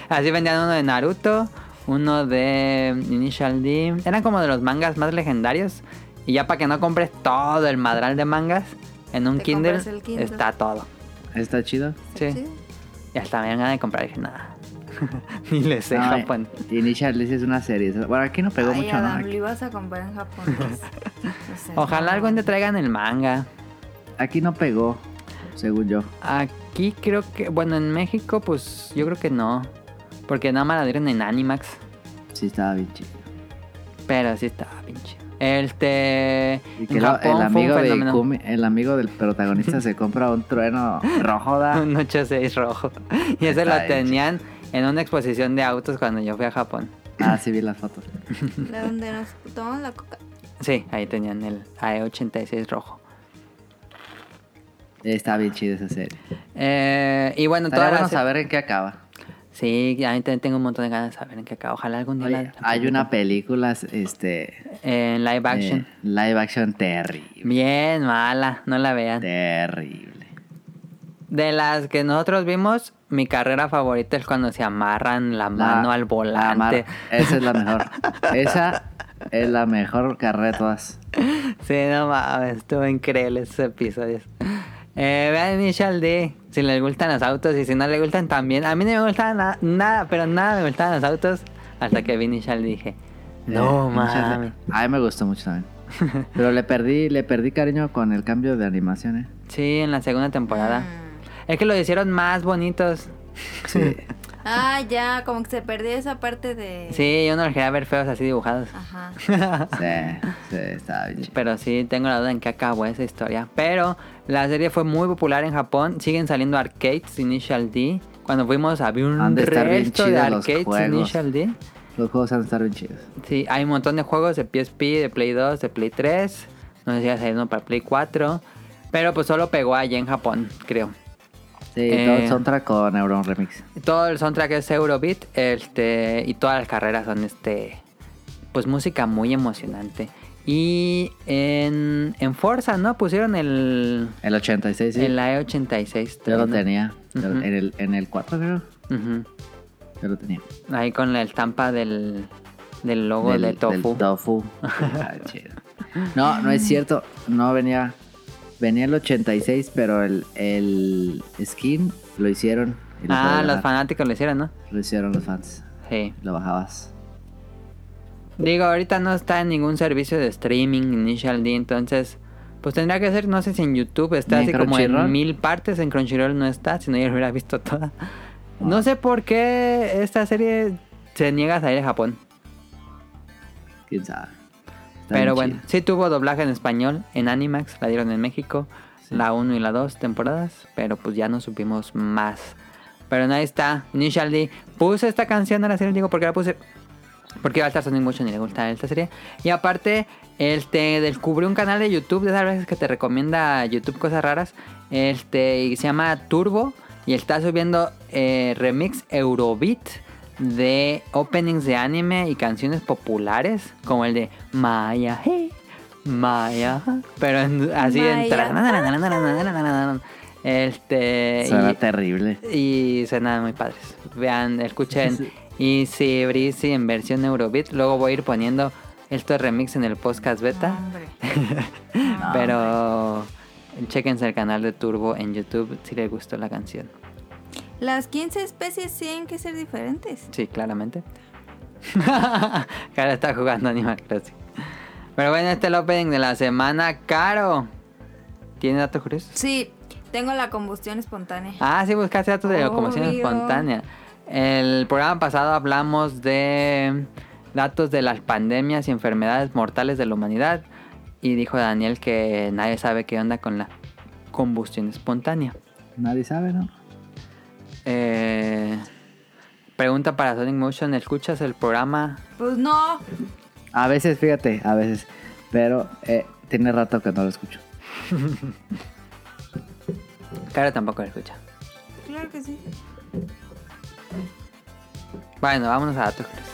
Speaker 1: Así vendían uno de Naruto, uno de Initial D. Eran como de los mangas más legendarios. Y ya para que no compres todo el madral de mangas, en un
Speaker 2: Te
Speaker 1: Kindle,
Speaker 2: compras el Kindle.
Speaker 1: está todo.
Speaker 3: ¿Está chido?
Speaker 1: Sí.
Speaker 2: Sí.
Speaker 1: Y hasta me dan ganas de comprar dije, nada. Ni le sé
Speaker 3: No,
Speaker 1: Japón.
Speaker 3: eh, Initial D sí es una serie. Esa- Bueno, aquí no pegó
Speaker 2: Ay,
Speaker 3: mucho, ¿no?
Speaker 2: Adam, lo
Speaker 3: Aquí,
Speaker 2: ibas a comprar en Japón. O sea,
Speaker 1: Ojalá
Speaker 2: no.
Speaker 1: algún día traigan el manga.
Speaker 3: aquí no pegó, según yo.
Speaker 1: Aquí creo que, bueno, en México, pues yo creo que no. Porque nada más la dieron en Animax.
Speaker 3: Sí, estaba bien chido.
Speaker 1: Pero sí estaba pinche. Este.
Speaker 3: Y
Speaker 1: en
Speaker 3: que lo- el
Speaker 1: Japón fue un
Speaker 3: amigo, de
Speaker 1: fenómeno.
Speaker 3: Ikumi- el amigo del protagonista se compra un trueno rojo, da.
Speaker 1: Un 86 rojo. Y ese
Speaker 3: Está
Speaker 1: lo
Speaker 3: bien
Speaker 1: tenían en una exposición de autos cuando yo fui a Japón.
Speaker 3: Ah, sí, vi las fotos.
Speaker 2: ¿De dónde nos tomamos la coca?
Speaker 1: Sí, ahí tenían el AE86 rojo.
Speaker 3: Está bien chida esa serie.
Speaker 1: Eh, y bueno,
Speaker 3: Estaría
Speaker 1: todas
Speaker 3: bueno
Speaker 1: las-
Speaker 3: saber en qué acaba.
Speaker 1: Sí, a mí también tengo un montón de ganas de saber en qué acaba. Ojalá algún día.
Speaker 3: Oye,
Speaker 1: la-
Speaker 3: hay una película este,
Speaker 1: En live action.
Speaker 3: eh, live action terrible.
Speaker 1: Bien mala, no la vean.
Speaker 3: Terrible.
Speaker 1: De las que nosotros vimos, mi carrera favorita es cuando se amarran la
Speaker 3: La-
Speaker 1: mano al
Speaker 3: la mar-
Speaker 1: volante.
Speaker 3: Esa es la mejor. Esa es la mejor carrera de todas.
Speaker 1: Sí, no mames, estuvo increíble esos episodios. Eh, vean Initial D, si les gustan los autos y si no les gustan también. A mí no me gustaban na- nada, pero nada me gustaban los autos hasta que vi Initial D y dije, no
Speaker 3: Eh, muchas
Speaker 1: mames.
Speaker 3: gracias. A mí me gustó mucho también. Pero le perdí, le perdí cariño con el cambio de animación, ¿eh?
Speaker 1: Sí, en la segunda temporada.
Speaker 2: Mm.
Speaker 1: Es que los hicieron más bonitos.
Speaker 3: Sí.
Speaker 2: Ah, ya, como que se perdió esa parte de.
Speaker 1: Sí, yo no los quería ver feos así dibujados.
Speaker 2: Ajá.
Speaker 3: Sí, sí, estaba bien chido.
Speaker 1: Pero sí, tengo la duda en qué acabó esa historia. Pero la serie fue muy popular en Japón. Siguen saliendo arcades Initial D. Cuando fuimos había
Speaker 3: Han
Speaker 1: un
Speaker 3: de estar bien
Speaker 1: resto de
Speaker 3: chidos los
Speaker 1: arcades
Speaker 3: juegos.
Speaker 1: Initial D.
Speaker 3: Los juegos han estar bien chidos.
Speaker 1: Sí, hay un montón de juegos de PSP, de Play 2, de Play 3. No sé si va a salir uno para Play 4. Pero pues solo pegó allá en Japón, creo.
Speaker 3: Sí,
Speaker 1: Eh.
Speaker 3: todo soundtrack con Neuron Remix.
Speaker 1: Todo el soundtrack es Eurobeat este, y todas las carreras son este, pues música muy emocionante. Y en, en Forza, ¿no? Pusieron el,
Speaker 3: El 86, sí.
Speaker 1: El AE86.
Speaker 3: Yo lo
Speaker 1: también,
Speaker 3: tenía. Yo-
Speaker 1: Ujú.
Speaker 3: en, el, en el 4, creo.
Speaker 1: ¿no? Ujú.
Speaker 3: Yo lo tenía.
Speaker 1: Ahí con la estampa del, del logo
Speaker 3: Del-
Speaker 1: de Tofu.
Speaker 3: del tofu. Ah, chido. No, no es cierto. No venía. Venía el 86, pero el, el skin lo hicieron. y lo
Speaker 1: ah,
Speaker 3: pude
Speaker 1: los
Speaker 3: bajar.
Speaker 1: fanáticos lo hicieron, ¿no?
Speaker 3: Lo hicieron los fans.
Speaker 1: Sí.
Speaker 3: Lo bajabas.
Speaker 1: Digo, ahorita no está en ningún servicio de streaming, Initial D, entonces... Pues tendría que ser, no sé si en YouTube está
Speaker 3: ¿Ni en
Speaker 1: así como en
Speaker 3: Crunchyroll?
Speaker 1: mil partes, en Crunchyroll no está, si no yo lo hubiera visto toda. No sé por qué esta serie se niega a salir a Japón.
Speaker 3: Quién sabe. Está
Speaker 1: Pero
Speaker 3: bien
Speaker 1: bueno,
Speaker 3: chido.
Speaker 1: sí tuvo doblaje en español en Animax, la dieron en México, la 1 y la 2 temporadas, pero pues ya no supimos más. Pero ahí está, Initial D. Puse esta canción a la serie, digo, porque la puse? Porque va a estar sonando mucho, ni le gusta esta serie. Y aparte, este, descubrí un canal de YouTube de esas veces que te recomienda YouTube cosas raras. Este, y se llama Turbo. Y está subiendo eh, remix Eurobeat de openings de anime y canciones populares. Como el de Maya, hey, Maya. Pero en- así en...
Speaker 2: Maya.
Speaker 1: tra- Este...
Speaker 3: Suena
Speaker 1: y-
Speaker 3: terrible.
Speaker 1: y suenan muy padres. Vean, escuchen Easy Breezy en versión Eurobeat. Luego voy a ir poniendo estos remix en el podcast beta.
Speaker 2: No, Ah, hombre.
Speaker 1: Pero chequense el canal de Turbo en YouTube si les gustó la canción.
Speaker 2: Las 15 especies tienen que ser diferentes.
Speaker 1: Sí, claramente. Caro está jugando Animal Crossing. Pero bueno, este es el opening de la semana. Caro. ¿Tiene datos curiosos?
Speaker 2: Sí, tengo la combustión espontánea.
Speaker 1: Ah, sí, buscaste datos de locomoción
Speaker 2: Obvio.
Speaker 1: espontánea. El programa pasado hablamos de datos de las pandemias y enfermedades mortales de la humanidad. Y dijo Daniel que nadie sabe qué onda con la combustión espontánea.
Speaker 3: Nadie sabe, ¿no?
Speaker 1: Eh, pregunta para Sonic Motion, ¿escuchas el programa?
Speaker 2: Pues no.
Speaker 3: A veces, fíjate, a veces. Pero eh, tiene rato que no lo escucho.
Speaker 1: Cara tampoco lo escucha.
Speaker 2: Claro que sí.
Speaker 1: Bueno, vámonos a datos curiosos.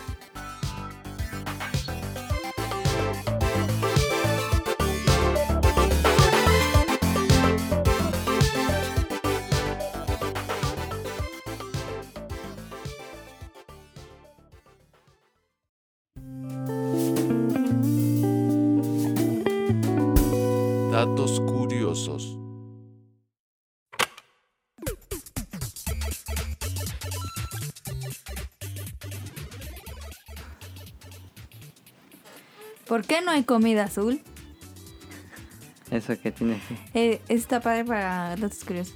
Speaker 4: Datos curiosos.
Speaker 2: ¿Por qué no hay comida azul?
Speaker 1: Eso que tiene aquí.
Speaker 2: Eh, está padre para datos curiosos.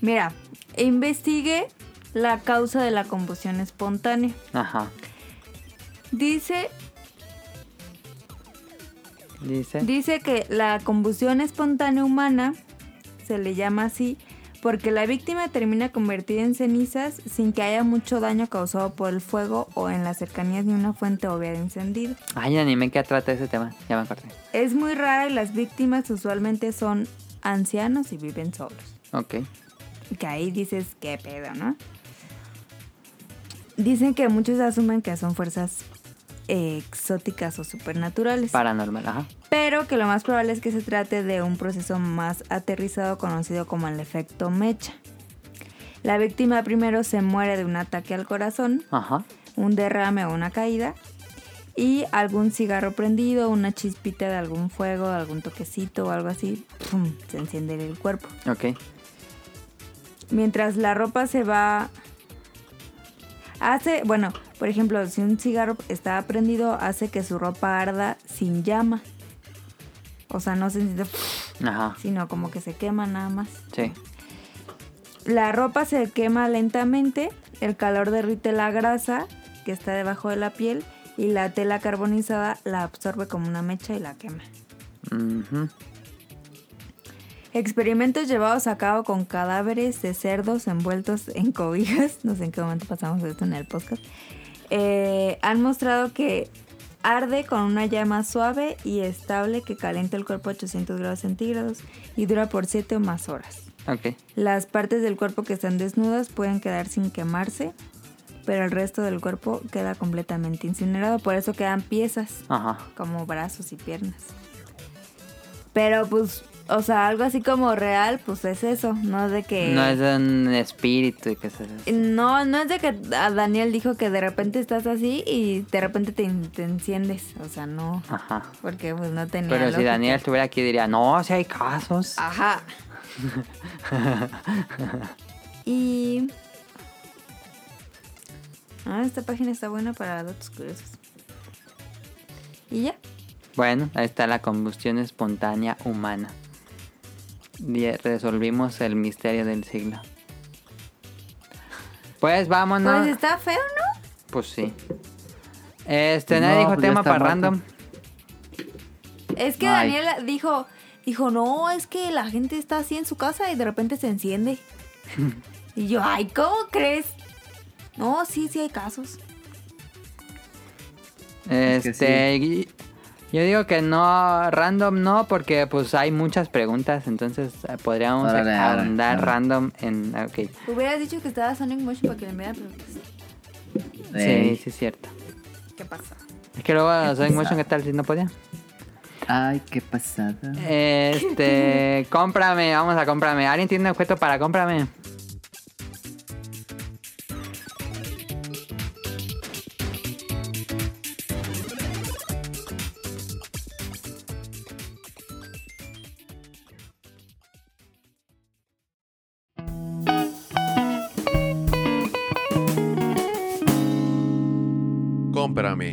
Speaker 2: Mira, investigué la causa de la combustión espontánea.
Speaker 1: Ajá.
Speaker 2: Dice,
Speaker 1: Dice.
Speaker 2: dice que la combustión espontánea humana se le llama así porque la víctima termina convertida en cenizas sin que haya mucho daño causado por el fuego o en las cercanías de una fuente obvia de encendido.
Speaker 1: Hay un anime que trata ese tema. Ya me acordé.
Speaker 2: Es muy rara y las víctimas usualmente son ancianos y viven solos.
Speaker 1: Ok.
Speaker 2: Que ahí dices, qué pedo, ¿no? Dicen que muchos asumen que son fuerzas eh, exóticas o supernaturales.
Speaker 1: Paranormal, ajá.
Speaker 2: Pero que lo más probable es que se trate de un proceso más aterrizado conocido como el efecto mecha. La víctima primero se muere de un ataque al corazón,
Speaker 1: Ajá.
Speaker 2: un derrame o una caída, y algún cigarro prendido, una chispita de algún fuego, algún toquecito o algo así, ¡pum! se enciende el cuerpo.
Speaker 1: Ok.
Speaker 2: Mientras la ropa se va. Hace, bueno, por ejemplo, si un cigarro está prendido, hace que su ropa arda sin llama. O sea, no se enciende,
Speaker 1: Ajá.
Speaker 2: sino como que se quema nada más.
Speaker 1: Sí.
Speaker 2: La ropa se quema lentamente, el calor derrite la grasa que está debajo de la piel y la tela carbonizada la absorbe como una mecha y la quema.
Speaker 1: Ujú.
Speaker 2: Experimentos llevados a cabo con cadáveres de cerdos envueltos en cobijas, no sé en qué momento pasamos esto en el podcast, eh, han mostrado que arde con una llama suave y estable que calienta el cuerpo a 800 grados centígrados y dura por 7 o más horas.
Speaker 1: Ok.
Speaker 2: Las partes del cuerpo que están desnudas pueden quedar sin quemarse, pero el resto del cuerpo queda completamente incinerado, por eso quedan piezas
Speaker 1: Ajá.
Speaker 2: como brazos y piernas. Pero pues, o sea, algo así como real, pues es eso, no de que...
Speaker 1: No es un espíritu y que se...
Speaker 2: No, no es de que a Daniel dijo que de repente estás así y de repente te, te enciendes, o sea, no,
Speaker 1: Ajá.
Speaker 2: porque pues no tenía...
Speaker 1: Pero si
Speaker 2: lógica. Ah.
Speaker 1: Daniel estuviera aquí diría, no, si hay casos.
Speaker 2: Ajá. y... Ah, esta página está buena para datos curiosos. Y ya.
Speaker 1: Bueno, ahí está la combustión espontánea humana. Y resolvimos el misterio del siglo. Pues vámonos.
Speaker 2: Pues
Speaker 1: Pues,
Speaker 2: está feo, ¿no?
Speaker 1: sí. Este, nadie
Speaker 3: No,
Speaker 1: dijo
Speaker 3: pues ya
Speaker 1: tema
Speaker 3: está
Speaker 1: para
Speaker 3: muerto.
Speaker 1: random.
Speaker 2: Es que
Speaker 3: Ay.
Speaker 2: Daniel dijo, dijo, no, es que la gente está así en su casa y de repente se enciende. y yo, ay, ¿cómo crees? No, sí, sí hay casos.
Speaker 3: Es que
Speaker 1: Este, y- yo digo que no, random no, porque pues hay muchas preguntas, entonces eh, podríamos
Speaker 3: Órale, órale,
Speaker 1: ahondar
Speaker 3: órale.
Speaker 1: random en... ah, Ok,
Speaker 2: Hubieras dicho que estaba Sonic Motion para que le enviara preguntas.
Speaker 1: sí,
Speaker 3: Eh,
Speaker 1: sí es cierto.
Speaker 2: ¿Qué pasa?
Speaker 1: Es que luego Sonic Motion,
Speaker 3: pesado.
Speaker 1: ¿qué tal si no podía?
Speaker 3: Ay, qué pasada.
Speaker 1: Este, cómprame, vamos a cómprame. ¿Alguien tiene un objeto para cómprame?
Speaker 4: Cómprame.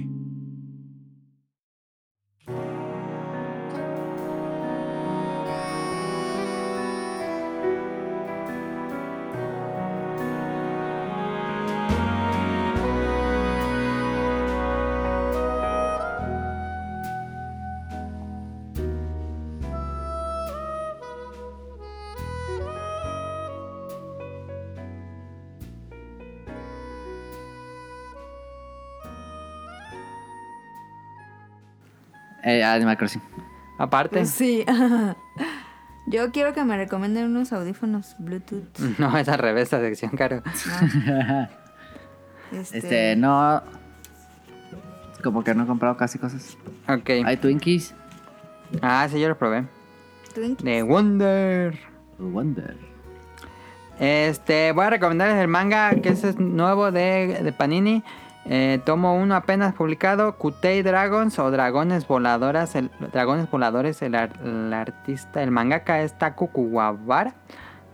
Speaker 3: Eh, Animal Crossing.
Speaker 1: Aparte.
Speaker 3: Pues,
Speaker 2: Sí. Yo quiero que me recomienden unos audífonos Bluetooth.
Speaker 1: No, es al revés esta sección, Caro. Mm.
Speaker 2: Este,
Speaker 3: Este, no. Como que no he comprado casi cosas.
Speaker 1: Ok.
Speaker 3: Hay Twinkies.
Speaker 1: Ah, sí, yo lo probé.
Speaker 2: Twinkie.
Speaker 1: De Wonder.
Speaker 3: Wonder.
Speaker 1: Este, voy a recomendarles el manga que ese es nuevo de, de Panini. Eh, tomo uno apenas publicado, Kutei Dragons o Dragones Voladoras. El, Dragones Voladores, el, ar- el artista, el mangaka es Taku Kuwabara.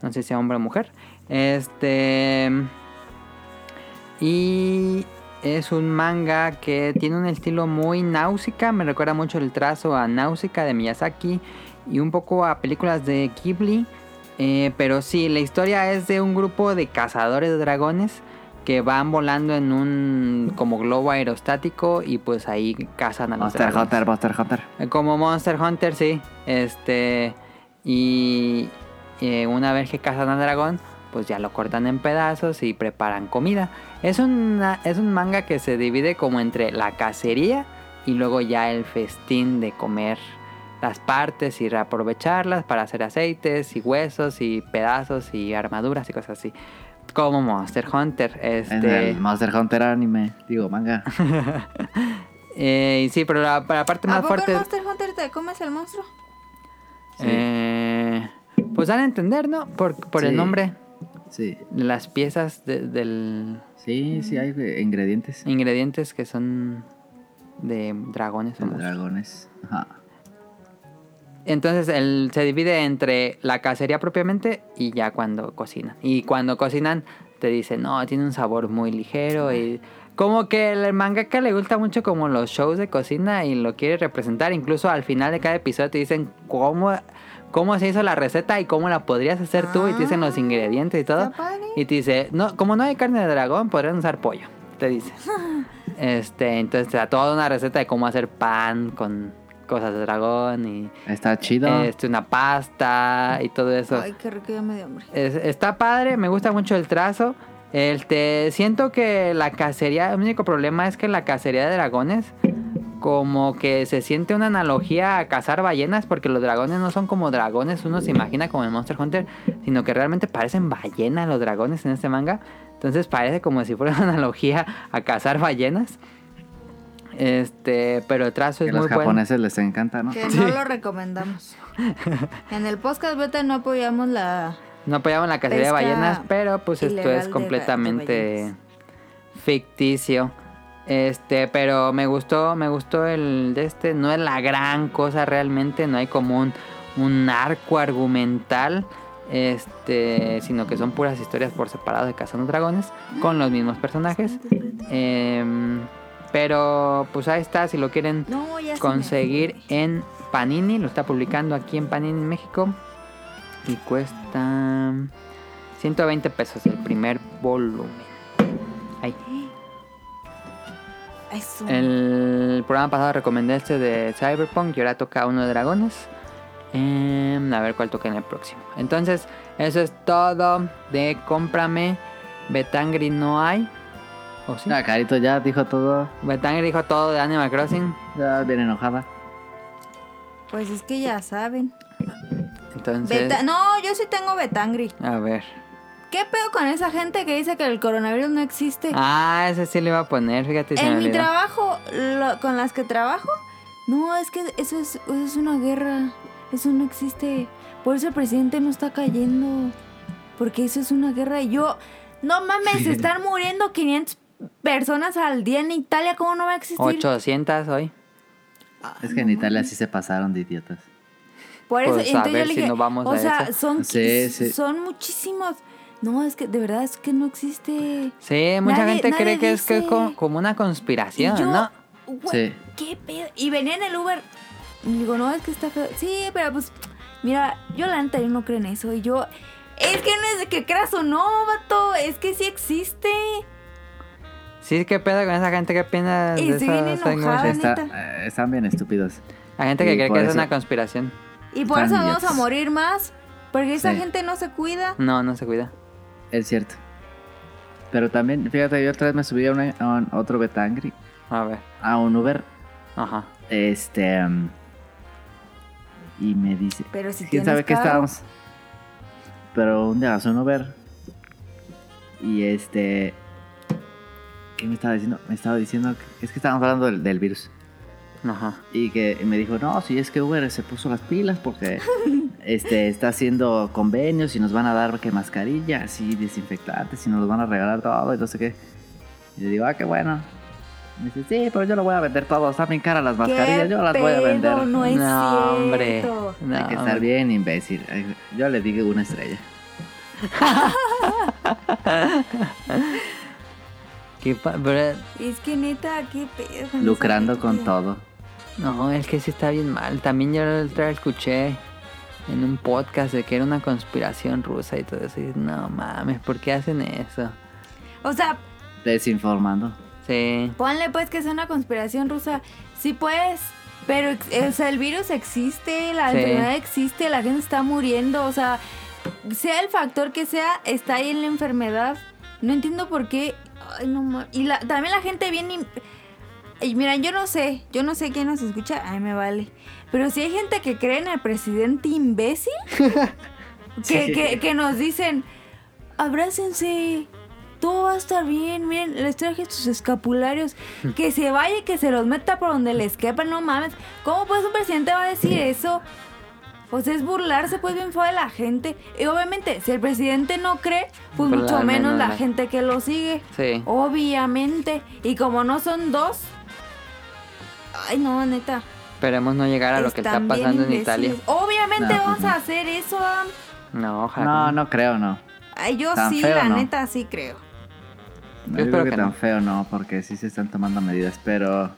Speaker 1: No sé si sea hombre o mujer. Este... Y es un manga que tiene un estilo muy náusica. Me recuerda mucho el trazo a náusica de Miyazaki y un poco a películas de Ghibli. Eh, pero sí, la historia es de un grupo de cazadores de dragones que van volando en un como globo aerostático y pues ahí cazan a los
Speaker 3: Monster
Speaker 1: dragones.
Speaker 3: Hunter, Monster Hunter.
Speaker 1: Eh, Como Monster Hunter, sí. Este. Y. eh, una vez que cazan al dragón, pues ya lo cortan en pedazos y preparan comida. Es, una, es un manga que se divide como entre la cacería y luego ya el festín de comer las partes y reaprovecharlas para hacer aceites y huesos y pedazos y armaduras y cosas así. Como Monster Hunter. Este...
Speaker 3: En el Monster Hunter anime. Digo, manga.
Speaker 1: eh, y sí, pero la, la parte
Speaker 2: ¿A
Speaker 1: más
Speaker 2: poco
Speaker 1: fuerte.
Speaker 2: en Monster Hunter te comes el monstruo?
Speaker 3: Sí.
Speaker 1: Eh, pues dan a entender, ¿no? Por, por el
Speaker 3: Sí.
Speaker 1: nombre,
Speaker 3: Sí.
Speaker 1: las piezas de- del
Speaker 3: Sí, sí, hay eh, ingredientes.
Speaker 1: ingredientes que son de dragones. o
Speaker 3: De
Speaker 1: monstruos.
Speaker 3: dragones. Ajá.
Speaker 1: Entonces el- se divide entre la cacería propiamente y ya cuando cocinan. Y cuando cocinan te dicen, no, tiene un sabor muy ligero y... Como que el mangaka le gusta mucho como los shows de cocina y lo quiere representar. Incluso al final de cada episodio te dicen cómo, cómo se hizo la receta y cómo la podrías hacer tú. Y te dicen los ingredientes y todo.
Speaker 2: Ah, Está padre.
Speaker 1: Y te dice, no, como no hay carne de dragón, podrían usar pollo. Te dice. Este, entonces te da toda una receta de cómo hacer pan con cosas de dragón y
Speaker 3: Está chido.
Speaker 1: este, una pasta y todo eso.
Speaker 2: Ay, qué rico, ya me dio hambre.
Speaker 1: Es- está padre, me gusta mucho el trazo. Este, siento que la cacería, el único problema es que la cacería de dragones, como que se siente una analogía a cazar ballenas, porque los dragones no son como dragones, uno se imagina como en Monster Hunter, sino que realmente parecen ballenas los dragones en este manga. Entonces parece como si fuera una analogía a cazar ballenas. Este, pero el trazo
Speaker 3: que
Speaker 1: es
Speaker 3: a
Speaker 1: muy
Speaker 3: los
Speaker 1: bueno.
Speaker 3: japoneses les encanta, ¿no?
Speaker 2: Que no lo recomendamos. En el podcast beta no apoyamos la...
Speaker 1: No apoyaban la cacería de
Speaker 2: Pesca
Speaker 1: ballenas, pero pues esto
Speaker 2: ilegal
Speaker 1: es
Speaker 2: de ba- de
Speaker 1: completamente
Speaker 2: ballenas.
Speaker 1: ficticio. Este, pero me gustó, me gustó el de este. No es la gran cosa realmente, no hay como un, un arco argumental. Este, sino que son puras historias por separado de Cazando Dragones con los mismos personajes. Em, pero pues ahí está, si lo quieren
Speaker 2: No, ya se me-
Speaker 1: conseguir en Panini. Lo está publicando aquí en Panini México. Y cuesta 120 pesos el primer volumen. Ahí.
Speaker 2: Eso.
Speaker 1: El programa pasado recomendé este de Cyberpunk y ahora toca uno de dragones. Em, a ver cuál toca en el próximo. Entonces, eso es todo de Cómprame. Betangri no hay. ¿O sí?
Speaker 3: Ah, Carito ya dijo todo.
Speaker 1: Betangri dijo todo de Animal Crossing.
Speaker 3: Ya bien enojada.
Speaker 2: Pues es que ya saben.
Speaker 1: Entonces,
Speaker 2: Beta- No, yo sí tengo Betangri.
Speaker 1: a ver.
Speaker 2: ¿Qué pedo con esa gente que dice que el coronavirus no existe?
Speaker 1: Ah, ese sí le iba a poner, fíjate. se me
Speaker 2: en mi
Speaker 1: olvidó.
Speaker 2: trabajo, lo- con las que trabajo, no, es que eso es, eso es una guerra. Eso no existe. Por eso el presidente no está cayendo. Porque eso es una guerra. Y yo, no mames, se están muriendo 500 personas al día en Italia. ¿Cómo no va a existir?
Speaker 1: 800 hoy.
Speaker 3: Es que en Italia sí se pasaron de idiotas.
Speaker 2: Por eso,
Speaker 1: Pues, a
Speaker 2: entonces
Speaker 1: ver
Speaker 2: yo le
Speaker 1: si
Speaker 2: dije,
Speaker 1: no vamos
Speaker 2: o
Speaker 1: a
Speaker 2: sea,
Speaker 1: eso.
Speaker 2: son,
Speaker 3: Sí, sí.
Speaker 2: son muchísimos. No, es que de verdad es que no existe.
Speaker 1: Sí, mucha
Speaker 2: Nadie-
Speaker 1: gente
Speaker 2: nadie
Speaker 1: cree que es que es
Speaker 2: dice.
Speaker 1: co- como una
Speaker 2: Y
Speaker 1: conspiración,
Speaker 2: yo,
Speaker 1: ¿no?
Speaker 2: güey,
Speaker 3: Sí.
Speaker 2: qué pedo. Y venía en el Uber. Y digo, no, es que está feo. Sí, pero pues, mira, yo la neta yo no creo en eso. Y yo, es que no es de que creas o no, vato. Es que sí existe.
Speaker 1: Sí, qué pedo con esa gente que piensa
Speaker 2: Y
Speaker 1: de
Speaker 2: se viene
Speaker 1: esas
Speaker 2: enojada.
Speaker 1: cosas?
Speaker 3: Está-
Speaker 2: neta.
Speaker 3: eh, están bien estúpidos.
Speaker 1: La gente que
Speaker 3: Y
Speaker 1: cree
Speaker 3: por
Speaker 1: que es
Speaker 3: eso-
Speaker 1: una conspiración.
Speaker 2: Y por
Speaker 3: Están
Speaker 2: eso vamos
Speaker 3: idiotas.
Speaker 2: a morir más. Porque esa
Speaker 3: Sí. Mm.
Speaker 2: gente no se cuida.
Speaker 1: No, no se cuida.
Speaker 3: Es cierto. Pero también, fíjate, yo otra vez me subí a, una- a un- otro Betangri,
Speaker 1: A ver.
Speaker 3: a un Uber,
Speaker 1: Ajá.
Speaker 3: Este. mm, Y me dice.
Speaker 2: Pero si
Speaker 3: ¿Quién
Speaker 2: tienes
Speaker 3: sabe qué
Speaker 2: carro,
Speaker 3: estábamos? Pero un día un Uber. Y este. ¿Qué me estaba diciendo? Me estaba diciendo. que- Es que estábamos hablando del, del virus.
Speaker 1: Ajá.
Speaker 3: Y que y me dijo, no, si es que Uber se puso las pilas porque este está haciendo convenios y nos van a dar que mascarillas y desinfectantes y nos los van a regalar todo y no sé qué. Y le digo, ah, qué bueno. Me dice, sí, pero yo lo voy a vender todo. Están bien caras las mascarillas,
Speaker 2: ¿Qué
Speaker 3: yo las voy a
Speaker 2: pedo?
Speaker 3: vender.
Speaker 2: No es cierto.
Speaker 1: hombre. No,
Speaker 3: Hay que estar
Speaker 1: hombre.
Speaker 3: bien imbécil. Yo le digo una estrella.
Speaker 1: Qué pa- pero-
Speaker 2: Es que neta, qué pedo. con
Speaker 3: Lucrando
Speaker 2: esa
Speaker 3: con
Speaker 2: gente.
Speaker 3: todo.
Speaker 1: no, es que sí está bien mal. También yo la otra vez escuché en un podcast de que era una conspiración rusa y todo eso. Y no mames, ¿por qué hacen eso?
Speaker 2: O sea,
Speaker 3: Desinformando.
Speaker 1: Sí.
Speaker 2: ponle pues que es una conspiración rusa. Sí, pues. Pero ex- o sea, el virus existe, la
Speaker 1: Sí.
Speaker 2: enfermedad existe, la gente está muriendo. O sea, sea el factor que sea, está ahí en la enfermedad. No entiendo por qué. Ay, no ma- Y la- también la gente viene. Y, y mira, yo no sé, yo no sé quién nos escucha, ay, me vale. Pero si hay gente que cree en el presidente imbécil, que, que, que nos dicen, abrácense, todo va a estar bien, miren, les traje sus escapularios, que se vaya y que se los meta por donde les quepa, no mames. ¿Cómo pues un presidente va a decir eso? Pues es burlarse pues bien fue de la gente. Y obviamente, si el presidente no cree, pues
Speaker 1: Pues,
Speaker 2: mucho
Speaker 1: al
Speaker 2: menos
Speaker 1: menos
Speaker 2: la
Speaker 1: la-
Speaker 2: gente que lo sigue.
Speaker 1: Sí.
Speaker 2: Obviamente. Y como no son dos. Ay, no, neta.
Speaker 1: Esperemos no llegar a lo que está
Speaker 2: están bien
Speaker 1: pasando en
Speaker 2: imbéciles.
Speaker 1: Italia.
Speaker 2: Obviamente
Speaker 3: No,
Speaker 2: vamos
Speaker 3: pues,
Speaker 2: a
Speaker 3: no.
Speaker 2: hacer eso, Adam.
Speaker 1: No, ojalá.
Speaker 3: No,
Speaker 1: que
Speaker 3: no creo, no.
Speaker 2: Ay, yo
Speaker 3: Tan
Speaker 2: sí,
Speaker 3: feo,
Speaker 2: la
Speaker 3: no.
Speaker 2: neta, sí creo.
Speaker 3: No,
Speaker 1: Yo
Speaker 3: yo
Speaker 1: espero
Speaker 3: creo que,
Speaker 1: que
Speaker 3: tan
Speaker 1: no.
Speaker 3: feo no, porque sí se están tomando medidas, pero,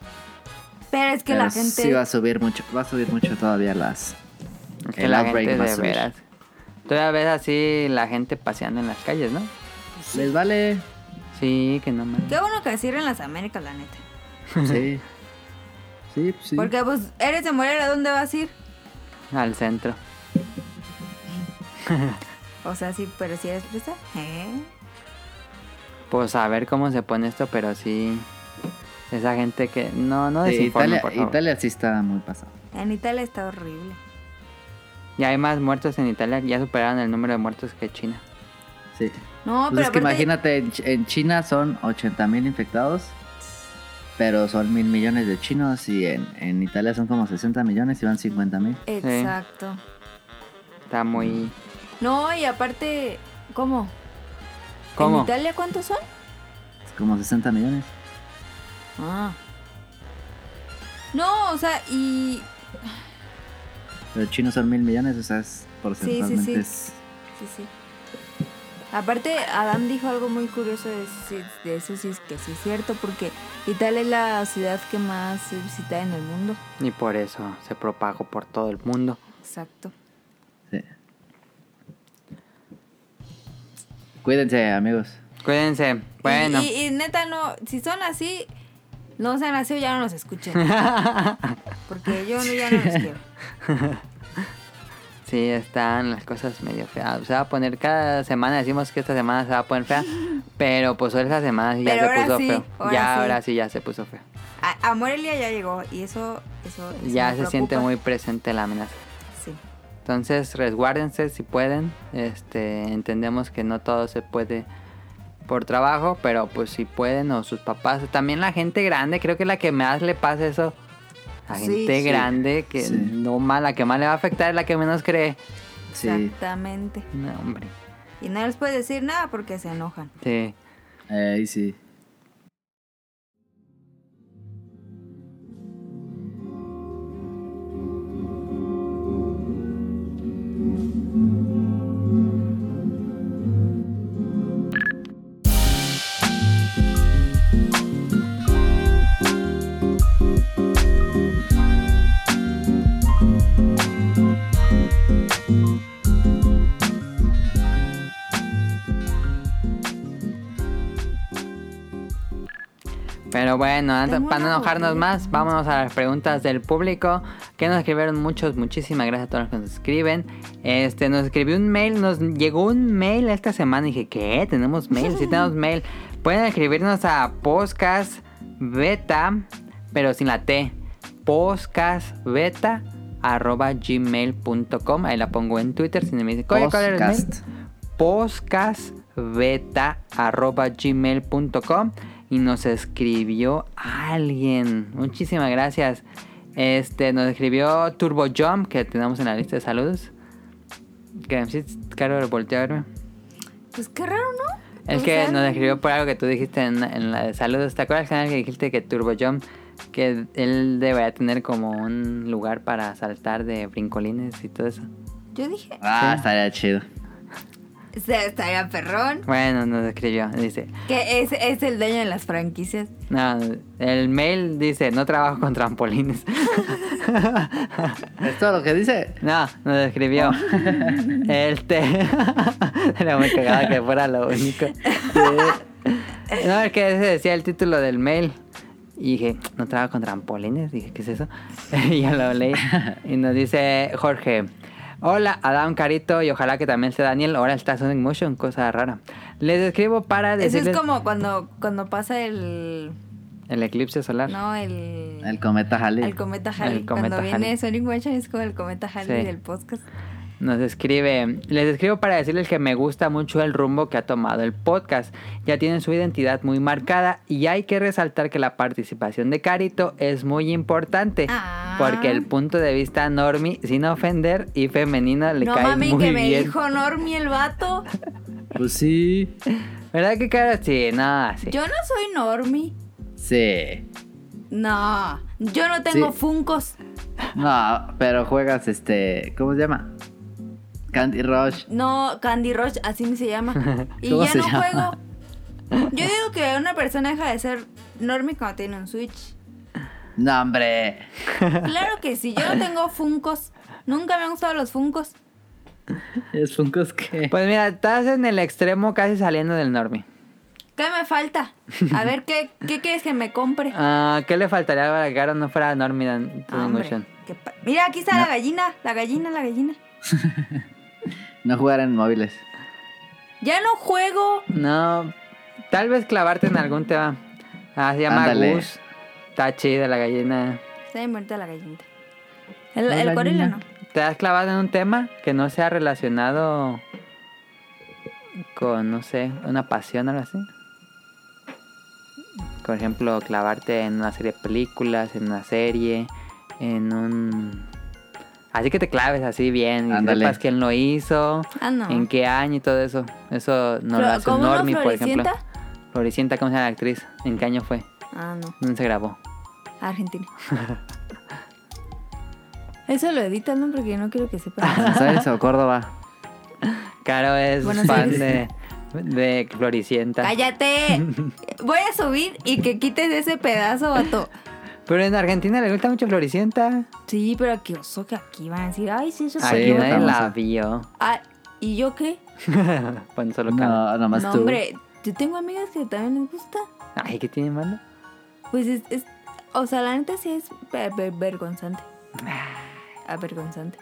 Speaker 2: Pero es que
Speaker 3: pero
Speaker 2: la gente.
Speaker 3: sí va a subir mucho, va a subir mucho todavía las
Speaker 1: Es que
Speaker 3: el
Speaker 1: la
Speaker 3: outbreak
Speaker 1: gente
Speaker 3: va a
Speaker 1: de
Speaker 3: subir.
Speaker 1: veras. Todavía ves así la gente paseando en las calles, ¿no?
Speaker 3: les vale,
Speaker 1: Sí, que no mames.
Speaker 2: Qué bueno que cierren las Américas, la neta.
Speaker 3: sí, sí, pues sí.
Speaker 2: Porque pues eres de Morelia, ¿a dónde vas a ir?
Speaker 1: Al centro.
Speaker 2: O sea, sí, pero si eres presa. ¿eh?
Speaker 1: Pues a ver cómo se pone esto, pero sí. Esa gente que. No, no
Speaker 3: Sí,
Speaker 1: desinforme,
Speaker 3: Italia,
Speaker 1: por favor.
Speaker 3: Italia sí está muy pasado.
Speaker 2: En Italia está horrible.
Speaker 1: Ya hay más muertos en Italia. Ya superaron el número de muertos que China.
Speaker 3: Sí.
Speaker 2: No,
Speaker 3: Pues es que
Speaker 2: pero aparte-
Speaker 3: imagínate, en, Ch- en China son 80 mil infectados, pero son mil millones de chinos y en, en Italia son como 60 millones y van 50 mil.
Speaker 2: eh, Exacto.
Speaker 1: Está muy.
Speaker 2: No, y aparte, ¿cómo? ¿En
Speaker 1: ¿Cómo?
Speaker 2: Italia cuántos son?
Speaker 3: Como 60 millones.
Speaker 2: Ah. No, o sea, y.
Speaker 3: Pero chinos son mil millones, o sea, es porcentualmente
Speaker 2: sí.
Speaker 3: es-
Speaker 2: Sí, sí. Aparte, Adam dijo algo muy curioso de, si- de eso, sí, es que sí es cierto, porque Italia es la ciudad que más se visita en el mundo.
Speaker 1: Y por eso se propagó por todo el mundo.
Speaker 2: Exacto.
Speaker 3: sí. Cuídense, amigos.
Speaker 1: Cuídense. Bueno.
Speaker 2: Y, y- y neta, no, si son así, no sean así o ya no nos escuchen. porque yo no- ya no los quiero.
Speaker 1: Sí, están las cosas medio feas. Se va a poner cada semana, decimos que esta semana se va a poner fea, pero pues esta semana sí ya
Speaker 2: Pero
Speaker 1: se
Speaker 2: ahora
Speaker 1: puso
Speaker 2: sí,
Speaker 1: feo.
Speaker 2: ahora
Speaker 1: ya
Speaker 2: sí.
Speaker 1: ahora sí ya se puso feo.
Speaker 2: A, a Morelia ya llegó y eso. eso, eso
Speaker 1: ya
Speaker 2: me
Speaker 1: se siente
Speaker 2: preocupa.
Speaker 1: muy presente la amenaza.
Speaker 2: Sí.
Speaker 1: Entonces, resguárdense si pueden. Este, entendemos que no todo se puede por trabajo, pero pues si pueden o sus papás, también la gente grande, creo que es la que más le pasa eso. La
Speaker 2: Sí.
Speaker 1: gente
Speaker 2: Sí.
Speaker 1: grande que
Speaker 3: Sí.
Speaker 1: no más, la que más le va a afectar es la que menos cree.
Speaker 3: Sí.
Speaker 2: Exactamente.
Speaker 1: No, hombre.
Speaker 2: Y no les puedes decir nada porque se enojan.
Speaker 1: Sí.
Speaker 3: Eh, y sí.
Speaker 1: Pero bueno, antes-
Speaker 2: Tengo
Speaker 1: para no
Speaker 2: una
Speaker 1: enojarnos
Speaker 2: botella.
Speaker 1: más, vámonos a las preguntas del público que nos escribieron muchos. Muchísimas gracias a todos los que nos escriben. Este, nos escribió un mail, nos llegó un mail esta semana. y Dije, ¿qué? ¿Tenemos mail? Sí, tenemos mail. Pueden escribirnos a podcast beta, pero sin la T. podcastbeta.gmail.com. Ahí la pongo en Twitter. Si me dicen, "Oye, ¿cuál era el mail?"
Speaker 3: Podcast.
Speaker 1: podcastbeta.gmail.com y nos escribió alguien. Muchísimas gracias. Este, nos escribió Turbo Jump, que tenemos en la lista de saludos. Que sí, Caro, volteó a verme.
Speaker 2: Pues qué raro, ¿no?
Speaker 1: Es
Speaker 2: O
Speaker 1: que
Speaker 2: sea,
Speaker 1: nos escribió por algo que tú dijiste en, en la de saludos. ¿Te acuerdas, canal, que dijiste que Turbo Jump, que él debería tener como un lugar para saltar de brincolines y todo eso?
Speaker 2: Yo dije,
Speaker 3: Ah,
Speaker 1: Sí.
Speaker 3: estaría chido.
Speaker 2: se estaría perrón.
Speaker 1: Bueno, nos escribió. Dice,
Speaker 2: Que es, es el dueño de las franquicias.
Speaker 1: No, el mail dice, no trabajo con trampolines.
Speaker 3: ¿Es todo lo que dice?
Speaker 1: no, nos escribió. este... Era muy cagada que fuera lo único. no, es que ese decía el título del mail. Y dije, no trabajo con trampolines. Dije, ¿qué es eso? y ya lo leí. Y nos dice Jorge. Hola, Adam Carito y ojalá que también sea Daniel. Ahora está Sonic Motion, cosa rara. Les escribo para
Speaker 2: Eso
Speaker 1: decirles
Speaker 2: es como cuando, cuando pasa el.
Speaker 1: el eclipse solar.
Speaker 2: No, el.
Speaker 3: El cometa Halley.
Speaker 2: el cometa Halley.
Speaker 1: El cometa
Speaker 2: cuando viene
Speaker 1: Halley.
Speaker 2: Sonic Motion es como el cometa Halley
Speaker 1: Sí.
Speaker 2: del podcast.
Speaker 1: Nos escribe, les escribo para decirles que me gusta mucho el rumbo que ha tomado el podcast. Ya tienen su identidad muy marcada y hay que resaltar que la participación de Carito es muy importante.
Speaker 2: Ah.
Speaker 1: Porque el punto de vista normi, sin ofender y femenino, le
Speaker 2: no
Speaker 1: cae
Speaker 2: mami,
Speaker 1: muy
Speaker 2: que me
Speaker 1: bien.
Speaker 2: dijo Normi el vato.
Speaker 3: Pues sí.
Speaker 1: ¿Verdad que Caro? Sí, no, sí.
Speaker 2: Yo no soy Normi.
Speaker 3: Sí.
Speaker 2: No, yo no tengo
Speaker 3: Sí.
Speaker 2: funcos.
Speaker 3: No, pero juegas este. ¿Cómo se llama? Candy Rush.
Speaker 2: No, Candy Rush, así ni se llama. Y
Speaker 3: ¿Cómo
Speaker 2: ya
Speaker 3: se
Speaker 2: no
Speaker 3: llama?
Speaker 2: juego. Yo digo que una persona deja de ser Normi cuando tiene un Switch.
Speaker 3: No, hombre.
Speaker 2: Claro que sí, yo no tengo funcos. Nunca me han gustado los funcos.
Speaker 3: Es Funkos que.
Speaker 1: Pues mira, estás en el extremo casi saliendo del normi.
Speaker 2: ¿Qué me falta? A ver, ¿qué, qué quieres que me compre?
Speaker 1: Ah, ¿Qué le faltaría para que Caro no fuera normi? Dan- Sonic
Speaker 2: Ah, Hombre,
Speaker 1: Motion?
Speaker 2: qué pa- Mira, aquí está la gallina, la gallina, la gallina.
Speaker 3: No jugar en móviles.
Speaker 2: Ya no juego.
Speaker 1: No, tal vez clavarte en algún tema. Ah, se llama
Speaker 3: Ándale.
Speaker 1: Gus. Está chida la gallina.
Speaker 2: Está bien bonita la gallinita. El,
Speaker 3: La
Speaker 2: el gorila
Speaker 3: gallina.
Speaker 2: no.
Speaker 1: ¿Te has clavado en un tema que no sea relacionado con, no sé, una pasión o algo así? Por ejemplo, clavarte en una serie de películas, en una serie, en un... Así que te claves así bien y
Speaker 3: Ándale.
Speaker 1: sepas quién lo hizo,
Speaker 2: Ah, no.
Speaker 1: en qué año y todo eso. Eso no lo
Speaker 2: Flo-
Speaker 1: hace
Speaker 2: ¿cómo no,
Speaker 1: Normie, por ejemplo.
Speaker 2: Floricienta?
Speaker 1: Floricienta, ¿cómo se llama la actriz? ¿En qué año fue?
Speaker 2: Ah, no.
Speaker 1: ¿Dónde se grabó?
Speaker 2: Argentina. Eso lo editan, ¿no? Porque yo no quiero que
Speaker 1: Ah,
Speaker 2: sepan.
Speaker 3: ¿Buenos Aires o Córdoba?
Speaker 1: Caro es
Speaker 2: Buenos
Speaker 1: fan de,
Speaker 2: Aires.
Speaker 1: de Floricienta.
Speaker 2: ¡Cállate! Voy a subir y que quites ese pedazo, vato.
Speaker 1: Pero en Argentina le gusta mucho Floricienta.
Speaker 2: Sí, pero qué oso que aquí van a decir, ay, sí, eso es
Speaker 1: Aquí
Speaker 3: no
Speaker 2: Floricienta".
Speaker 1: nadie la
Speaker 3: famosa.
Speaker 1: vio.
Speaker 2: Ah, ¿y yo qué?
Speaker 1: Bueno, solo Caro.
Speaker 3: No, nomás
Speaker 2: no,
Speaker 3: tú.
Speaker 2: hombre, yo tengo amigas que también les gusta.
Speaker 1: Ay, ¿qué tiene malo?
Speaker 2: Pues es, es- o sea, la neta sí es ve- ve- vergonzante.
Speaker 1: Ah.
Speaker 2: Avergonzante.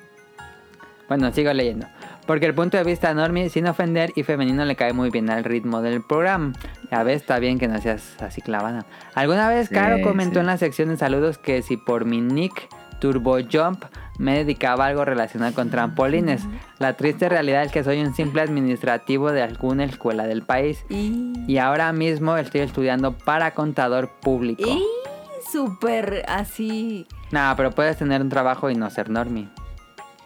Speaker 1: Bueno, sigo leyendo. Porque el punto de vista normie, sin ofender y femenino, le cae muy bien al ritmo del programa. Ya ves, está bien que no seas así clavada. Alguna vez
Speaker 3: Sí,
Speaker 1: Caro comentó
Speaker 3: sí.
Speaker 1: en la sección de saludos que si por mi nick Turbo Jump me dedicaba a algo relacionado con trampolines. La triste realidad es que soy un simple administrativo de alguna escuela del país.
Speaker 2: Y,
Speaker 1: Y ahora mismo estoy estudiando para contador público.
Speaker 2: y súper así.
Speaker 1: Nada, pero puedes tener un trabajo y no ser normie.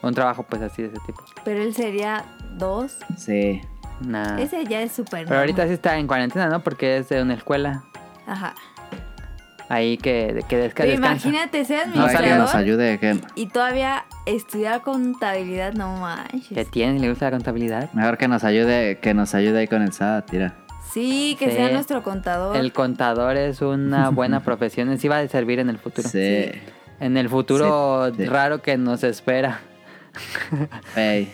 Speaker 1: Un trabajo pues así de ese tipo.
Speaker 2: Pero él sería dos.
Speaker 3: Sí.
Speaker 1: Nah.
Speaker 2: Ese ya es súper.
Speaker 1: Ah. Pero ahorita
Speaker 2: normal.
Speaker 1: sí está en cuarentena, ¿no? Porque es de una escuela.
Speaker 2: Ajá.
Speaker 1: Ahí que, que, desca-
Speaker 2: Pero
Speaker 1: descansa.
Speaker 2: imagínate, ser
Speaker 3: No,
Speaker 1: sale.
Speaker 3: que nos
Speaker 2: administrador
Speaker 3: ayude. Que
Speaker 2: y, y todavía estudiar contabilidad, no
Speaker 1: Que
Speaker 2: manches.
Speaker 1: tiene, le gusta la contabilidad.
Speaker 3: mejor que nos ayude, que nos ayude ahí con el SAT, tira.
Speaker 2: Sí, que
Speaker 1: Sí.
Speaker 2: sea nuestro contador.
Speaker 1: El contador es una buena profesión. Sí va a servir en el futuro.
Speaker 3: Sí.
Speaker 1: En el futuro
Speaker 3: Sí, sí.
Speaker 1: raro que nos espera.
Speaker 3: Ey.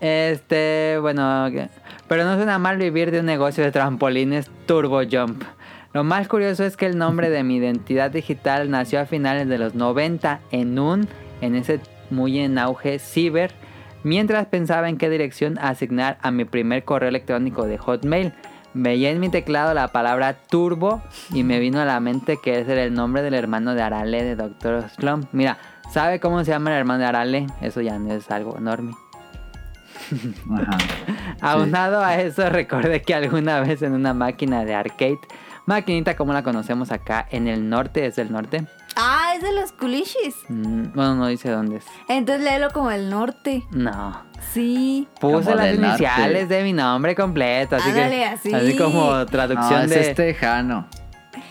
Speaker 1: Este, bueno, que- pero no suena mal vivir de un negocio de trampolines Turbo Jump. Lo más curioso es que el nombre de mi identidad digital nació a finales de los 90 en un, en ese muy en auge ciber, mientras pensaba en qué dirección asignar a mi primer correo electrónico de Hotmail. Veía en mi teclado la palabra turbo y me vino a la mente que ese era el nombre del hermano de Arale de Doctor Slump. Mira, ¿sabe cómo se llama el hermano de Arale? Eso ya no es algo enorme.
Speaker 3: Ajá.
Speaker 1: Aunado a eso, recordé que alguna vez en una máquina de arcade, maquinita como la conocemos acá en el norte, es el norte.
Speaker 2: Ah, es de los culichis.
Speaker 1: Mm, bueno, no dice dónde es.
Speaker 2: Entonces léelo como el norte.
Speaker 1: No.
Speaker 2: Sí.
Speaker 1: Puse
Speaker 3: Como
Speaker 1: las
Speaker 3: del norte.
Speaker 1: iniciales de mi nombre completo, así
Speaker 2: Ándale,
Speaker 1: que
Speaker 2: así.
Speaker 1: como traducción
Speaker 3: No, es
Speaker 1: de
Speaker 3: este Jano.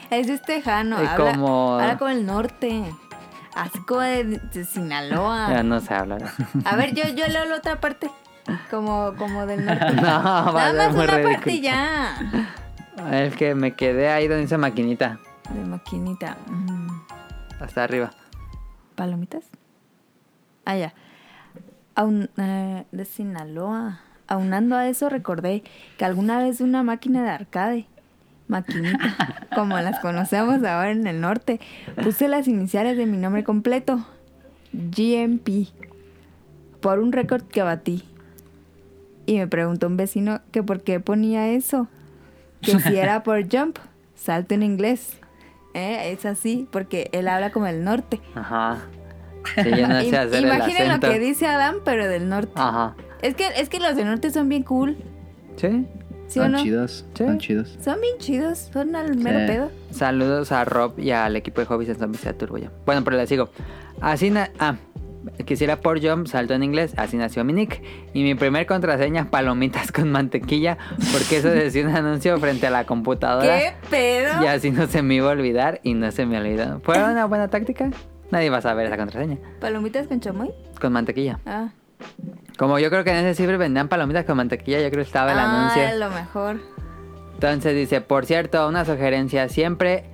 Speaker 2: Ese es tejano.
Speaker 1: Y
Speaker 2: Habla,
Speaker 1: como-
Speaker 2: habla como el norte. Así como de, de
Speaker 1: Ya
Speaker 2: Sinaloa.
Speaker 1: no se habla.
Speaker 2: A ver, yo, yo leo la otra parte. Como, como del norte.
Speaker 1: No, va Ah, a
Speaker 2: Nada
Speaker 1: ser
Speaker 2: más
Speaker 1: muy
Speaker 2: una
Speaker 1: ridículo.
Speaker 2: parte y ya.
Speaker 1: El que me quedé ahí donde dice maquinita,
Speaker 2: De maquinita. Mm.
Speaker 1: hasta arriba.
Speaker 2: ¿Palomitas? Ah, ya. Aun- eh, de Sinaloa. Aunando a eso, recordé que alguna vez una máquina de arcade, maquinita, como las conocemos ahora en el norte, puse las iniciales de mi nombre completo, GMP, por un récord que batí. Y me preguntó un vecino que por qué ponía eso, que si era por jump, salto en inglés. Eh, Es así, porque él habla como el norte.
Speaker 1: Ajá. Ah, Sí, yo no sé
Speaker 2: Im-
Speaker 1: hacer el
Speaker 2: Imaginen lo
Speaker 1: acento. Ah.
Speaker 2: que dice Adam, pero del norte.
Speaker 1: Ajá.
Speaker 2: Es que, es que los del norte son bien cool,
Speaker 1: Sí.
Speaker 2: ¿sí o
Speaker 3: Son
Speaker 2: no?
Speaker 3: chidos.
Speaker 1: Sí.
Speaker 3: Son chidos.
Speaker 2: Son bien chidos, son al mero
Speaker 3: Sí.
Speaker 2: pedo.
Speaker 1: Saludos a Rob y al equipo de Hobbies en Zombies y a Turbo Jump. Bueno, pero le sigo. Así na- ah, quisiera por Jump, salto en inglés, así nació mi nick. Y mi primer contraseña, palomitas con mantequilla, porque eso decía un anuncio frente a la computadora.
Speaker 2: ¿Qué pedo?
Speaker 1: Y así no se me iba a olvidar y no se me olvidó. ¿Fue una buena táctica? Nadie va a saber esa contraseña.
Speaker 2: ¿Palomitas con chamoy?
Speaker 1: Con mantequilla.
Speaker 2: Ah,
Speaker 1: Como yo creo que en ese ciber vendían palomitas con mantequilla, yo creo que estaba el
Speaker 2: Ah,
Speaker 1: anuncio.
Speaker 2: a lo mejor.
Speaker 1: Entonces dice, por cierto, una sugerencia, siempre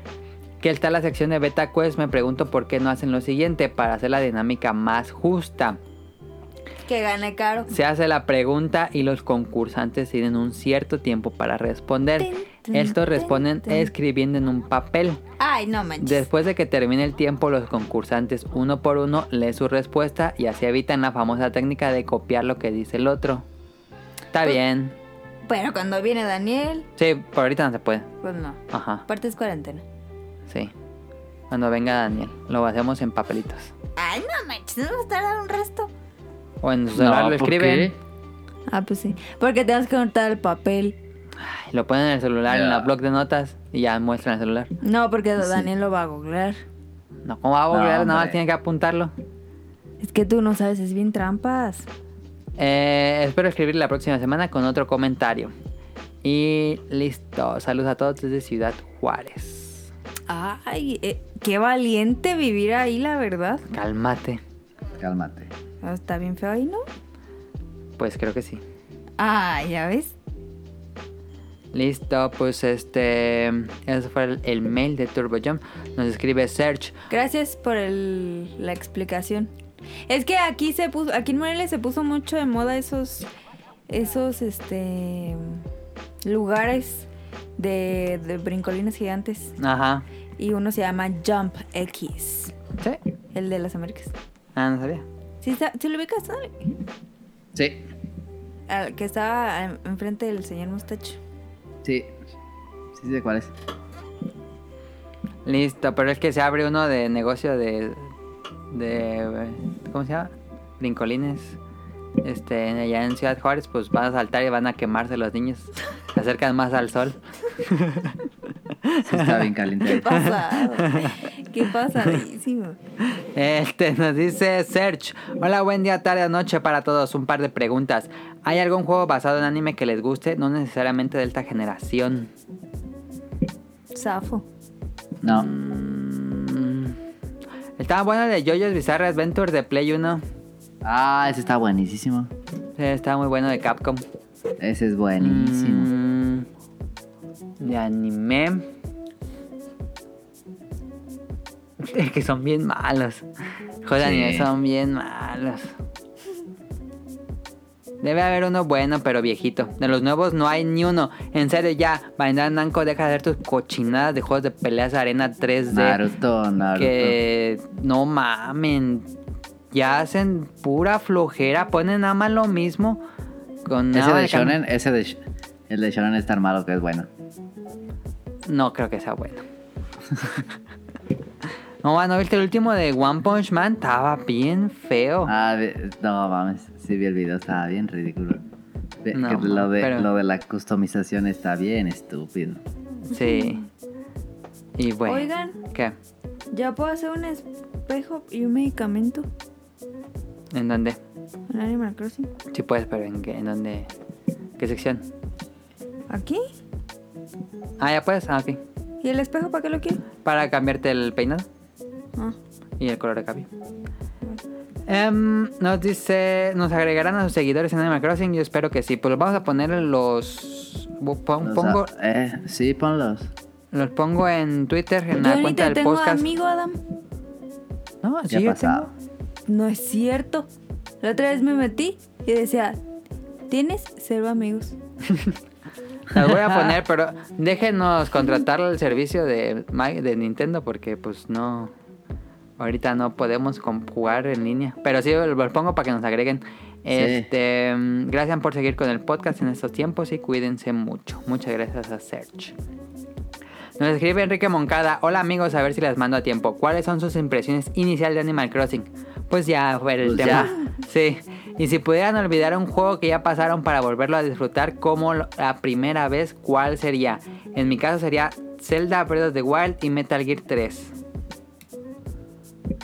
Speaker 1: que está la sección de Beta Quest, me pregunto por qué no hacen lo siguiente para hacer la dinámica más justa.
Speaker 2: Que gane caro.
Speaker 1: Se hace la pregunta y los concursantes tienen un cierto tiempo para responder.
Speaker 2: Tin, tin,
Speaker 1: Estos
Speaker 2: tin,
Speaker 1: responden
Speaker 2: tin.
Speaker 1: escribiendo en un papel.
Speaker 2: Ay, no manches.
Speaker 1: Después de que termine el tiempo, los concursantes uno por uno leen su respuesta y así evitan la famosa técnica de copiar lo que dice el otro. Está
Speaker 2: Pues-
Speaker 1: bien.
Speaker 2: Pero cuando viene Daniel,
Speaker 1: Sí, por ahorita no se puede.
Speaker 2: pues no.
Speaker 1: Ajá,
Speaker 2: Aparte es cuarentena.
Speaker 1: sí. Cuando venga Daniel, lo hacemos en papelitos.
Speaker 2: Ay, no manches, nos va a tardar un resto.
Speaker 1: O en su celular
Speaker 3: No,
Speaker 1: Pues lo
Speaker 3: ¿por
Speaker 1: escriben.
Speaker 3: qué?
Speaker 2: Ah, pues sí. Porque tenemos que cortar el papel.
Speaker 1: Ay, Lo ponen en el celular, en la
Speaker 3: Ya.
Speaker 1: blog de notas y ya muestran el celular.
Speaker 2: No, porque Daniel lo va a googlear.
Speaker 1: No, ¿cómo va a
Speaker 3: No,
Speaker 1: volver? Nada más
Speaker 3: hombre.
Speaker 1: tienen que apuntarlo.
Speaker 2: Es que tú no sabes, es bien trampas.
Speaker 1: Eh, espero escribir la próxima semana con otro comentario. Y listo. Saludos a todos desde Ciudad Juárez.
Speaker 2: Ay, eh, qué valiente vivir ahí, la verdad.
Speaker 1: Cálmate.
Speaker 3: Cálmate.
Speaker 2: Ah, Está bien feo ahí, ¿no?
Speaker 1: Pues creo que sí.
Speaker 2: Ah, ya ves.
Speaker 1: Listo, pues este. Ese fue el, el mail de TurboJump. Nos escribe Serge.
Speaker 2: Gracias por el- la explicación. Es que aquí se puso, aquí en Morelia se puso mucho de moda esos, esos, este, lugares de, de brincolines gigantes.
Speaker 1: Ajá.
Speaker 2: Y uno se llama Jump X,
Speaker 1: ¿Sí?
Speaker 2: el de las Américas.
Speaker 1: Ah, no sabía.
Speaker 2: ¿Sí, sa- sí lo ubicas, Dani?
Speaker 3: Sí.
Speaker 2: Al que estaba en- enfrente del señor Mustacho.
Speaker 3: Sí. Sí sé cuál es.
Speaker 1: Listo, pero es que se abre uno de negocio de. de ¿Cómo se llama? Brincolines. Este, en- allá en Ciudad Juárez, pues van a saltar y van a quemarse los niños. Se acercan más al sol.
Speaker 3: Sí está bien caliente.
Speaker 2: ¿Qué
Speaker 3: ahí.
Speaker 2: pasa? ¿Qué pasadísimo?
Speaker 1: Este, nos dice Serge. Hola, buen día, tarde o noche para todos. Un par de preguntas. ¿Hay algún juego basado en anime que les guste? No necesariamente de esta generación.
Speaker 2: Safo.
Speaker 3: No.
Speaker 1: Mm. Estaba bueno de Jojo's Bizarre Adventure de Play 1.
Speaker 3: Ah, ese está buenísimo.
Speaker 1: Eh, Estaba muy bueno de Capcom.
Speaker 3: Ese es buenísimo.
Speaker 1: Mm. De anime. Es que son bien malos. Joder,
Speaker 3: Sí.
Speaker 1: anime son bien malos. Debe haber uno bueno, pero viejito. De los nuevos no hay ni uno. En serio, ya, Bandai Namco deja de hacer tus cochinadas de juegos de peleas arena 3D.
Speaker 3: Naruto, Naruto.
Speaker 1: Que no mamen. Ya hacen pura flojera. Ponen nada más lo mismo. Con
Speaker 3: Ese
Speaker 1: nada
Speaker 3: de
Speaker 1: de cambio.
Speaker 3: Shonen, ese de, sh- El de Shonen es tan malo que es bueno.
Speaker 1: No creo que sea bueno. no, ah, ¿no viste el último de One Punch Man? Estaba bien feo.
Speaker 3: Ah, vi- no mames, sí vi el video, estaba bien ridículo. Ve-
Speaker 1: No,
Speaker 3: que lo, de,
Speaker 1: pero-
Speaker 3: lo de la customización está bien estúpido.
Speaker 1: Sí. Y bueno.
Speaker 2: Oigan.
Speaker 1: ¿Qué?
Speaker 2: ¿Ya puedo hacer un espejo y un medicamento
Speaker 1: ¿En dónde?
Speaker 2: en Animal Crossing?
Speaker 1: Sí puedes, pero ¿en qué? ¿En dónde? ¿Qué sección?
Speaker 2: ¿Aquí?
Speaker 1: Ah, ya puedes. Ah, ok.
Speaker 2: ¿Y el espejo para qué lo quiero?
Speaker 1: Para cambiarte el peinado
Speaker 2: Ah,
Speaker 1: y el color de cabello. Em, nos dice, nos agregarán a sus seguidores en Animal Crossing. Yo espero que sí. Pues vamos a poner los. bu- pon-
Speaker 3: O sea,
Speaker 1: pongo,
Speaker 3: eh, sí, ponlos.
Speaker 1: los pongo en Twitter, en
Speaker 2: yo
Speaker 1: la
Speaker 2: ni
Speaker 1: cuenta
Speaker 2: te
Speaker 1: del
Speaker 2: tengo
Speaker 1: podcast.
Speaker 2: amigo, Adam.
Speaker 1: No,
Speaker 3: Ya
Speaker 1: Pues sí, yo
Speaker 3: pasado.
Speaker 1: tengo.
Speaker 2: No es cierto. La otra vez me metí y decía, tienes cero amigos.
Speaker 1: Las voy a poner, pero déjenos contratar el servicio de, Mi- de Nintendo porque pues no... Ahorita no podemos com- jugar en línea. Pero sí, los pongo para que nos agreguen. Este, mm, gracias por seguir con el podcast en estos tiempos y cuídense mucho. Muchas gracias a Search. Nos escribe Enrique Moncada. Hola amigos, a ver si las mando a tiempo. ¿Cuáles son sus impresiones iniciales de Animal Crossing? Pues ya fue el
Speaker 3: Pues
Speaker 1: tema.
Speaker 3: ya.
Speaker 1: Sí. Y si pudieran olvidar un juego que ya pasaron para volverlo a disfrutar como lo- la primera vez, ¿cuál sería? En mi caso sería Zelda Breath of the Wild y Metal Gear 3.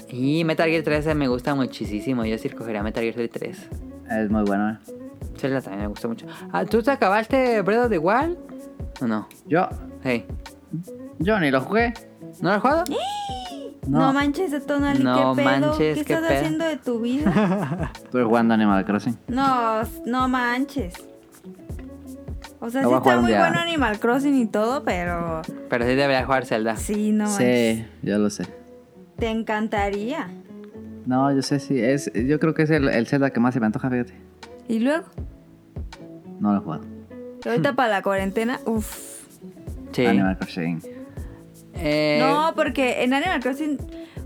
Speaker 1: Y Metal Gear 3 me gusta muchísimo. Yo sí escogería Metal Gear Solid 3.
Speaker 3: Es muy bueno. eh.
Speaker 1: Zelda también me gusta mucho. Ah, ¿Tú te acabaste Breath of the Wild? ¿O no?
Speaker 3: Yo,
Speaker 1: Hey.
Speaker 3: yo ni lo jugué.
Speaker 1: ¿No lo has jugado?
Speaker 2: No,
Speaker 3: No,
Speaker 2: manches, Tonali,
Speaker 1: No
Speaker 2: ¿qué pedo?
Speaker 1: manches,
Speaker 2: ¿Qué
Speaker 1: ¿qué
Speaker 2: estás
Speaker 1: pedo?
Speaker 2: haciendo de tu vida?
Speaker 3: estoy jugando Animal Crossing.
Speaker 2: no, no manches. O sea,
Speaker 3: Lo
Speaker 2: sí
Speaker 3: voy a
Speaker 2: está
Speaker 3: jugar un
Speaker 2: muy
Speaker 3: día.
Speaker 2: bueno Animal Crossing y todo, pero
Speaker 1: Pero sí debería jugar Zelda.
Speaker 2: sí, no manches.
Speaker 3: sí, yo lo sé.
Speaker 2: Te encantaría.
Speaker 3: No, yo sé, sí. Es, yo creo que es el, el Zelda que más se me antoja, fíjate.
Speaker 2: Y luego,
Speaker 3: No lo he jugado.
Speaker 2: ahorita para la cuarentena, uff.
Speaker 1: Sí.
Speaker 3: Animal Crossing.
Speaker 1: Eh,
Speaker 2: No, porque en Animal Crossing,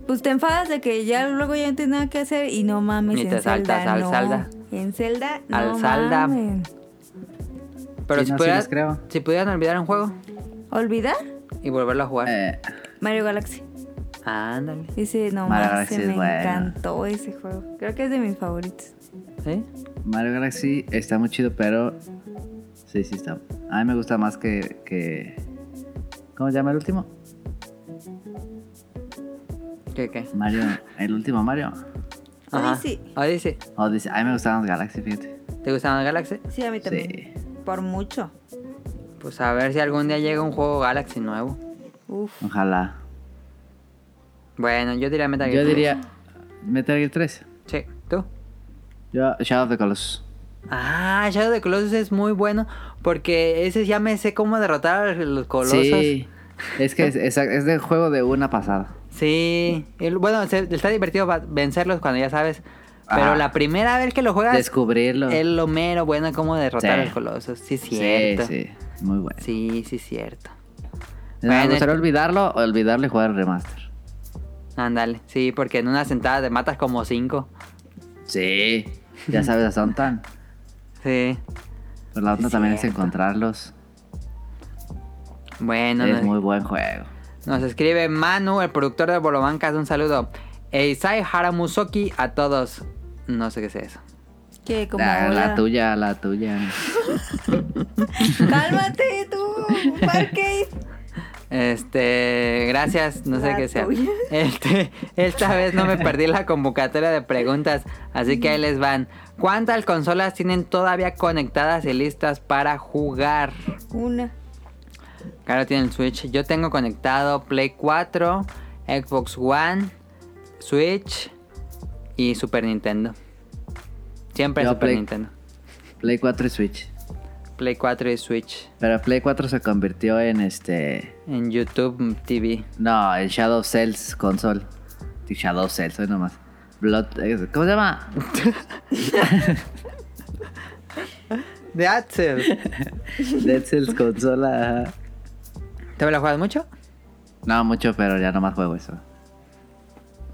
Speaker 2: pues te enfadas de que ya luego ya no tienes nada que hacer y no mames.
Speaker 1: Ni te
Speaker 2: en
Speaker 1: saltas
Speaker 2: Zelda,
Speaker 1: al
Speaker 2: no.
Speaker 1: Zelda.
Speaker 2: En Zelda, no
Speaker 1: Al Zelda.
Speaker 2: mamen.
Speaker 1: Pero
Speaker 3: Sí,
Speaker 1: si,
Speaker 3: no, sí
Speaker 1: pudieras,
Speaker 3: les creo.
Speaker 1: si pudieran olvidar un juego
Speaker 2: ¿Olvidar?
Speaker 1: y volverlo a jugar.
Speaker 3: Eh,
Speaker 2: Mario Galaxy.
Speaker 1: Ándale.
Speaker 2: Dice, no mames,
Speaker 3: Mario Galaxy
Speaker 2: se
Speaker 3: es
Speaker 2: me
Speaker 3: bueno.
Speaker 2: encantó ese juego. Creo que es de mis favoritos.
Speaker 1: ¿Sí?
Speaker 3: Mario Galaxy está muy chido, pero. Sí, sí está. A mí me gusta más que. que... ¿Cómo se llama el último?
Speaker 1: ¿Qué, qué?
Speaker 3: Mario. El último Mario.
Speaker 2: Odyssey.
Speaker 1: Odyssey.
Speaker 3: Odyssey. A mí me gusta más Galaxy, fíjate.
Speaker 1: ¿Te gustan los Galaxy?
Speaker 2: Sí, a mí también.
Speaker 3: Sí.
Speaker 2: Por mucho.
Speaker 1: Pues a ver si algún día llega un juego Galaxy nuevo.
Speaker 2: Uf.
Speaker 3: Ojalá.
Speaker 1: Bueno, yo diría Metal Gear
Speaker 3: Yo
Speaker 1: 3.
Speaker 3: diría. Metal Gear 3.
Speaker 1: Sí, ¿tú?
Speaker 3: Yo, Shadow of the Colossus.
Speaker 1: Ah, Shadow de Colossus es muy bueno porque ese ya me sé cómo derrotar a los colosos.
Speaker 3: Sí. Es que es, es, es del juego de una pasada.
Speaker 1: Sí, el- bueno, se- está divertido va- vencerlos cuando ya sabes. Pero
Speaker 3: Ajá.
Speaker 1: la primera vez que lo juegas,
Speaker 3: Descubrirlo.
Speaker 1: es lo mero bueno cómo derrotar
Speaker 3: Sí.
Speaker 1: al coloso. Sí,
Speaker 3: Sí,
Speaker 1: cierto. Sí,
Speaker 3: sí. Muy bueno.
Speaker 1: sí, cierto.
Speaker 3: Me
Speaker 1: Bueno,
Speaker 3: gustaría olvidarlo, olvidarlo y jugar el remaster.
Speaker 1: Ándale, sí, porque en una sentada te matas como cinco.
Speaker 3: Sí. Ya sabes hasta dónde están.
Speaker 1: Sí.
Speaker 3: Pero la
Speaker 1: Sí,
Speaker 3: otra también es
Speaker 1: cierto.
Speaker 3: encontrarlos.
Speaker 1: Bueno,
Speaker 3: es
Speaker 1: nos,
Speaker 3: muy buen juego.
Speaker 1: nos escribe Manu, el productor de Bolobancas. Un saludo. Eisai Haramusoki a todos. No sé qué es eso.
Speaker 2: Que como.
Speaker 3: La, la
Speaker 2: hola.
Speaker 3: tuya, la tuya.
Speaker 2: Cálmate tú, Parque.
Speaker 1: Este, gracias, no sé
Speaker 2: La
Speaker 1: qué sea.
Speaker 2: tuya.
Speaker 1: Este, esta vez no me perdí la convocatoria de preguntas, así que ahí les van. ¿Cuántas consolas tienen todavía conectadas y listas para jugar?
Speaker 2: Una.
Speaker 1: Claro, tienen el Switch. Yo tengo conectado Play 4, Xbox One, Switch y Super Nintendo. Siempre
Speaker 3: Yo
Speaker 1: Super
Speaker 3: Play-
Speaker 1: Nintendo.
Speaker 3: Play 4 y Switch.
Speaker 1: Play 4 y Switch.
Speaker 3: Pero Play 4 se convirtió en este.
Speaker 1: En YouTube TV.
Speaker 3: No, en Shadow Cells console. Sí, Shadow Cells, hoy nomás. Blood- eh, ¿Cómo se llama?
Speaker 1: De Axel.
Speaker 3: Dead Cells consola. ajá.
Speaker 1: ¿Te la juegas mucho?
Speaker 3: No, mucho, pero ya nomás juego eso.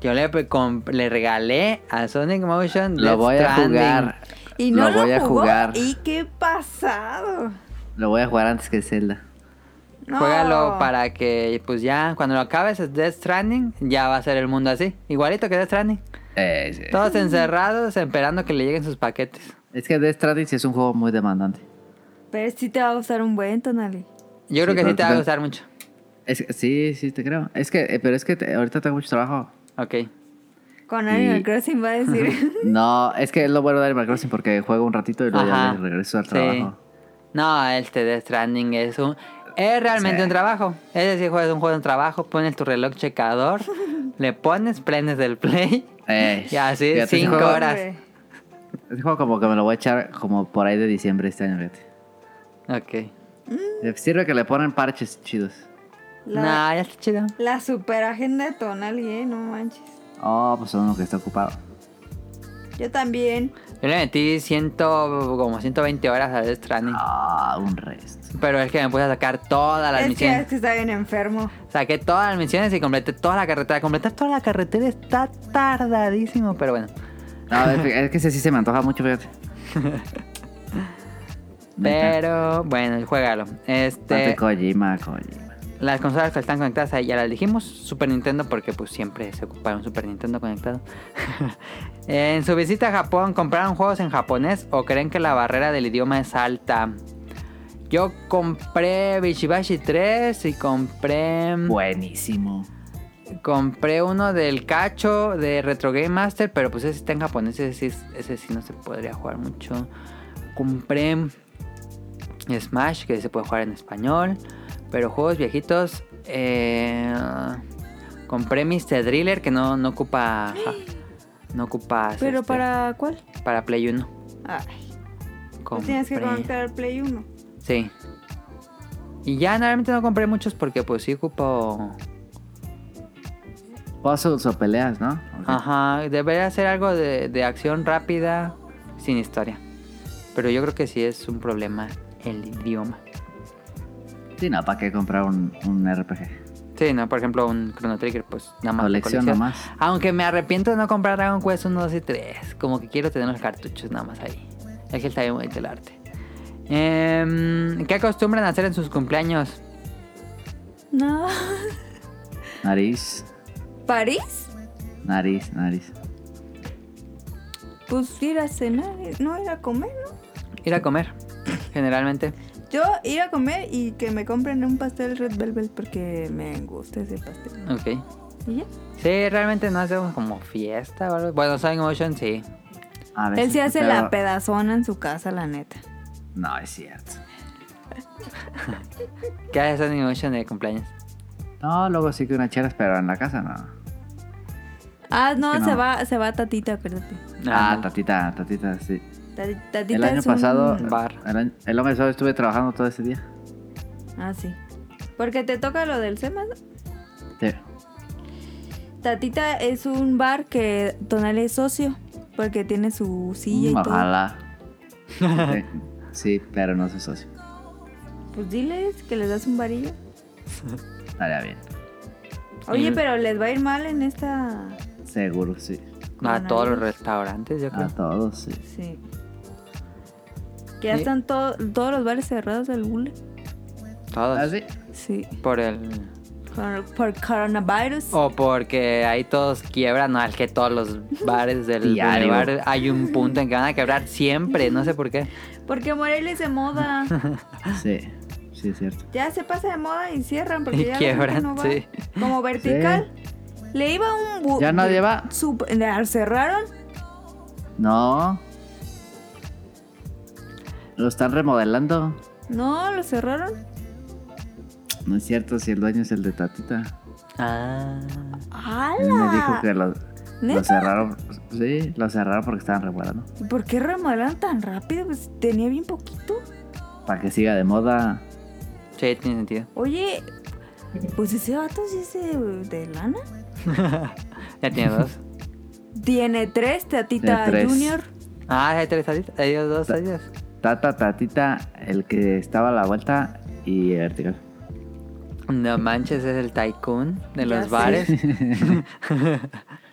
Speaker 1: Yo le, pre- com- le regalé a Sonic Motion.
Speaker 3: Lo
Speaker 1: Death
Speaker 3: voy a
Speaker 1: Stranding.
Speaker 3: jugar.
Speaker 2: Y no
Speaker 3: lo voy a
Speaker 2: jugó.
Speaker 3: jugar.
Speaker 2: Y qué pasado.
Speaker 3: Lo voy a jugar antes que Zelda.
Speaker 2: No.
Speaker 1: Juégalo para que, pues ya, cuando lo acabes, es Death Stranding, ya va a ser el mundo así. Igualito que Death Stranding.
Speaker 3: Eh, sí.
Speaker 1: Todos encerrados, esperando que le lleguen sus paquetes.
Speaker 3: Es que Death Stranding sí es un juego muy demandante.
Speaker 2: Pero sí te va a gustar un buen tonal.
Speaker 1: Yo creo
Speaker 3: Sí,
Speaker 1: que sí
Speaker 3: pero
Speaker 1: te va a
Speaker 3: tú-
Speaker 1: gustar mucho.
Speaker 3: Es que- sí, sí, te creo. Es que, eh, pero es que te- ahorita tengo mucho trabajo.
Speaker 1: Ok.
Speaker 2: Con Animal
Speaker 3: Y-
Speaker 2: Crossing va a decir.
Speaker 3: No, es que es lo bueno de Animal Crossing porque juego un ratito y luego ya
Speaker 1: Ajá.
Speaker 3: le regreso al
Speaker 1: Sí.
Speaker 3: trabajo.
Speaker 1: No, este Death Stranding es un. Es realmente
Speaker 3: Sí.
Speaker 1: un trabajo. Es decir, juegas un juego de un trabajo, pones tu reloj checador, le pones, prendes del play.
Speaker 3: Eh,
Speaker 1: Y así,
Speaker 3: fíjate, ese
Speaker 1: cinco
Speaker 3: juego-
Speaker 1: horas.
Speaker 3: Ese juego como que me lo voy a echar como por ahí de diciembre este año, fíjate.
Speaker 1: Ok.
Speaker 3: Eh, Sirve que le ponen parches chidos.
Speaker 2: La,
Speaker 1: Nah, ya está chido.
Speaker 2: la super agenda tonal, ¿eh? No manches.
Speaker 3: Oh, pues uno que está ocupado.
Speaker 2: Yo también.
Speaker 1: Yo le metí ciento, como 120 horas a Death Stranding.
Speaker 3: Ah, un resto.
Speaker 1: Pero es que me puse a sacar todas las
Speaker 2: Es que, es
Speaker 1: misiones.
Speaker 2: que está bien enfermo.
Speaker 1: Saqué todas las misiones y completé toda la carretera. Completar toda la carretera está tardadísimo, pero bueno.
Speaker 3: No, es que- es que ese sí se me antoja mucho, fíjate. Neta.
Speaker 1: Pero bueno, juégalo. Este.
Speaker 3: Aparte, Kojima, Kojima.
Speaker 1: Las consolas que están conectadas ahí ya las dijimos. Super Nintendo, porque pues siempre se ocuparon Super Nintendo conectado. en su visita a Japón, ¿compraron juegos en japonés o creen que la barrera del idioma es alta? Yo compré Bishibashi 3 y compré.
Speaker 3: Buenísimo.
Speaker 1: Compré uno del cacho de Retro Game Master, pero pues ese está en japonés, ese sí, es- ese sí no se podría jugar mucho. Compré Smash, que se puede jugar en español, pero juegos viejitos. eh, compré Mr. Driller, que no, no ocupa... ja, no ocupa...
Speaker 2: ¿Pero
Speaker 1: este,
Speaker 2: para cuál?
Speaker 1: para Play 1.
Speaker 3: Ah,
Speaker 2: Ay, tú
Speaker 1: Compré,
Speaker 2: tienes que conectar al Play 1.
Speaker 1: Sí. Y ya realmente no compré muchos porque pues sí ocupo...
Speaker 3: Puzzles o Pues peleas, ¿no? Ok.
Speaker 1: Ajá, debería ser algo de, de acción rápida, sin historia. Pero yo creo que sí es un problema el idioma.
Speaker 3: Sí, no, ¿para qué comprar un, un RPG?
Speaker 1: Sí, ¿no? Por ejemplo, un Chrono Trigger, pues nada más. de
Speaker 3: Colección
Speaker 1: colección.
Speaker 3: nomás.
Speaker 1: Aunque me arrepiento de no comprar Dragon Quest 1, 2 y 3. Como que quiero tener los cartuchos nada más ahí. Es que está bien bonito el arte. Em, ¿Qué acostumbran a hacer en sus cumpleaños?
Speaker 2: No.
Speaker 3: Nariz,
Speaker 2: ¿París?
Speaker 3: nariz, nariz.
Speaker 2: Pues ir a cenar, no ir a comer, ¿no?
Speaker 1: Ir a comer, generalmente.
Speaker 2: Yo ir a comer y que me compren un pastel Red Velvet porque me gusta ese pastel.
Speaker 1: Ok.
Speaker 2: ¿Y ya?
Speaker 1: Sí, realmente no hacemos como fiesta o algo. Bueno, Sonic Motion sí.
Speaker 3: A veces,
Speaker 2: Él se hace
Speaker 3: pero-
Speaker 2: la pedazona en su casa, la neta.
Speaker 3: No, es cierto.
Speaker 1: ¿Qué hace Sonic Motion de cumpleaños?
Speaker 3: No, luego sí que una chelas, pero en la casa no.
Speaker 2: Ah, no,
Speaker 3: que no.
Speaker 2: se va, se va Tatita, acuérdate.
Speaker 3: Ah,
Speaker 1: no.
Speaker 3: tatita, tatita, sí.
Speaker 2: Tati- Tatita
Speaker 3: El año
Speaker 2: es un-
Speaker 3: pasado,
Speaker 1: bar.
Speaker 3: El, año, el año pasado estuve trabajando todo ese día.
Speaker 2: Ah, sí. Porque te toca lo del SEMA. ¿no?
Speaker 3: Sí.
Speaker 2: Tatita es un bar que Tonal es socio. Porque tiene su silla
Speaker 3: Mm,
Speaker 2: y todo.
Speaker 3: Ojalá. Sí, sí, pero no soy socio.
Speaker 2: Pues diles que les das un varillo.
Speaker 3: Estaría bien.
Speaker 2: Oye,
Speaker 1: Y-
Speaker 2: pero les va a ir mal en esta.
Speaker 3: Seguro, sí.
Speaker 1: A
Speaker 2: coronavirus.
Speaker 1: todos los restaurantes, yo creo.
Speaker 3: A todos, sí.
Speaker 2: Sí. Que ya
Speaker 1: Y-
Speaker 2: están todo- todos los bares cerrados del bule.
Speaker 1: Todos.
Speaker 3: ¿Ah, sí?
Speaker 2: Sí.
Speaker 1: Por el.
Speaker 2: Con- Por coronavirus.
Speaker 1: O porque ahí todos quiebran, no, es que todos los bares del
Speaker 3: Diario.
Speaker 1: bar hay un punto en que van a quebrar siempre, no sé por qué.
Speaker 2: Porque Morelia es de moda.
Speaker 3: Ah, Sí, sí, es cierto.
Speaker 2: ya se pasa de moda y cierran. Porque
Speaker 1: Y
Speaker 2: ya la gente
Speaker 1: quiebran,
Speaker 2: no va.
Speaker 1: sí.
Speaker 2: Como vertical. Le iba un. bu-
Speaker 3: ¿Ya nadie
Speaker 2: bu-
Speaker 3: va?
Speaker 2: sup- la cerraron.
Speaker 3: No. Lo están remodelando.
Speaker 2: No, lo cerraron.
Speaker 3: No es cierto si el dueño es el de Tatita.
Speaker 1: Ah.
Speaker 3: Él me dijo
Speaker 2: ¡Hala!
Speaker 3: que lo, lo
Speaker 2: Ah, ¿Neta?
Speaker 3: cerraron. Sí, lo cerraron porque estaban remodelando.
Speaker 2: ¿Y por qué remodelan tan rápido? Pues tenía bien poquito.
Speaker 3: Para que siga de moda.
Speaker 1: Sí, tiene sentido.
Speaker 2: Oye, pues ese vato sí es de, de lana.
Speaker 1: Ya tiene dos.
Speaker 2: Tiene tres, Tatita
Speaker 3: Tiene tres.
Speaker 2: Junior.
Speaker 1: Ah, hay tres adiós, adiós, dos adiós.
Speaker 3: Tata, Tatita, el que estaba a la vuelta y vertical.
Speaker 1: No manches, es el tycoon de
Speaker 2: Ya
Speaker 1: los
Speaker 2: sé.
Speaker 1: bares.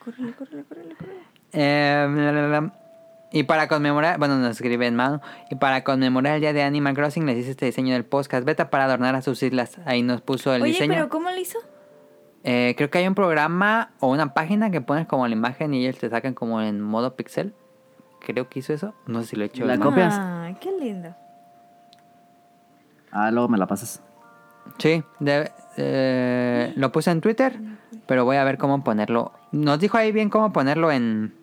Speaker 2: Córrele, córrele, córrele, córrele.
Speaker 1: Eh, Em, la, la, la. Y para conmemorar, bueno, nos escribe en mano. Y para conmemorar el día de Animal Crossing, les hice este diseño del podcast beta para adornar a sus islas. Ahí nos puso el
Speaker 2: Oye,
Speaker 1: diseño.
Speaker 2: pero ¿cómo lo hizo?
Speaker 1: Eh, creo que hay un programa o una página que pones como la imagen y ellos te sacan como en modo pixel. Creo que hizo eso. No sé si lo he hecho.
Speaker 3: La
Speaker 1: mal.
Speaker 3: co- copias?
Speaker 2: Ay, qué lindo.
Speaker 3: Ah, luego me la pasas.
Speaker 1: Sí, de- eh, lo puse en Twitter, pero voy a ver cómo ponerlo. Nos dijo ahí bien cómo ponerlo en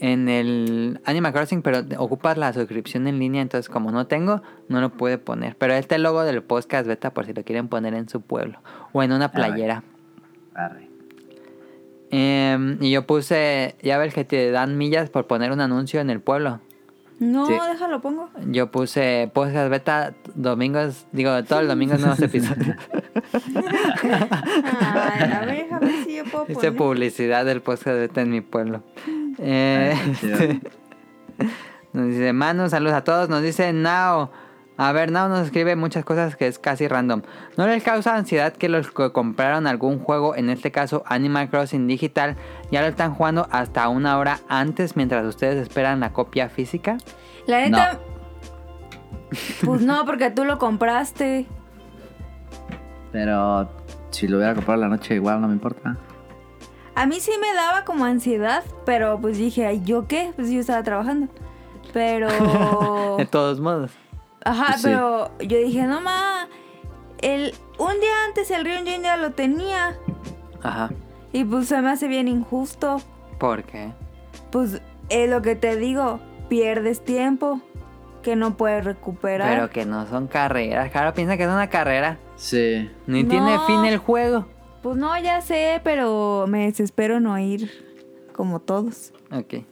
Speaker 1: en el Animal Crossing, pero te- ocupas la suscripción en línea, entonces como no tengo, no lo pude poner. Pero este logo del podcast beta por si lo quieren poner en su pueblo o en una
Speaker 3: ver.
Speaker 1: playera.
Speaker 3: Arre.
Speaker 1: Em, y yo puse, ya ves que te dan millas por poner un anuncio en el pueblo.
Speaker 2: No,
Speaker 3: Sí.
Speaker 2: déjalo, pongo.
Speaker 1: Yo puse podcast beta domingos, digo, todos los domingos nuevos episodios.
Speaker 2: Ay, a ver, a ver si yo puedo
Speaker 1: Hice
Speaker 2: poner.
Speaker 1: publicidad del podcast beta en mi pueblo. Eh,
Speaker 3: Ah, está chido.
Speaker 1: este, nos dice Manu, saludos a todos. Nos dice Nao. A ver, Nao nos escribe muchas cosas que es casi random. ¿No les causa ansiedad que los que compraron algún juego, en este caso Animal Crossing Digital, ya lo están jugando hasta una hora antes mientras ustedes esperan la copia física?
Speaker 2: La neta. Pues no, porque tú lo compraste.
Speaker 3: Pero si lo hubiera comprado la noche, igual no me importa.
Speaker 2: A mí sí me daba como ansiedad, pero pues dije, "Ay, ¿yo qué? Pues yo estaba trabajando. Pero. Oh.
Speaker 1: De todos modos.
Speaker 2: Ajá,
Speaker 1: pues
Speaker 3: Sí.
Speaker 2: pero yo dije, no ma, el, un día antes el Río ya lo tenía.
Speaker 1: Ajá.
Speaker 2: Y pues se me hace bien injusto.
Speaker 1: ¿Por qué?
Speaker 2: Pues es lo que te digo, pierdes tiempo que no puedes recuperar.
Speaker 1: Pero que no son carreras. Claro, piensa que es una carrera.
Speaker 3: Sí.
Speaker 1: Ni
Speaker 2: No.
Speaker 1: tiene fin el juego.
Speaker 2: Pues no, ya sé, pero me desespero no ir como todos.
Speaker 1: Ok.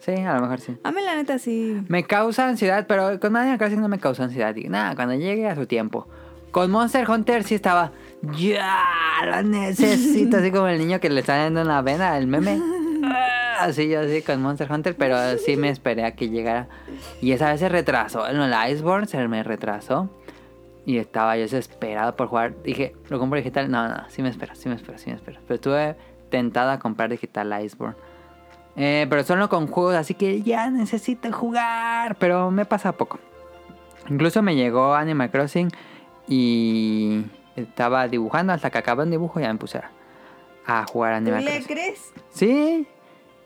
Speaker 1: Sí, a lo mejor sí.
Speaker 2: A mí la neta sí.
Speaker 1: Me causa ansiedad, pero con Animal Crossing no me causa ansiedad. Digo, nada, cuando llegue a su tiempo. Con Monster Hunter sí estaba, ya, la necesito. así como el niño que le está dando una vena, el meme. Ah, Así yo así con Monster Hunter, pero sí me esperé a que llegara. Y esa vez se retrasó. En el Iceborne se me retrasó. Y estaba yo desesperado por jugar. Dije, ¿lo compro digital? No, no, sí me espero, sí me espero, sí me espero. Pero estuve tentado a comprar digital Iceborne. Eh, pero solo con juegos, así que ya necesito jugar. Pero me pasa poco. Incluso me llegó Animal Crossing y estaba dibujando hasta que acabé un dibujo y ya me puse a, a jugar
Speaker 2: ¿Tú
Speaker 1: Animal
Speaker 2: le
Speaker 1: Crossing.
Speaker 2: crees?
Speaker 1: Sí,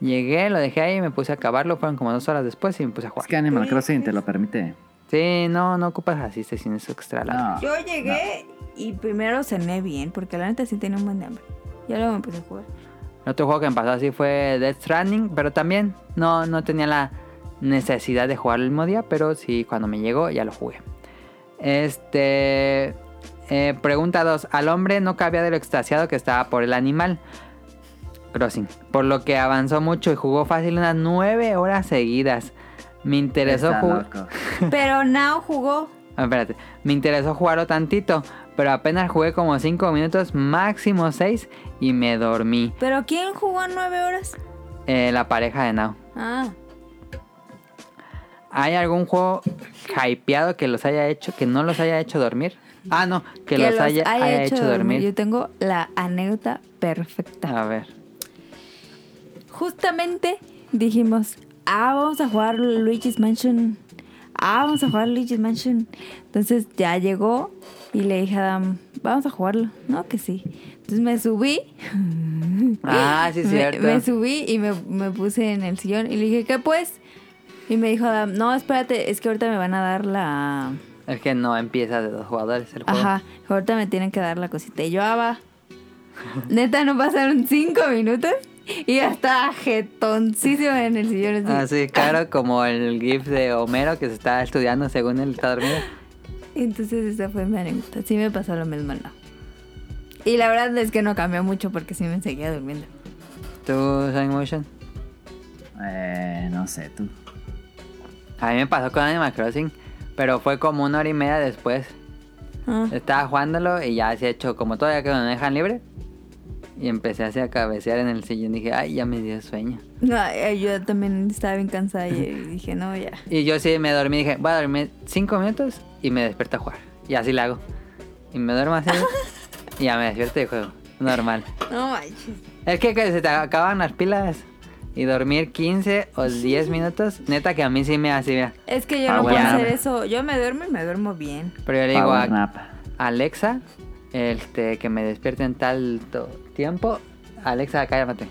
Speaker 1: llegué, lo dejé ahí, me puse a acabarlo. Fueron como dos horas después y me puse a
Speaker 3: Es
Speaker 1: jugar.
Speaker 3: que Animal Crossing te lo permite.
Speaker 1: Sí, no, no ocupas así sesiones extra largas.
Speaker 3: No.
Speaker 2: Yo llegué y primero cené bien, porque la neta sí tenía un buen de hambre. Ya luego me empecé a jugar.
Speaker 1: El otro juego que me pasó así fue Death Stranding, pero también no, no tenía la necesidad de jugarlo el mismo día, pero sí, cuando me llegó ya lo jugué. Este. eh, pregunta 2. Al hombre no cabía de lo extasiado que estaba por el animal. Crossing. Por lo que avanzó mucho y jugó fácil unas 9 horas seguidas. Me interesó
Speaker 3: Está
Speaker 1: jugar.
Speaker 3: loco.
Speaker 2: Pero Now jugó.
Speaker 1: Ah, espérate, me interesó jugarlo tantito, pero apenas jugué como 5 minutos, máximo 6, y me dormí.
Speaker 2: ¿Pero quién jugó nueve horas?
Speaker 1: Eh, la pareja de Now.
Speaker 2: Ah,
Speaker 1: ¿Hay algún juego hypeado que los haya hecho, que no los haya hecho dormir? Ah, no, que, los, haya, haya hecho, dormir. Ah.
Speaker 2: Yo tengo la anécdota perfecta.
Speaker 1: A ver.
Speaker 2: Justamente dijimos, ah, vamos a jugar Luigi's Mansion. Ah, vamos a jugar Luigi's Mansion. Entonces ya llegó y le dije a Adam, vamos a jugarlo. No, que sí. Entonces me subí.
Speaker 1: Ah, sí,
Speaker 2: Me-
Speaker 1: cierto.
Speaker 2: Me, subí y me, me puse en el sillón y le dije, ¿qué pues? Y me dijo Adam, no, espérate, es que ahorita me van a dar la...
Speaker 1: Es que no empieza de dos jugadores el juego.
Speaker 2: Ajá, ahorita me tienen que dar la cosita. Y yo, ah, va. Neta, no pasaron cinco minutos y ya estaba jetoncísimo en el sillón. así.
Speaker 1: Así, Ah, claro, como el GIF de Homero que se está estudiando según él está dormido.
Speaker 2: Entonces esa fue mi anécdota. Sí me pasó lo mismo, no. Y la verdad es que no cambió mucho porque sí me seguía durmiendo.
Speaker 1: ¿Tú, Sonic Motion?
Speaker 3: Eh, no sé, tú.
Speaker 1: A mí me pasó con Animal Crossing, pero fue como una hora y media después.
Speaker 2: Ah,
Speaker 1: Estaba jugándolo y ya se ha hecho como todavía que me dejan libre. Y empecé así a cabecear en el sillón. Dije, ay, ya me dio sueño.
Speaker 2: no, eh, yo también estaba bien cansada y dije, no, ya.
Speaker 1: Y yo sí me dormí. Dije, voy a dormir cinco minutos y me despierto a jugar. Y así lo hago. Y me duermo así. y ya me despierto y juego. Normal.
Speaker 2: No manches.
Speaker 1: Es que, que se te acaban las pilas. y dormir 15 o 10 minutos, neta que a mí sí me hace, mira.
Speaker 2: Es que yo
Speaker 3: Ah,
Speaker 2: no puedo
Speaker 3: bueno.
Speaker 2: hacer eso. Yo me duermo y me duermo bien.
Speaker 1: Pero yo le digo
Speaker 3: Power
Speaker 1: a
Speaker 3: nap.
Speaker 1: Alexa, este, que me despierte en tal to- tiempo. Alexa, cállate.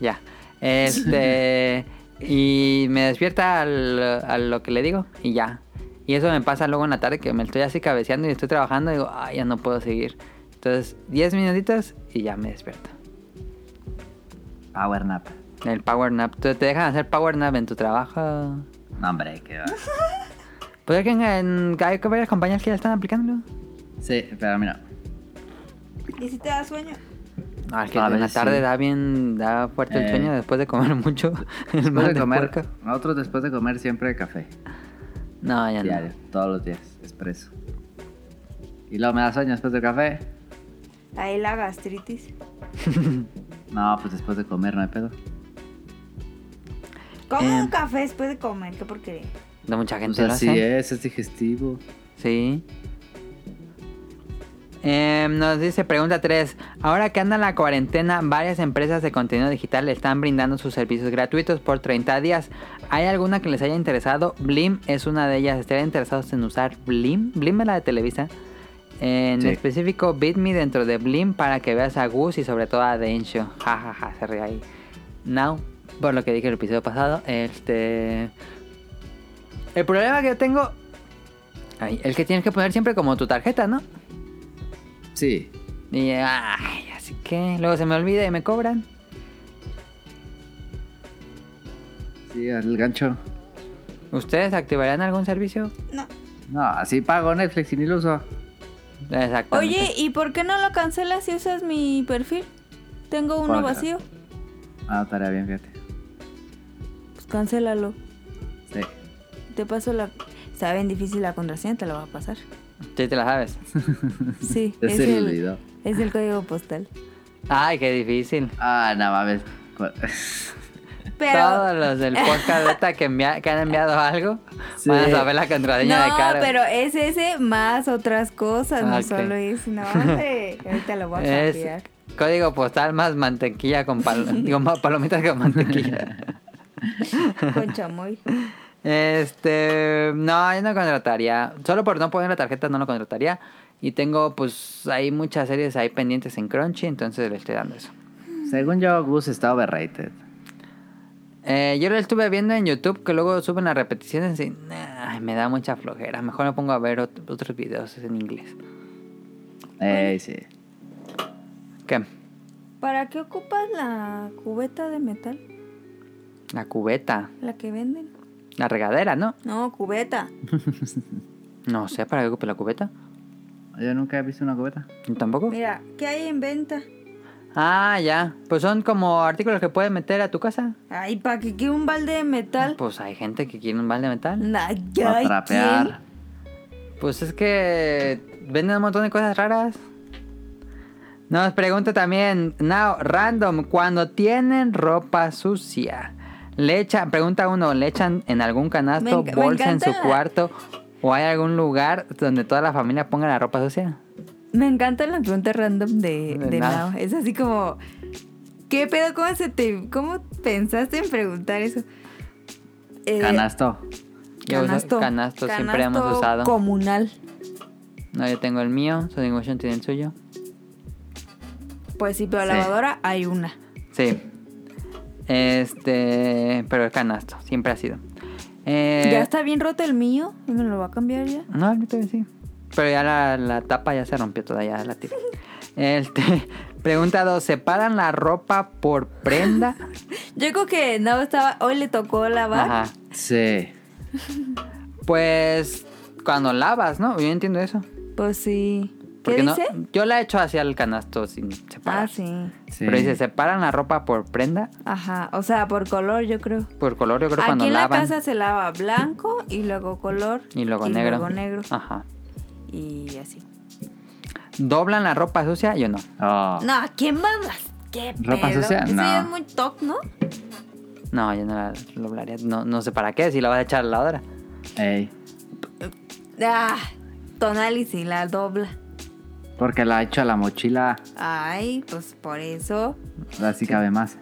Speaker 1: ya. Este, y me despierta al- a lo que le digo y ya. Y eso me pasa luego en la tarde que me estoy así cabeceando y estoy trabajando y digo, ay, ya no puedo seguir. Entonces, 10 minutitos y ya me despierto.
Speaker 3: Power nap.
Speaker 1: El power nap. ¿Tú- ¿Te dejan hacer power nap en tu trabajo?
Speaker 3: No, hombre, que va.
Speaker 1: Pues es que en, en- hay varias compañías que ya están aplicándolo.
Speaker 3: Sí, pero mira.
Speaker 2: ¿Y si te da sueño?
Speaker 1: No, es que
Speaker 3: A
Speaker 1: en la
Speaker 3: veces
Speaker 1: tarde
Speaker 3: sí.
Speaker 1: da bien, da fuerte el
Speaker 3: Eh.
Speaker 1: sueño después de comer mucho. El mal
Speaker 3: Después de
Speaker 1: de
Speaker 3: comer,
Speaker 1: puerco.
Speaker 3: nosotros después de comer siempre café.
Speaker 1: No, ya
Speaker 3: Diario,
Speaker 1: no.
Speaker 3: todos los días, expreso. Y luego me da sueño después del café.
Speaker 2: Ahí la gastritis.
Speaker 3: No, pues después de comer no hay pedo.
Speaker 2: Come
Speaker 1: Eh.
Speaker 2: un café después de comer, qué porquería.
Speaker 1: No mucha
Speaker 3: Pues
Speaker 1: gente lo
Speaker 3: así
Speaker 1: hace.
Speaker 3: es, es digestivo.
Speaker 1: Sí. Em, nos dice pregunta 3. Ahora que anda la cuarentena, varias empresas de contenido digital están brindando sus servicios gratuitos por 30 días. ¿Hay alguna que les haya interesado? Blim es una de ellas. ¿Estarían interesados en usar Blim? Blim es la de Televisa. En
Speaker 3: Sí.
Speaker 1: específico, BitMe dentro de Blim para que veas a Gus y sobre todo a Densho. Ja, ja, ja, se ríe ahí. Now, por lo que dije el episodio pasado, este... El problema que yo tengo... Ay, el que tienes que poner siempre como tu tarjeta, ¿no?
Speaker 3: Sí,
Speaker 1: Y ay, así que luego se me olvida y me cobran.
Speaker 3: sí, el gancho.
Speaker 1: ¿Ustedes activarán algún servicio?
Speaker 2: No.
Speaker 3: No, así pago Netflix y ni lo uso.
Speaker 1: Exacto.
Speaker 2: Oye, ¿y por qué no lo cancelas si usas mi perfil? Tengo uno
Speaker 3: ¿Cuál?
Speaker 2: vacío.
Speaker 3: Ah, estaría bien, fíjate.
Speaker 2: Pues cancélalo.
Speaker 3: Sí.
Speaker 2: Te paso la. Está bien difícil la contraseña, te la va a pasar.
Speaker 1: Sí, te la sabes.
Speaker 2: Sí,
Speaker 3: Ya
Speaker 2: es,
Speaker 3: se le
Speaker 2: el,
Speaker 3: olvidó.
Speaker 2: es el código postal.
Speaker 1: Ay, qué difícil.
Speaker 3: Ah, no mames. Cu-
Speaker 2: Pero.
Speaker 1: Todos los del podcast beta que, envia- que han enviado algo
Speaker 3: Sí.
Speaker 1: van a saber la contraseña de
Speaker 2: No,
Speaker 1: cara.
Speaker 2: pero es ese más otras cosas,
Speaker 1: Ah,
Speaker 2: no
Speaker 1: ok.
Speaker 2: solo es. No, hombre, ahorita lo voy a
Speaker 1: Es
Speaker 2: cambiar.
Speaker 1: código postal más mantequilla con pal- digo, más palomitas con mantequilla.
Speaker 2: Con chamoy.
Speaker 1: Este, no, yo no contrataría. Solo por no poner la tarjeta no lo contrataría. Y tengo, pues, hay muchas series ahí pendientes en Crunchy, entonces le estoy dando eso.
Speaker 3: Según yo, Gus está overrated.
Speaker 1: Eh, yo lo estuve viendo en YouTube, que luego suben las repeticiones y nah, ay, me da mucha flojera. Mejor me pongo a ver ot- otros videos en inglés.
Speaker 3: Eh, sí.
Speaker 1: ¿Qué?
Speaker 2: ¿Para qué ocupas la cubeta de metal?
Speaker 1: La cubeta.
Speaker 2: La que venden.
Speaker 1: La regadera, ¿no?
Speaker 2: No, cubeta.
Speaker 1: No sé para qué ocupe la cubeta.
Speaker 3: Yo nunca he visto una cubeta.
Speaker 1: Yo tampoco.
Speaker 2: Mira, ¿qué hay en venta?
Speaker 1: Ah, ya. Pues son como artículos que puedes meter a tu casa.
Speaker 2: Ay, ¿para qué quiero un balde de metal?
Speaker 1: Pues hay gente que quiere un balde de metal.
Speaker 2: Nah, ya,
Speaker 3: Para
Speaker 2: ay,
Speaker 3: trapear.
Speaker 1: Pues es que venden un montón de cosas raras. Nos pregunta también, now, random, cuando tienen ropa sucia, le echan, pregunta uno, ¿le echan en algún canasto,
Speaker 2: Me enc- me
Speaker 1: bolsa en su
Speaker 2: encanta.
Speaker 1: cuarto o hay algún lugar donde toda la familia ponga la ropa sucia?
Speaker 2: ¿quién? Me encantan las preguntas random de,
Speaker 1: De
Speaker 2: de
Speaker 1: nada.
Speaker 2: Nao. Es así como, ¿qué pedo? ¿Cómo, se te, cómo pensaste en preguntar eso? Eh,
Speaker 3: Canasto.
Speaker 1: Yo uso canasto, siempre hemos
Speaker 2: canasto
Speaker 1: usado.
Speaker 2: Comunal.
Speaker 1: No, yo tengo el mío, Sonic Motion tiene el suyo.
Speaker 2: Pues sí, pero
Speaker 3: Sí.
Speaker 2: lavadora hay una.
Speaker 1: Sí. Este, pero el canasto, siempre ha sido. Eh,
Speaker 2: ya está bien roto el mío. ¿Y me lo va a cambiar ya?
Speaker 1: No, ahorita sí. Pero ya la, la tapa ya se rompió toda, ya la tiré. Este, pregunta 2. ¿Separan la ropa por prenda?
Speaker 2: Yo creo que Nao estaba, hoy le tocó lavar.
Speaker 1: Ajá.
Speaker 3: Sí.
Speaker 1: Pues cuando lavas, ¿no? Yo entiendo eso.
Speaker 2: Pues sí. ¿Qué
Speaker 1: Porque no,
Speaker 2: dice?
Speaker 1: yo la he hecho hacia el canasto sin separar.
Speaker 2: Ah, sí.
Speaker 3: sí.
Speaker 1: Pero dice, ¿separan la ropa por prenda?
Speaker 2: Ajá, o sea, por color yo creo.
Speaker 1: Por color, yo creo cuando
Speaker 2: Aquí en
Speaker 1: lavan.
Speaker 2: la casa se lava blanco y luego color.
Speaker 1: Y luego negro. Ah.
Speaker 2: luego negro.
Speaker 1: Ajá.
Speaker 2: Y así.
Speaker 1: ¿Doblan la ropa sucia? Yo no.
Speaker 3: Oh.
Speaker 2: No, ¿quién mandas? ¿Qué
Speaker 3: ¿Ropa
Speaker 2: pedo?
Speaker 3: sucia?
Speaker 2: Eso
Speaker 3: No.
Speaker 2: ya es muy toc, ¿no?
Speaker 1: No, yo no la doblaría. No, no sé para qué, si la vas a echar a la hora.
Speaker 3: Ey.
Speaker 2: Ah, tonal y si la dobla.
Speaker 3: Porque la ha hecho a la mochila,
Speaker 2: Ay, pues por eso.
Speaker 3: así cabe más.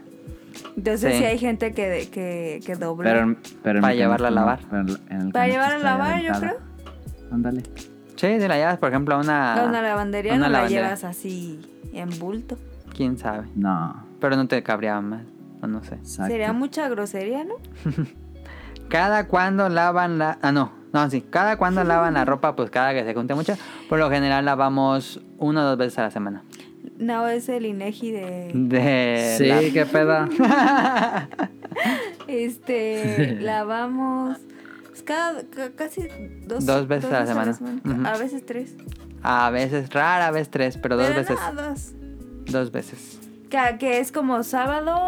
Speaker 2: Entonces
Speaker 1: Sí.
Speaker 2: sí, hay gente que, que, que dobla.
Speaker 3: Pero, pero en
Speaker 1: Para
Speaker 3: mi
Speaker 1: llevarla a
Speaker 3: canasto
Speaker 1: lavar.
Speaker 3: no, pero en el- en el
Speaker 2: Para
Speaker 3: canasto
Speaker 2: llevar a
Speaker 3: está
Speaker 2: lavar, yo
Speaker 3: aventada.
Speaker 2: creo.
Speaker 3: Ándale.
Speaker 1: Sí, si la llevas, por ejemplo, a una.
Speaker 2: A una lavandería
Speaker 1: ah, una
Speaker 2: no la
Speaker 1: lavandería.
Speaker 2: llevas así en bulto.
Speaker 1: Quién sabe.
Speaker 3: No,
Speaker 1: Pero no te cabría más. O no sé.
Speaker 3: exacto.
Speaker 2: Sería mucha grosería, ¿no?
Speaker 1: Cada cuando lavan la. Ah, no. No, sí. Cada cuando lavan la ropa, pues cada que se junte mucha. Por lo general lavamos una o dos veces a la semana.
Speaker 2: No, es el Inegi de
Speaker 1: De.
Speaker 3: Sí,
Speaker 1: la-
Speaker 3: qué peda.
Speaker 2: este lavamos pues, cada ca- casi dos,
Speaker 1: Dos veces a la semana. Ujú.
Speaker 2: A veces tres.
Speaker 1: A veces rara, a veces tres, pero dos
Speaker 2: Pero
Speaker 1: veces.
Speaker 2: nada, dos.
Speaker 1: Dos veces.
Speaker 2: Que, que es como sábado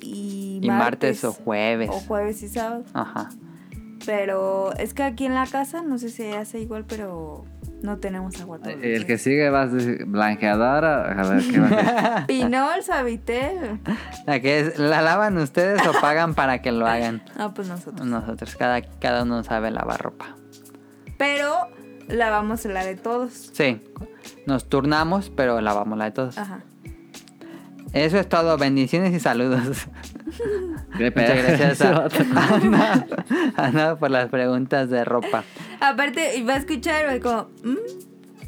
Speaker 2: y,
Speaker 1: Y martes, o jueves.
Speaker 2: O jueves y sábado.
Speaker 1: Ajá.
Speaker 2: Pero es que aquí en la casa no sé si hace igual, pero no tenemos agua todos los
Speaker 3: El que
Speaker 2: días.
Speaker 3: sigue va a decir blanqueadora. A ver qué va a decir.
Speaker 2: Pinol, Sabitel.
Speaker 1: La que es, ¿la lavan ustedes o pagan para que lo hagan?
Speaker 2: Ah, pues nosotros.
Speaker 1: Nosotros, cada, cada uno sabe lavar ropa.
Speaker 2: Pero lavamos la de todos.
Speaker 1: Sí, nos turnamos, pero lavamos la de todos.
Speaker 2: Ajá.
Speaker 1: Eso es todo, bendiciones y saludos.
Speaker 3: Qué peda.
Speaker 1: Muchas gracias a,
Speaker 3: Ese vato.
Speaker 1: a Ana- a Ana por las preguntas de ropa.
Speaker 2: Aparte, y va a escuchar güey, como, "Mm,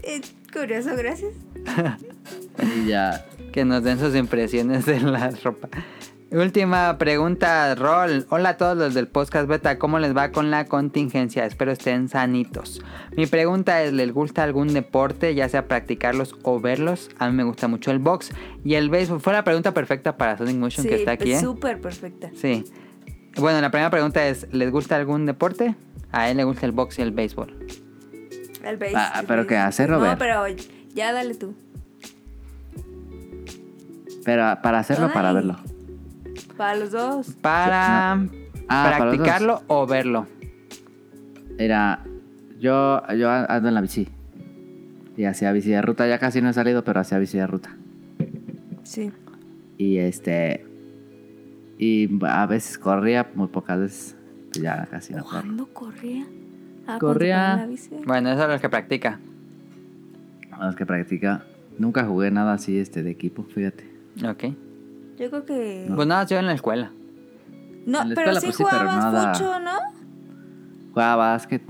Speaker 2: eh, curioso, gracias.
Speaker 3: Y ya.
Speaker 1: Que nos den sus impresiones de la ropa. Última pregunta, Rol. Hola a todos los del podcast Beta. ¿Cómo les va con la contingencia? Espero estén sanitos. Mi pregunta es, ¿les gusta algún deporte, ya sea practicarlos o verlos? A mí me gusta mucho el box y el béisbol. Fue la pregunta perfecta para Sonic Motion que está aquí,
Speaker 2: pues,
Speaker 1: ¿eh?
Speaker 2: súper perfecta.
Speaker 1: Sí. Bueno, la primera pregunta es, ¿les gusta algún deporte? A él le gusta el box y el béisbol.
Speaker 2: El base,
Speaker 3: Ah,
Speaker 2: el
Speaker 3: pero
Speaker 2: base.
Speaker 3: que hacerlo
Speaker 2: No,
Speaker 3: ver.
Speaker 2: pero ya dale tú.
Speaker 3: Pero para hacerlo, para
Speaker 2: Ay.
Speaker 3: verlo.
Speaker 2: Para los dos.
Speaker 1: Para
Speaker 3: Ah, para los dos.
Speaker 1: practicarlo o verlo.
Speaker 3: Mira, yo, yo ando en la bici. Y hacía bici de ruta. Ya casi no he salido, pero hacía bici de ruta.
Speaker 2: Sí.
Speaker 3: Y este. Y a veces corría, muy pocas veces. Pues Ya casi no corro.
Speaker 2: ¿Cuándo corría? Ah, cuando
Speaker 3: Corría.
Speaker 2: tenía la bici.
Speaker 1: Bueno, eso es lo que practica.
Speaker 3: A los que practica. Nunca jugué nada así este de equipo, fíjate.
Speaker 1: Ok.
Speaker 2: Yo creo que.
Speaker 1: Pues nada, yo en la escuela.
Speaker 2: No,
Speaker 3: En la
Speaker 2: pero
Speaker 3: escuela,
Speaker 2: sí
Speaker 3: pues sí, pero
Speaker 2: jugabas
Speaker 3: nada.
Speaker 2: mucho, ¿no?
Speaker 3: Jugaba básquet.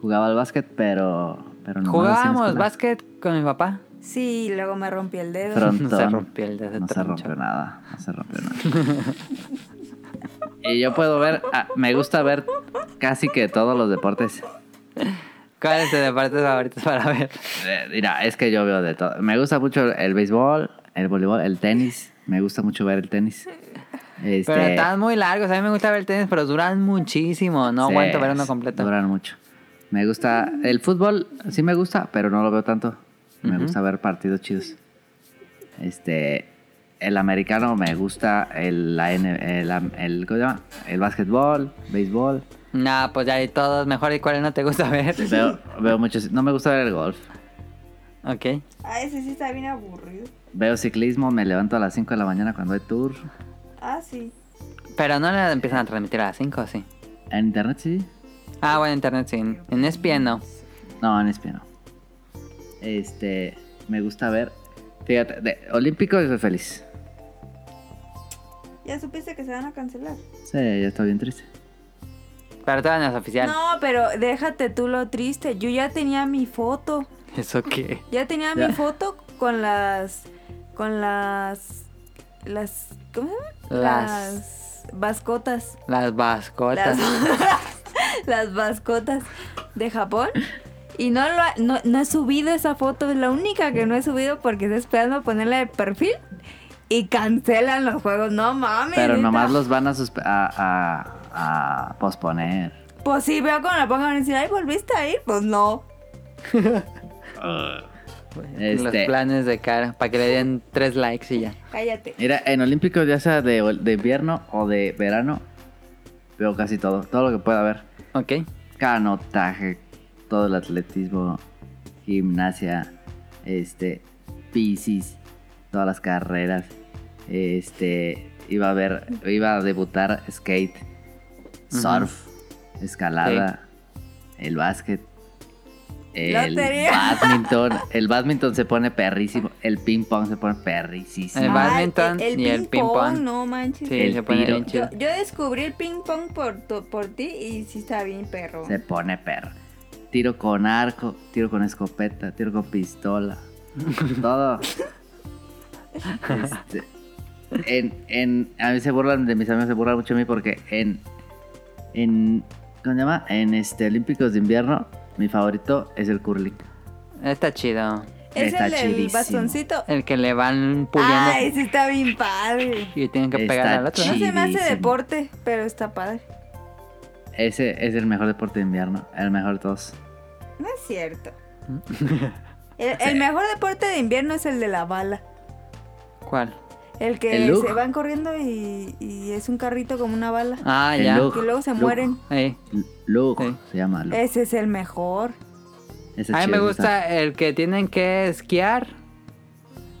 Speaker 3: Jugaba al básquet, pero. pero nomás
Speaker 1: Jugábamos
Speaker 3: en la escuela.
Speaker 1: básquet con mi papá.
Speaker 2: Sí, y luego me rompí el dedo.
Speaker 3: Pero-
Speaker 1: No se
Speaker 3: Tontón.
Speaker 1: rompió el dedo.
Speaker 3: No se
Speaker 1: troncho.
Speaker 3: rompió nada. No se rompió nada. y yo puedo ver. ah, me gusta ver casi que todos los deportes.
Speaker 1: ¿Cuál es tu deporte favorito para ver?
Speaker 3: Eh, Mira, es que yo veo de todo. Me gusta mucho el béisbol, el voleibol, el tenis. Me gusta mucho ver el tenis. Este,
Speaker 1: Pero están muy largos. A mí me gusta ver el tenis, pero duran muchísimo. No
Speaker 3: sí,
Speaker 1: aguanto ver uno completo.
Speaker 3: Duran mucho. Me gusta. El fútbol sí me gusta, pero no lo veo tanto. Me gusta ver partidos chidos. Este. El americano me gusta. El, la N- el, el- ¿Cómo se llama? El básquetbol, béisbol.
Speaker 1: Nah, pues ya hay todos. Mejor y cuál no te gusta ver.
Speaker 3: Veo, veo muchos. No me gusta ver el golf.
Speaker 1: Ok.
Speaker 2: Ah, ese sí está bien aburrido.
Speaker 3: Veo ciclismo, me levanto a las 5 de la mañana cuando hay tour.
Speaker 2: Ah, sí.
Speaker 1: Pero no la empiezan a transmitir a las 5, sí.
Speaker 3: En internet sí.
Speaker 1: Ah, bueno, internet sí. En E ESPN no.
Speaker 3: No, en E espino. Este, me gusta ver. Fíjate, de Olímpico yo soy feliz.
Speaker 2: Ya supiste que se van a cancelar.
Speaker 3: Sí, ya estoy bien triste.
Speaker 1: Pero todavía no es oficial.
Speaker 2: No, pero déjate tú lo triste. Yo ya tenía mi foto.
Speaker 1: ¿Eso qué?
Speaker 2: Ya tenía
Speaker 3: Ya.
Speaker 2: mi foto con las. Con las. Las. ¿Cómo se llama?
Speaker 1: Las-
Speaker 2: Bascotas.
Speaker 1: Las
Speaker 2: Las,
Speaker 1: mascotas.
Speaker 2: las bascotas de Japón. Y no, lo ha- no, no he subido esa foto. Es la única que no he subido porque estoy esperando a ponerla de perfil. Y cancelan los juegos. No mames.
Speaker 3: Pero
Speaker 2: neta.
Speaker 3: nomás los van a, suspe- a, a- a posponer.
Speaker 2: Pues sí, veo cuando la pongan van a decir, ay, ¿volviste a ir? Pues no.
Speaker 1: pues, Los
Speaker 3: Este.
Speaker 1: planes de cara. Para que le den tres likes y ya.
Speaker 2: Cállate.
Speaker 3: Mira, en Olímpico ya sea de, ol- de invierno o de verano, veo casi todo, todo lo que pueda haber.
Speaker 1: Ok.
Speaker 3: Canotaje, todo el atletismo, gimnasia, este, piscis, todas las carreras. Este, iba a ver, iba a debutar skate, surf, escalada, el básquet, El
Speaker 2: Lotería.
Speaker 3: badminton, el badminton se pone perrísimo. El ping pong se pone perrísimo.
Speaker 1: El
Speaker 2: Ay,
Speaker 1: badminton
Speaker 2: el-
Speaker 1: y el ping-pong.
Speaker 2: No manches.
Speaker 1: Sí,
Speaker 3: El
Speaker 1: se pone
Speaker 3: tiro.
Speaker 1: bien
Speaker 2: Yo,
Speaker 1: chido.
Speaker 2: yo descubrí el ping pong por, tu- por ti y sí está bien perro.
Speaker 3: Se pone perro. Tiro con arco, tiro con escopeta, tiro con pistola. Todo. Este, en, en, a mí se burlan de mis amigos, se burlan mucho de mí porque en. en ¿Cómo se llama? En este Olímpicos de Invierno, mi favorito es el curling.
Speaker 1: Está chido.
Speaker 2: es
Speaker 3: está
Speaker 2: el, del
Speaker 3: chidísimo. Eh,
Speaker 2: bastoncito.
Speaker 1: El que le van puliendo
Speaker 2: Ay, sí está bien padre.
Speaker 1: y tienen que
Speaker 3: Está
Speaker 1: pegar al otro.
Speaker 2: No
Speaker 1: ¿no?
Speaker 3: chido.
Speaker 2: se me hace
Speaker 3: Chidísimo.
Speaker 2: deporte, pero está padre.
Speaker 3: Ese es el mejor deporte de invierno, el mejor de todos.
Speaker 2: No es cierto. El, el mejor deporte de invierno es el de la bala.
Speaker 1: ¿Cuál?
Speaker 2: El que
Speaker 3: El look.
Speaker 2: se van corriendo y, y es un carrito como una bala.
Speaker 1: Ah,
Speaker 3: El
Speaker 1: ya.
Speaker 3: look.
Speaker 2: y luego se
Speaker 3: look.
Speaker 2: mueren.
Speaker 1: Ahí.
Speaker 3: L- Luke
Speaker 1: Sí. Eh,
Speaker 3: se llama Luke.
Speaker 2: Ese es el mejor.
Speaker 3: Ese
Speaker 1: A mí
Speaker 3: chido
Speaker 1: me gusta el que tienen que esquiar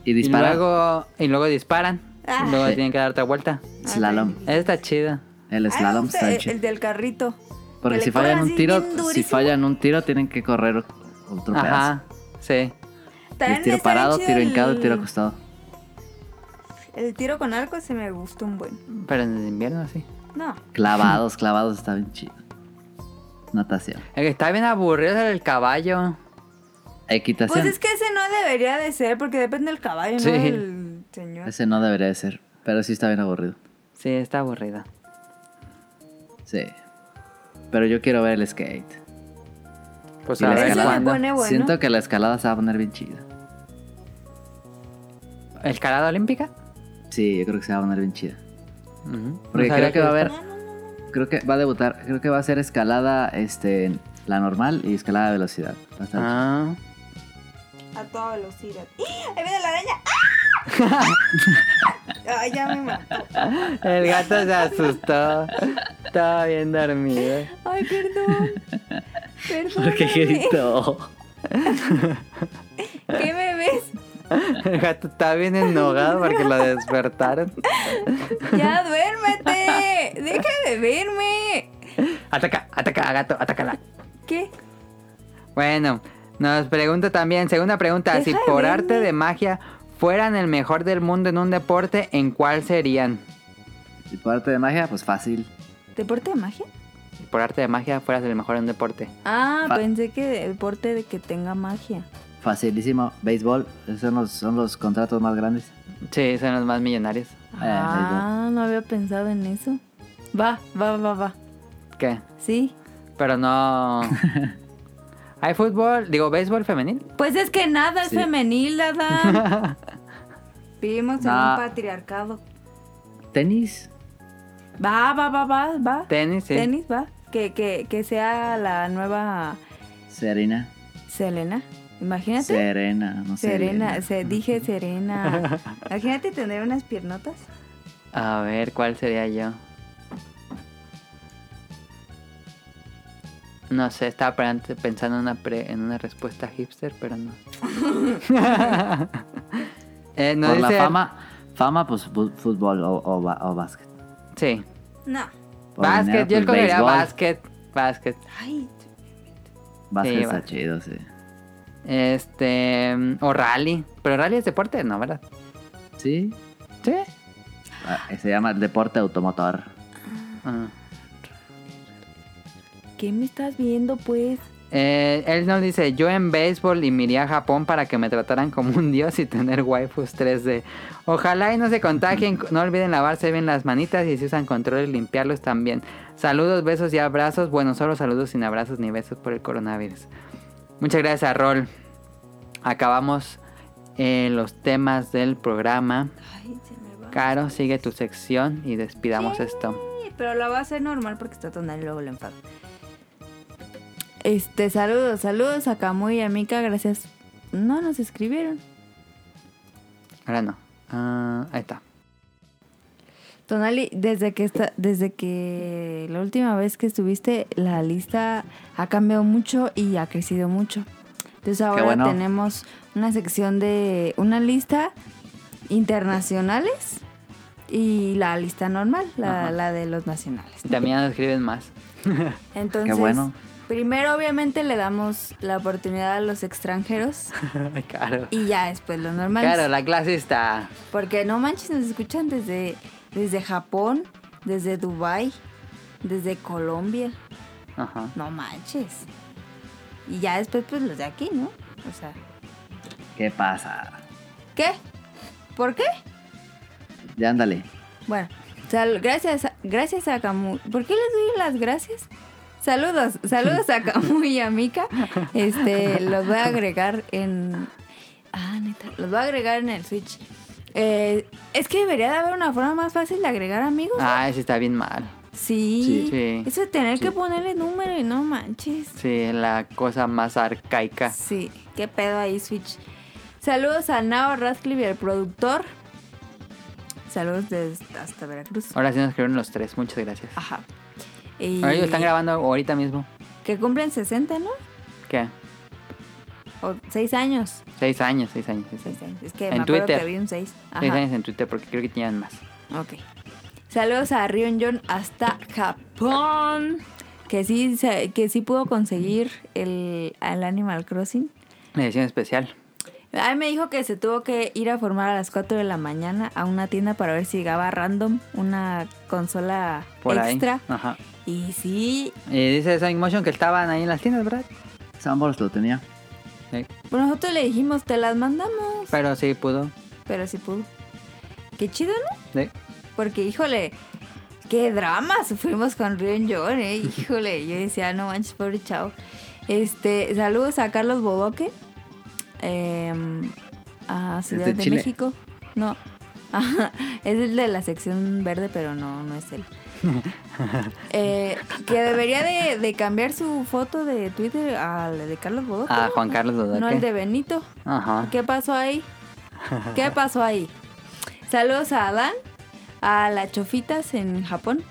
Speaker 3: Y
Speaker 1: y
Speaker 3: dispara.
Speaker 1: luego, y luego disparan.
Speaker 2: Ah.
Speaker 1: Y luego
Speaker 3: Sí.
Speaker 1: tienen que dar otra vuelta.
Speaker 3: Slalom.
Speaker 1: Ese Está chido.
Speaker 3: El
Speaker 2: Ah,
Speaker 3: slalom
Speaker 2: me gusta
Speaker 3: está
Speaker 2: el,
Speaker 3: chido.
Speaker 2: el del carrito.
Speaker 3: Porque
Speaker 2: que
Speaker 3: si
Speaker 2: le
Speaker 3: fallan
Speaker 2: corran
Speaker 3: un
Speaker 2: así
Speaker 3: tiro,
Speaker 2: bien
Speaker 3: si
Speaker 2: durísimo.
Speaker 3: fallan un tiro, tienen que correr otro pedazo.
Speaker 1: Ajá. Sí.
Speaker 3: Y
Speaker 2: También
Speaker 3: es tiro
Speaker 2: está bien
Speaker 3: parado,
Speaker 2: chido
Speaker 3: tiro hincado,
Speaker 2: el-
Speaker 3: tiro acostado.
Speaker 2: El tiro con arco se me gustó un buen.
Speaker 1: Pero en el invierno sí.
Speaker 2: No.
Speaker 3: Clavados, clavados, está bien chido. Natación.
Speaker 1: El que está bien aburrido es el del caballo.
Speaker 3: Equitación.
Speaker 2: Pues es que ese no debería de ser porque depende del caballo,
Speaker 1: Sí.
Speaker 2: no del señor.
Speaker 3: Ese no debería de ser, pero sí está bien aburrido.
Speaker 1: Sí, está aburrido.
Speaker 3: Sí. Pero yo quiero ver el skate.
Speaker 1: Pues
Speaker 3: Y
Speaker 1: a
Speaker 3: la
Speaker 1: ver
Speaker 2: escalada.
Speaker 1: cuándo.
Speaker 2: Eso me pone bueno.
Speaker 3: Siento que la escalada se va a poner bien chida.
Speaker 1: ¿Escalada olímpica?
Speaker 3: Sí, yo creo que se va a poner bien chida.
Speaker 1: Ujú. Pues
Speaker 3: Porque
Speaker 1: No sabía
Speaker 3: creo que va a haber.
Speaker 1: estaba.
Speaker 3: Creo que va a debutar. Creo que va a ser escalada este, la normal y escalada de velocidad. Va a estar
Speaker 1: Ah.
Speaker 2: A toda velocidad. ¡Ih! ¡Ahí viene la araña! ¡Ah! Ay, ya me mató.
Speaker 1: Ah, El gato se asustó. Estaba bien dormido.
Speaker 2: Ay, perdón. Perdón.
Speaker 3: ¿Por qué grito?
Speaker 2: ¿Qué me ves?
Speaker 1: El gato está bien enojado porque lo despertaron.
Speaker 2: Ya duérmete. Deja de verme.
Speaker 1: Ataca, ataca, gato, atácala.
Speaker 2: ¿Qué?
Speaker 1: Bueno, nos pregunta también, segunda pregunta,
Speaker 2: Deja
Speaker 1: si
Speaker 2: de
Speaker 1: por
Speaker 2: verme.
Speaker 1: arte de magia fueran el mejor del mundo en un deporte, ¿en cuál serían?
Speaker 3: Y por arte de magia, pues fácil.
Speaker 2: ¿Deporte de magia?
Speaker 1: Si por arte de magia fueras el mejor en un deporte.
Speaker 2: Ah,
Speaker 3: Fa-
Speaker 2: pensé que deporte de que tenga magia.
Speaker 3: Facilísimo. Béisbol, esos son los, son los contratos más grandes.
Speaker 1: Sí, son los más millonarios.
Speaker 2: Ah, no había pensado en eso. Va, va, va, va.
Speaker 1: ¿Qué?
Speaker 2: Sí.
Speaker 1: Pero no... ¿Hay fútbol? Digo, béisbol femenil.
Speaker 2: Pues es que nada es
Speaker 3: Sí.
Speaker 2: femenil, Adam. Vivimos en
Speaker 3: No.
Speaker 2: un patriarcado.
Speaker 3: Tenis.
Speaker 2: Va, va, va, va, va.
Speaker 1: Tenis, sí.
Speaker 2: Tenis, va. Que, que, que sea la nueva
Speaker 3: Serena.
Speaker 2: Selena. Imagínate.
Speaker 3: Serena, no sé.
Speaker 2: Serena, se, dije Serena. Imagínate tener unas piernotas.
Speaker 1: A ver, ¿cuál sería yo? No sé, estaba pre- pensando en una, pre- en una respuesta hipster, pero no. Eh, no
Speaker 3: Por la
Speaker 1: dice-
Speaker 3: fama, fama, pues fu- fútbol o, o, ba- o básquet.
Speaker 1: Sí.
Speaker 2: No.
Speaker 3: Por
Speaker 1: Básquet, yo
Speaker 3: dinero, pues,
Speaker 1: escogería
Speaker 3: béisbol.
Speaker 1: básquet. Básquet.
Speaker 2: Ay,
Speaker 3: Básquet
Speaker 1: Sí,
Speaker 3: está
Speaker 1: básquet.
Speaker 3: chido, sí.
Speaker 1: Este. mm, O rally. Pero rally es deporte, ¿no? ¿Verdad?
Speaker 3: Sí.
Speaker 1: Sí.
Speaker 3: Ah, Se llama deporte automotor.
Speaker 1: Ah.
Speaker 2: ¿qué me estás viendo, pues?
Speaker 1: Eh, él nos dice, yo en béisbol y me iría a Japón para que me trataran como un dios y tener waifus 3D. Ojalá y no se contagien, no olviden lavarse bien las manitas y si usan controles limpiarlos también. Saludos, besos y abrazos. Bueno, solo saludos sin abrazos ni besos por el coronavirus. Muchas gracias a Rol. Acabamos eh, los temas del programa.
Speaker 2: Ay, se me va.
Speaker 1: Caro, sigue tu sección y despidamos esto.
Speaker 2: Sí, pero la va a hacer normal porque está tonal y luego lo enfado. Este, saludos, saludos a Camuy y a Mika, gracias. No nos escribieron.
Speaker 1: Ahora no. Ah, ahí está.
Speaker 2: Tonali, desde que está, desde que la última vez que estuviste, la lista ha cambiado mucho y ha crecido mucho. Entonces ahora
Speaker 3: bueno.
Speaker 2: tenemos una sección de una lista internacionales y la lista normal, la,
Speaker 1: Ajá.
Speaker 2: la de los nacionales.
Speaker 1: Y También nos escriben más.
Speaker 2: Entonces,
Speaker 3: bueno.
Speaker 2: Primero, obviamente, le damos la oportunidad a los extranjeros
Speaker 1: claro.
Speaker 2: y ya después los normales.
Speaker 1: Claro, la clasista.
Speaker 2: Porque no manches, nos escuchan desde, desde Japón, desde Dubai, desde Colombia.
Speaker 1: Ajá.
Speaker 2: No manches. Y ya después, pues los de aquí, ¿no? O sea,
Speaker 3: ¿Qué pasa?
Speaker 2: ¿qué? ¿Por qué?
Speaker 3: Ya ándale.
Speaker 2: Bueno, sal- gracias, a- gracias a Camu. ¿Por qué les doy las gracias? Saludos, saludos a Camu y a Mika. Este, los voy a agregar en. Ah, neta, los voy a agregar en el Switch. Eh, es que debería de haber una forma más fácil de agregar amigos. ¿no?
Speaker 1: Ay, sí Ah, está bien mal.
Speaker 2: sí.
Speaker 1: sí, sí.
Speaker 2: Eso de tener
Speaker 1: Sí.
Speaker 2: que ponerle número y no manches.
Speaker 1: Sí, la cosa más arcaica.
Speaker 2: Sí, qué pedo ahí, Switch. Saludos a Nao Radcliffe, el productor. Saludos desde hasta Veracruz.
Speaker 1: Ahora sí nos escribieron los tres, muchas gracias.
Speaker 2: Ajá. Y
Speaker 1: Ahora ellos están grabando ahorita mismo.
Speaker 2: Que cumplen 60, ¿no?
Speaker 1: ¿Qué?
Speaker 2: O 6 años.
Speaker 1: Seis años, seis años, seis años.
Speaker 2: Seis años. Es que
Speaker 1: En
Speaker 2: me acuerdo
Speaker 1: Twitter.
Speaker 2: que vi un 6. Ajá.
Speaker 1: Seis años en Twitter porque creo que tenían más.
Speaker 2: Ok. Saludos a Rion John hasta Japón. Que sí, se- que sí pudo conseguir el, al Animal Crossing.
Speaker 1: Edición especial.
Speaker 2: Ay, me dijo que se tuvo que ir a formar a las 4 de la mañana a una tienda para ver si llegaba random una consola
Speaker 1: Por
Speaker 2: extra.
Speaker 1: ahí. Ajá.
Speaker 2: Y sí,
Speaker 1: Y dice Sonic Motion que estaban ahí en las tiendas, ¿verdad?
Speaker 3: Sambors lo tenía.
Speaker 1: Sí.
Speaker 2: pues nosotros le dijimos, te las mandamos.
Speaker 1: Pero sí pudo.
Speaker 2: Pero sí pudo. Qué chido, ¿no?
Speaker 1: Sí.
Speaker 2: Porque, híjole, qué drama sufrimos con Rion John, ¿eh? Híjole, yo decía, no manches, pobre chavo. Este, saludos a Carlos Bodoque, eh, a Ciudad
Speaker 3: Desde
Speaker 2: de
Speaker 3: Chile.
Speaker 2: México. No, ajá, es el de la sección verde, pero no, no es él. Eh, que debería de, de cambiar su foto de Twitter a la de Carlos Bodoque.
Speaker 1: A Ah, Juan Carlos Dodaque.
Speaker 2: no el de Benito.
Speaker 1: Ajá.
Speaker 2: ¿Qué pasó ahí? ¿Qué pasó ahí? Saludos a Adán, a las chofitas en Japón.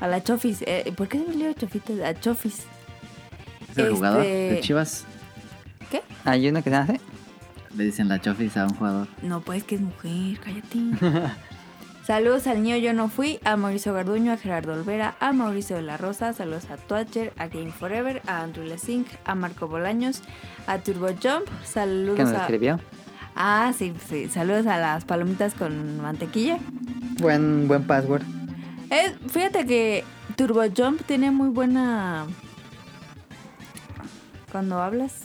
Speaker 2: A la chofis. eh, ¿Por qué me leo chofitas? A chofis.
Speaker 3: Es el
Speaker 2: Este-
Speaker 3: jugador de Chivas.
Speaker 2: ¿Qué?
Speaker 1: ¿Hay uno que se hace?
Speaker 3: Le dicen la chofis a un jugador.
Speaker 2: No, pues que es mujer, cállate. Saludos al niño Yo No Fui, a Mauricio Garduño, a Gerardo Olvera, a Mauricio de la Rosa, saludos a Twatcher, a Game Forever, a Andrew Lessing, a Marco Bolaños, a Turbo Jump,
Speaker 1: Que
Speaker 2: saludos
Speaker 1: nos
Speaker 2: a...
Speaker 1: escribió.
Speaker 2: Ah, sí, sí, saludos a las palomitas con mantequilla.
Speaker 1: Buen, buen password.
Speaker 2: Es- fíjate que Turbo Jump tiene muy buena. Cuando hablas.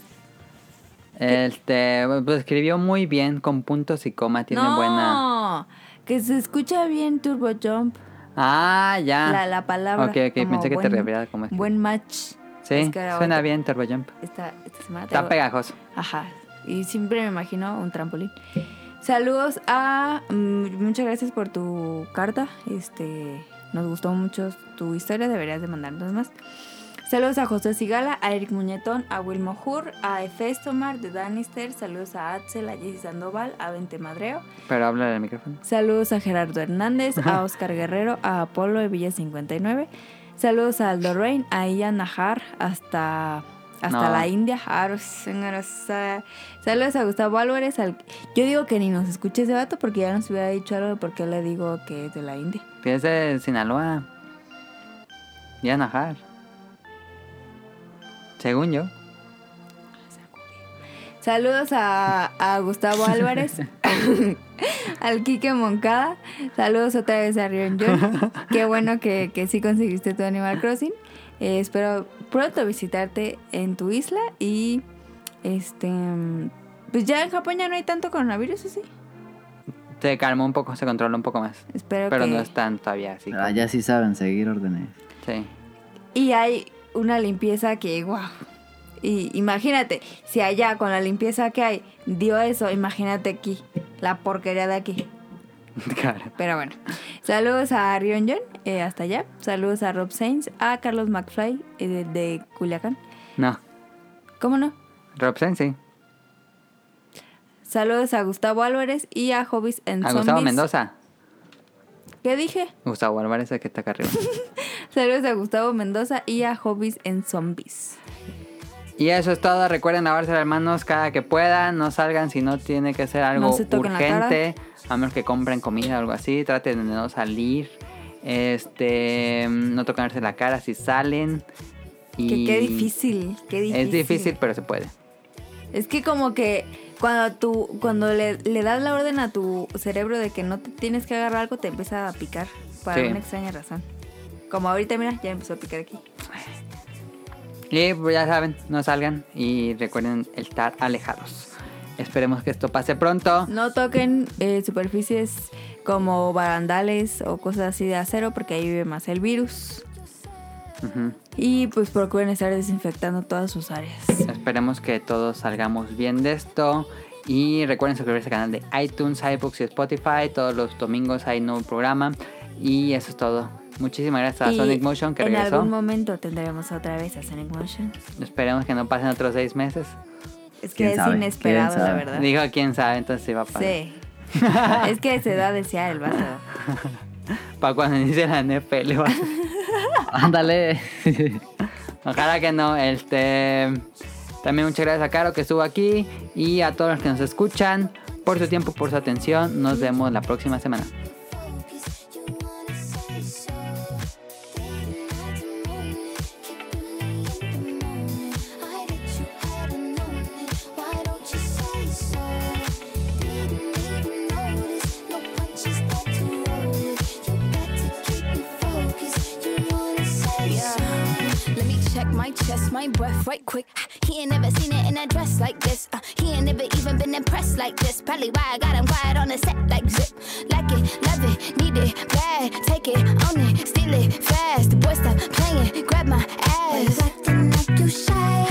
Speaker 1: Este, pues escribió muy bien con puntos y coma. Tiene
Speaker 2: no,
Speaker 1: buena.
Speaker 2: que se escucha bien Turbo Jump.
Speaker 1: Ah, ya.
Speaker 2: la, la palabra.
Speaker 1: Ok, ok,
Speaker 2: como
Speaker 1: pensé que te
Speaker 2: buen-
Speaker 1: referías como escribir.
Speaker 2: Buen match.
Speaker 1: sí,
Speaker 2: Es que ahora
Speaker 1: suena
Speaker 2: ahorita-
Speaker 1: bien Turbo Jump.
Speaker 2: Esta, esta semana
Speaker 1: Está
Speaker 2: traigo-
Speaker 1: pegajoso.
Speaker 2: Ajá. Y siempre me imagino un trampolín. Saludos a. mm, Muchas gracias por tu carta. Este. Nos gustó mucho tu historia. Deberías de mandarnos más. Saludos a José Sigala, a Eric Muñetón, a Wilmo Hur, a Efestomar de Danister. Saludos a Axel, a Jessy Sandoval, a Vente Madreo.
Speaker 1: Pero habla del micrófono.
Speaker 2: Saludos a Gerardo Hernández, a Oscar Guerrero, a Apolo de Villa 59. Saludos a Aldo Rain, a Ian Najar, hasta, hasta
Speaker 1: No.
Speaker 2: la India. Ah, Arsenarasa. Saludos a Gustavo Álvarez. al- Yo digo que ni nos escuche ese vato porque ya nos hubiera dicho algo de por qué le digo que es de la India.
Speaker 1: Que es de Sinaloa. Y Anajar. Según yo.
Speaker 2: Saludos a, a Gustavo Álvarez, al Quique Moncada. Saludos otra vez a Rion John. Qué bueno que, que sí conseguiste tu Animal Crossing. Eh, espero pronto visitarte en tu isla y este mm, pues ya en Japón ya no hay tanto coronavirus, ¿o sí?
Speaker 1: Se calmó un poco, se controló un poco más.
Speaker 2: Espero
Speaker 1: Pero
Speaker 2: que
Speaker 1: no es tan todavía así.
Speaker 3: Pero allá sí saben seguir órdenes.
Speaker 1: Sí.
Speaker 2: y hay una limpieza que wow. Y imagínate, si allá con la limpieza que hay dio eso, imagínate aquí, la porquería de aquí.
Speaker 1: Claro.
Speaker 2: Pero bueno, saludos a Rion John, eh, hasta allá. Saludos a Rob Sainz, a Carlos McFly eh, de, de Culiacán.
Speaker 1: No.
Speaker 2: ¿Cómo no?
Speaker 1: Robson, sí.
Speaker 2: Saludos a Gustavo Álvarez y a Hobbies en
Speaker 1: A Gustavo
Speaker 2: Zombies.
Speaker 1: Mendoza.
Speaker 2: ¿Qué dije?
Speaker 1: Gustavo Álvarez, el que está acá arriba.
Speaker 2: Saludos a Gustavo Mendoza y a Hobbies en Zombies.
Speaker 1: y eso es todo. Recuerden lavarse las manos cada que puedan. No salgan si no tiene que ser algo
Speaker 2: No se toquen la cara.
Speaker 1: urgente. A menos que compren comida o algo así. Traten de no salir. Este. No tocarse la cara si salen.
Speaker 2: Que
Speaker 1: Y
Speaker 2: qué difícil, qué difícil.
Speaker 1: Es difícil, pero se puede.
Speaker 2: Es que como que cuando tú, cuando le, le das la orden a tu cerebro de que no te tienes que agarrar algo, te empieza a picar por
Speaker 1: Sí.
Speaker 2: alguna extraña razón. Como ahorita, mira, ya empezó a picar aquí.
Speaker 1: Y pues ya saben, no salgan y recuerden estar alejados. Esperemos que esto pase pronto.
Speaker 2: No toquen eh, superficies como barandales o cosas así de acero porque ahí vive más el virus.
Speaker 1: Ujú.
Speaker 2: Y pues procuren estar desinfectando todas sus áreas.
Speaker 1: Esperemos que todos salgamos bien de esto. Y recuerden suscribirse al canal de iTunes, iBooks y Spotify. Todos los domingos hay nuevo programa. Y eso es todo. Muchísimas gracias a
Speaker 2: Y
Speaker 1: Sonic Motion que
Speaker 2: en
Speaker 1: regresó.
Speaker 2: algún momento tendremos otra vez a Sonic Motion.
Speaker 1: Esperemos que no pasen otros seis meses.
Speaker 2: Es
Speaker 3: ¿Quién
Speaker 2: que es
Speaker 3: sabe?
Speaker 2: inesperado,
Speaker 3: ¿Quién
Speaker 2: la
Speaker 3: sabe?
Speaker 2: verdad.
Speaker 1: Dijo, quién sabe, entonces sí va a pasar.
Speaker 2: Sí. es que a esa edad decía el vato.
Speaker 1: Para cuando inicie la NFL. va a ser.
Speaker 3: Ándale.
Speaker 1: Ojalá que no. Este. También muchas gracias a Caro que estuvo aquí. Y a todos los que nos escuchan. Por su tiempo, por su atención. Nos vemos la próxima semana.
Speaker 5: Cause you wanna say so Late night to morning Keeping me in the moment I bet you hadn't known it Why don't you say so? Didn't even notice No punches that you rolled You got to keep me focused You wanna say so
Speaker 6: Let me check my chest, my breath right quick. He ain't never seen it in a dress like this. Uh, he ain't never even been impressed like this. Probably why I got him quiet on the set like zip. Like it, love it, need it, bad. Take it, own it, steal it, fast. The boy stop playing, grab my ass.
Speaker 5: Acting like you shy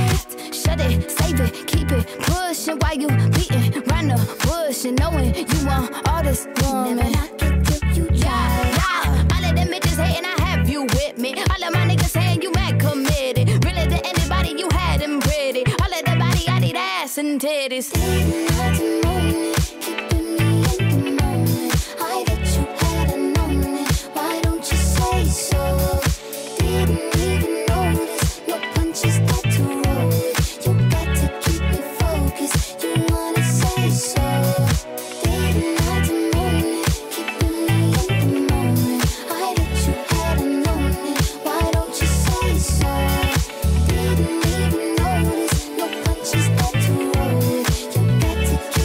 Speaker 6: Shut it, save it, keep it pushing while you beating round the bush and knowing you want all this
Speaker 5: Never
Speaker 6: woman.
Speaker 5: knock it till you
Speaker 6: Yeah,
Speaker 5: try
Speaker 6: yeah. All of them bitches hating, I have you with me. All of my niggas saying you mad committed. Really to anybody, you had them pretty. All of the body, I need ass and titties.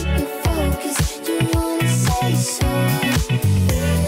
Speaker 5: You wanna say so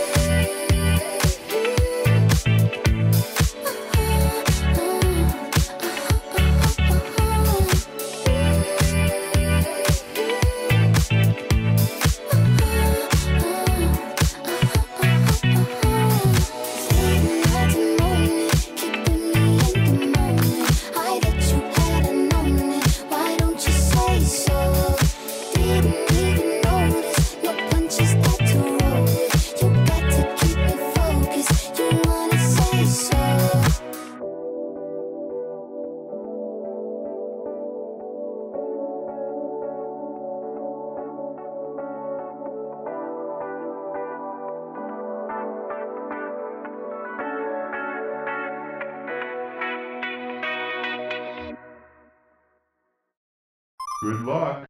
Speaker 5: You wanna say so
Speaker 7: Good luck.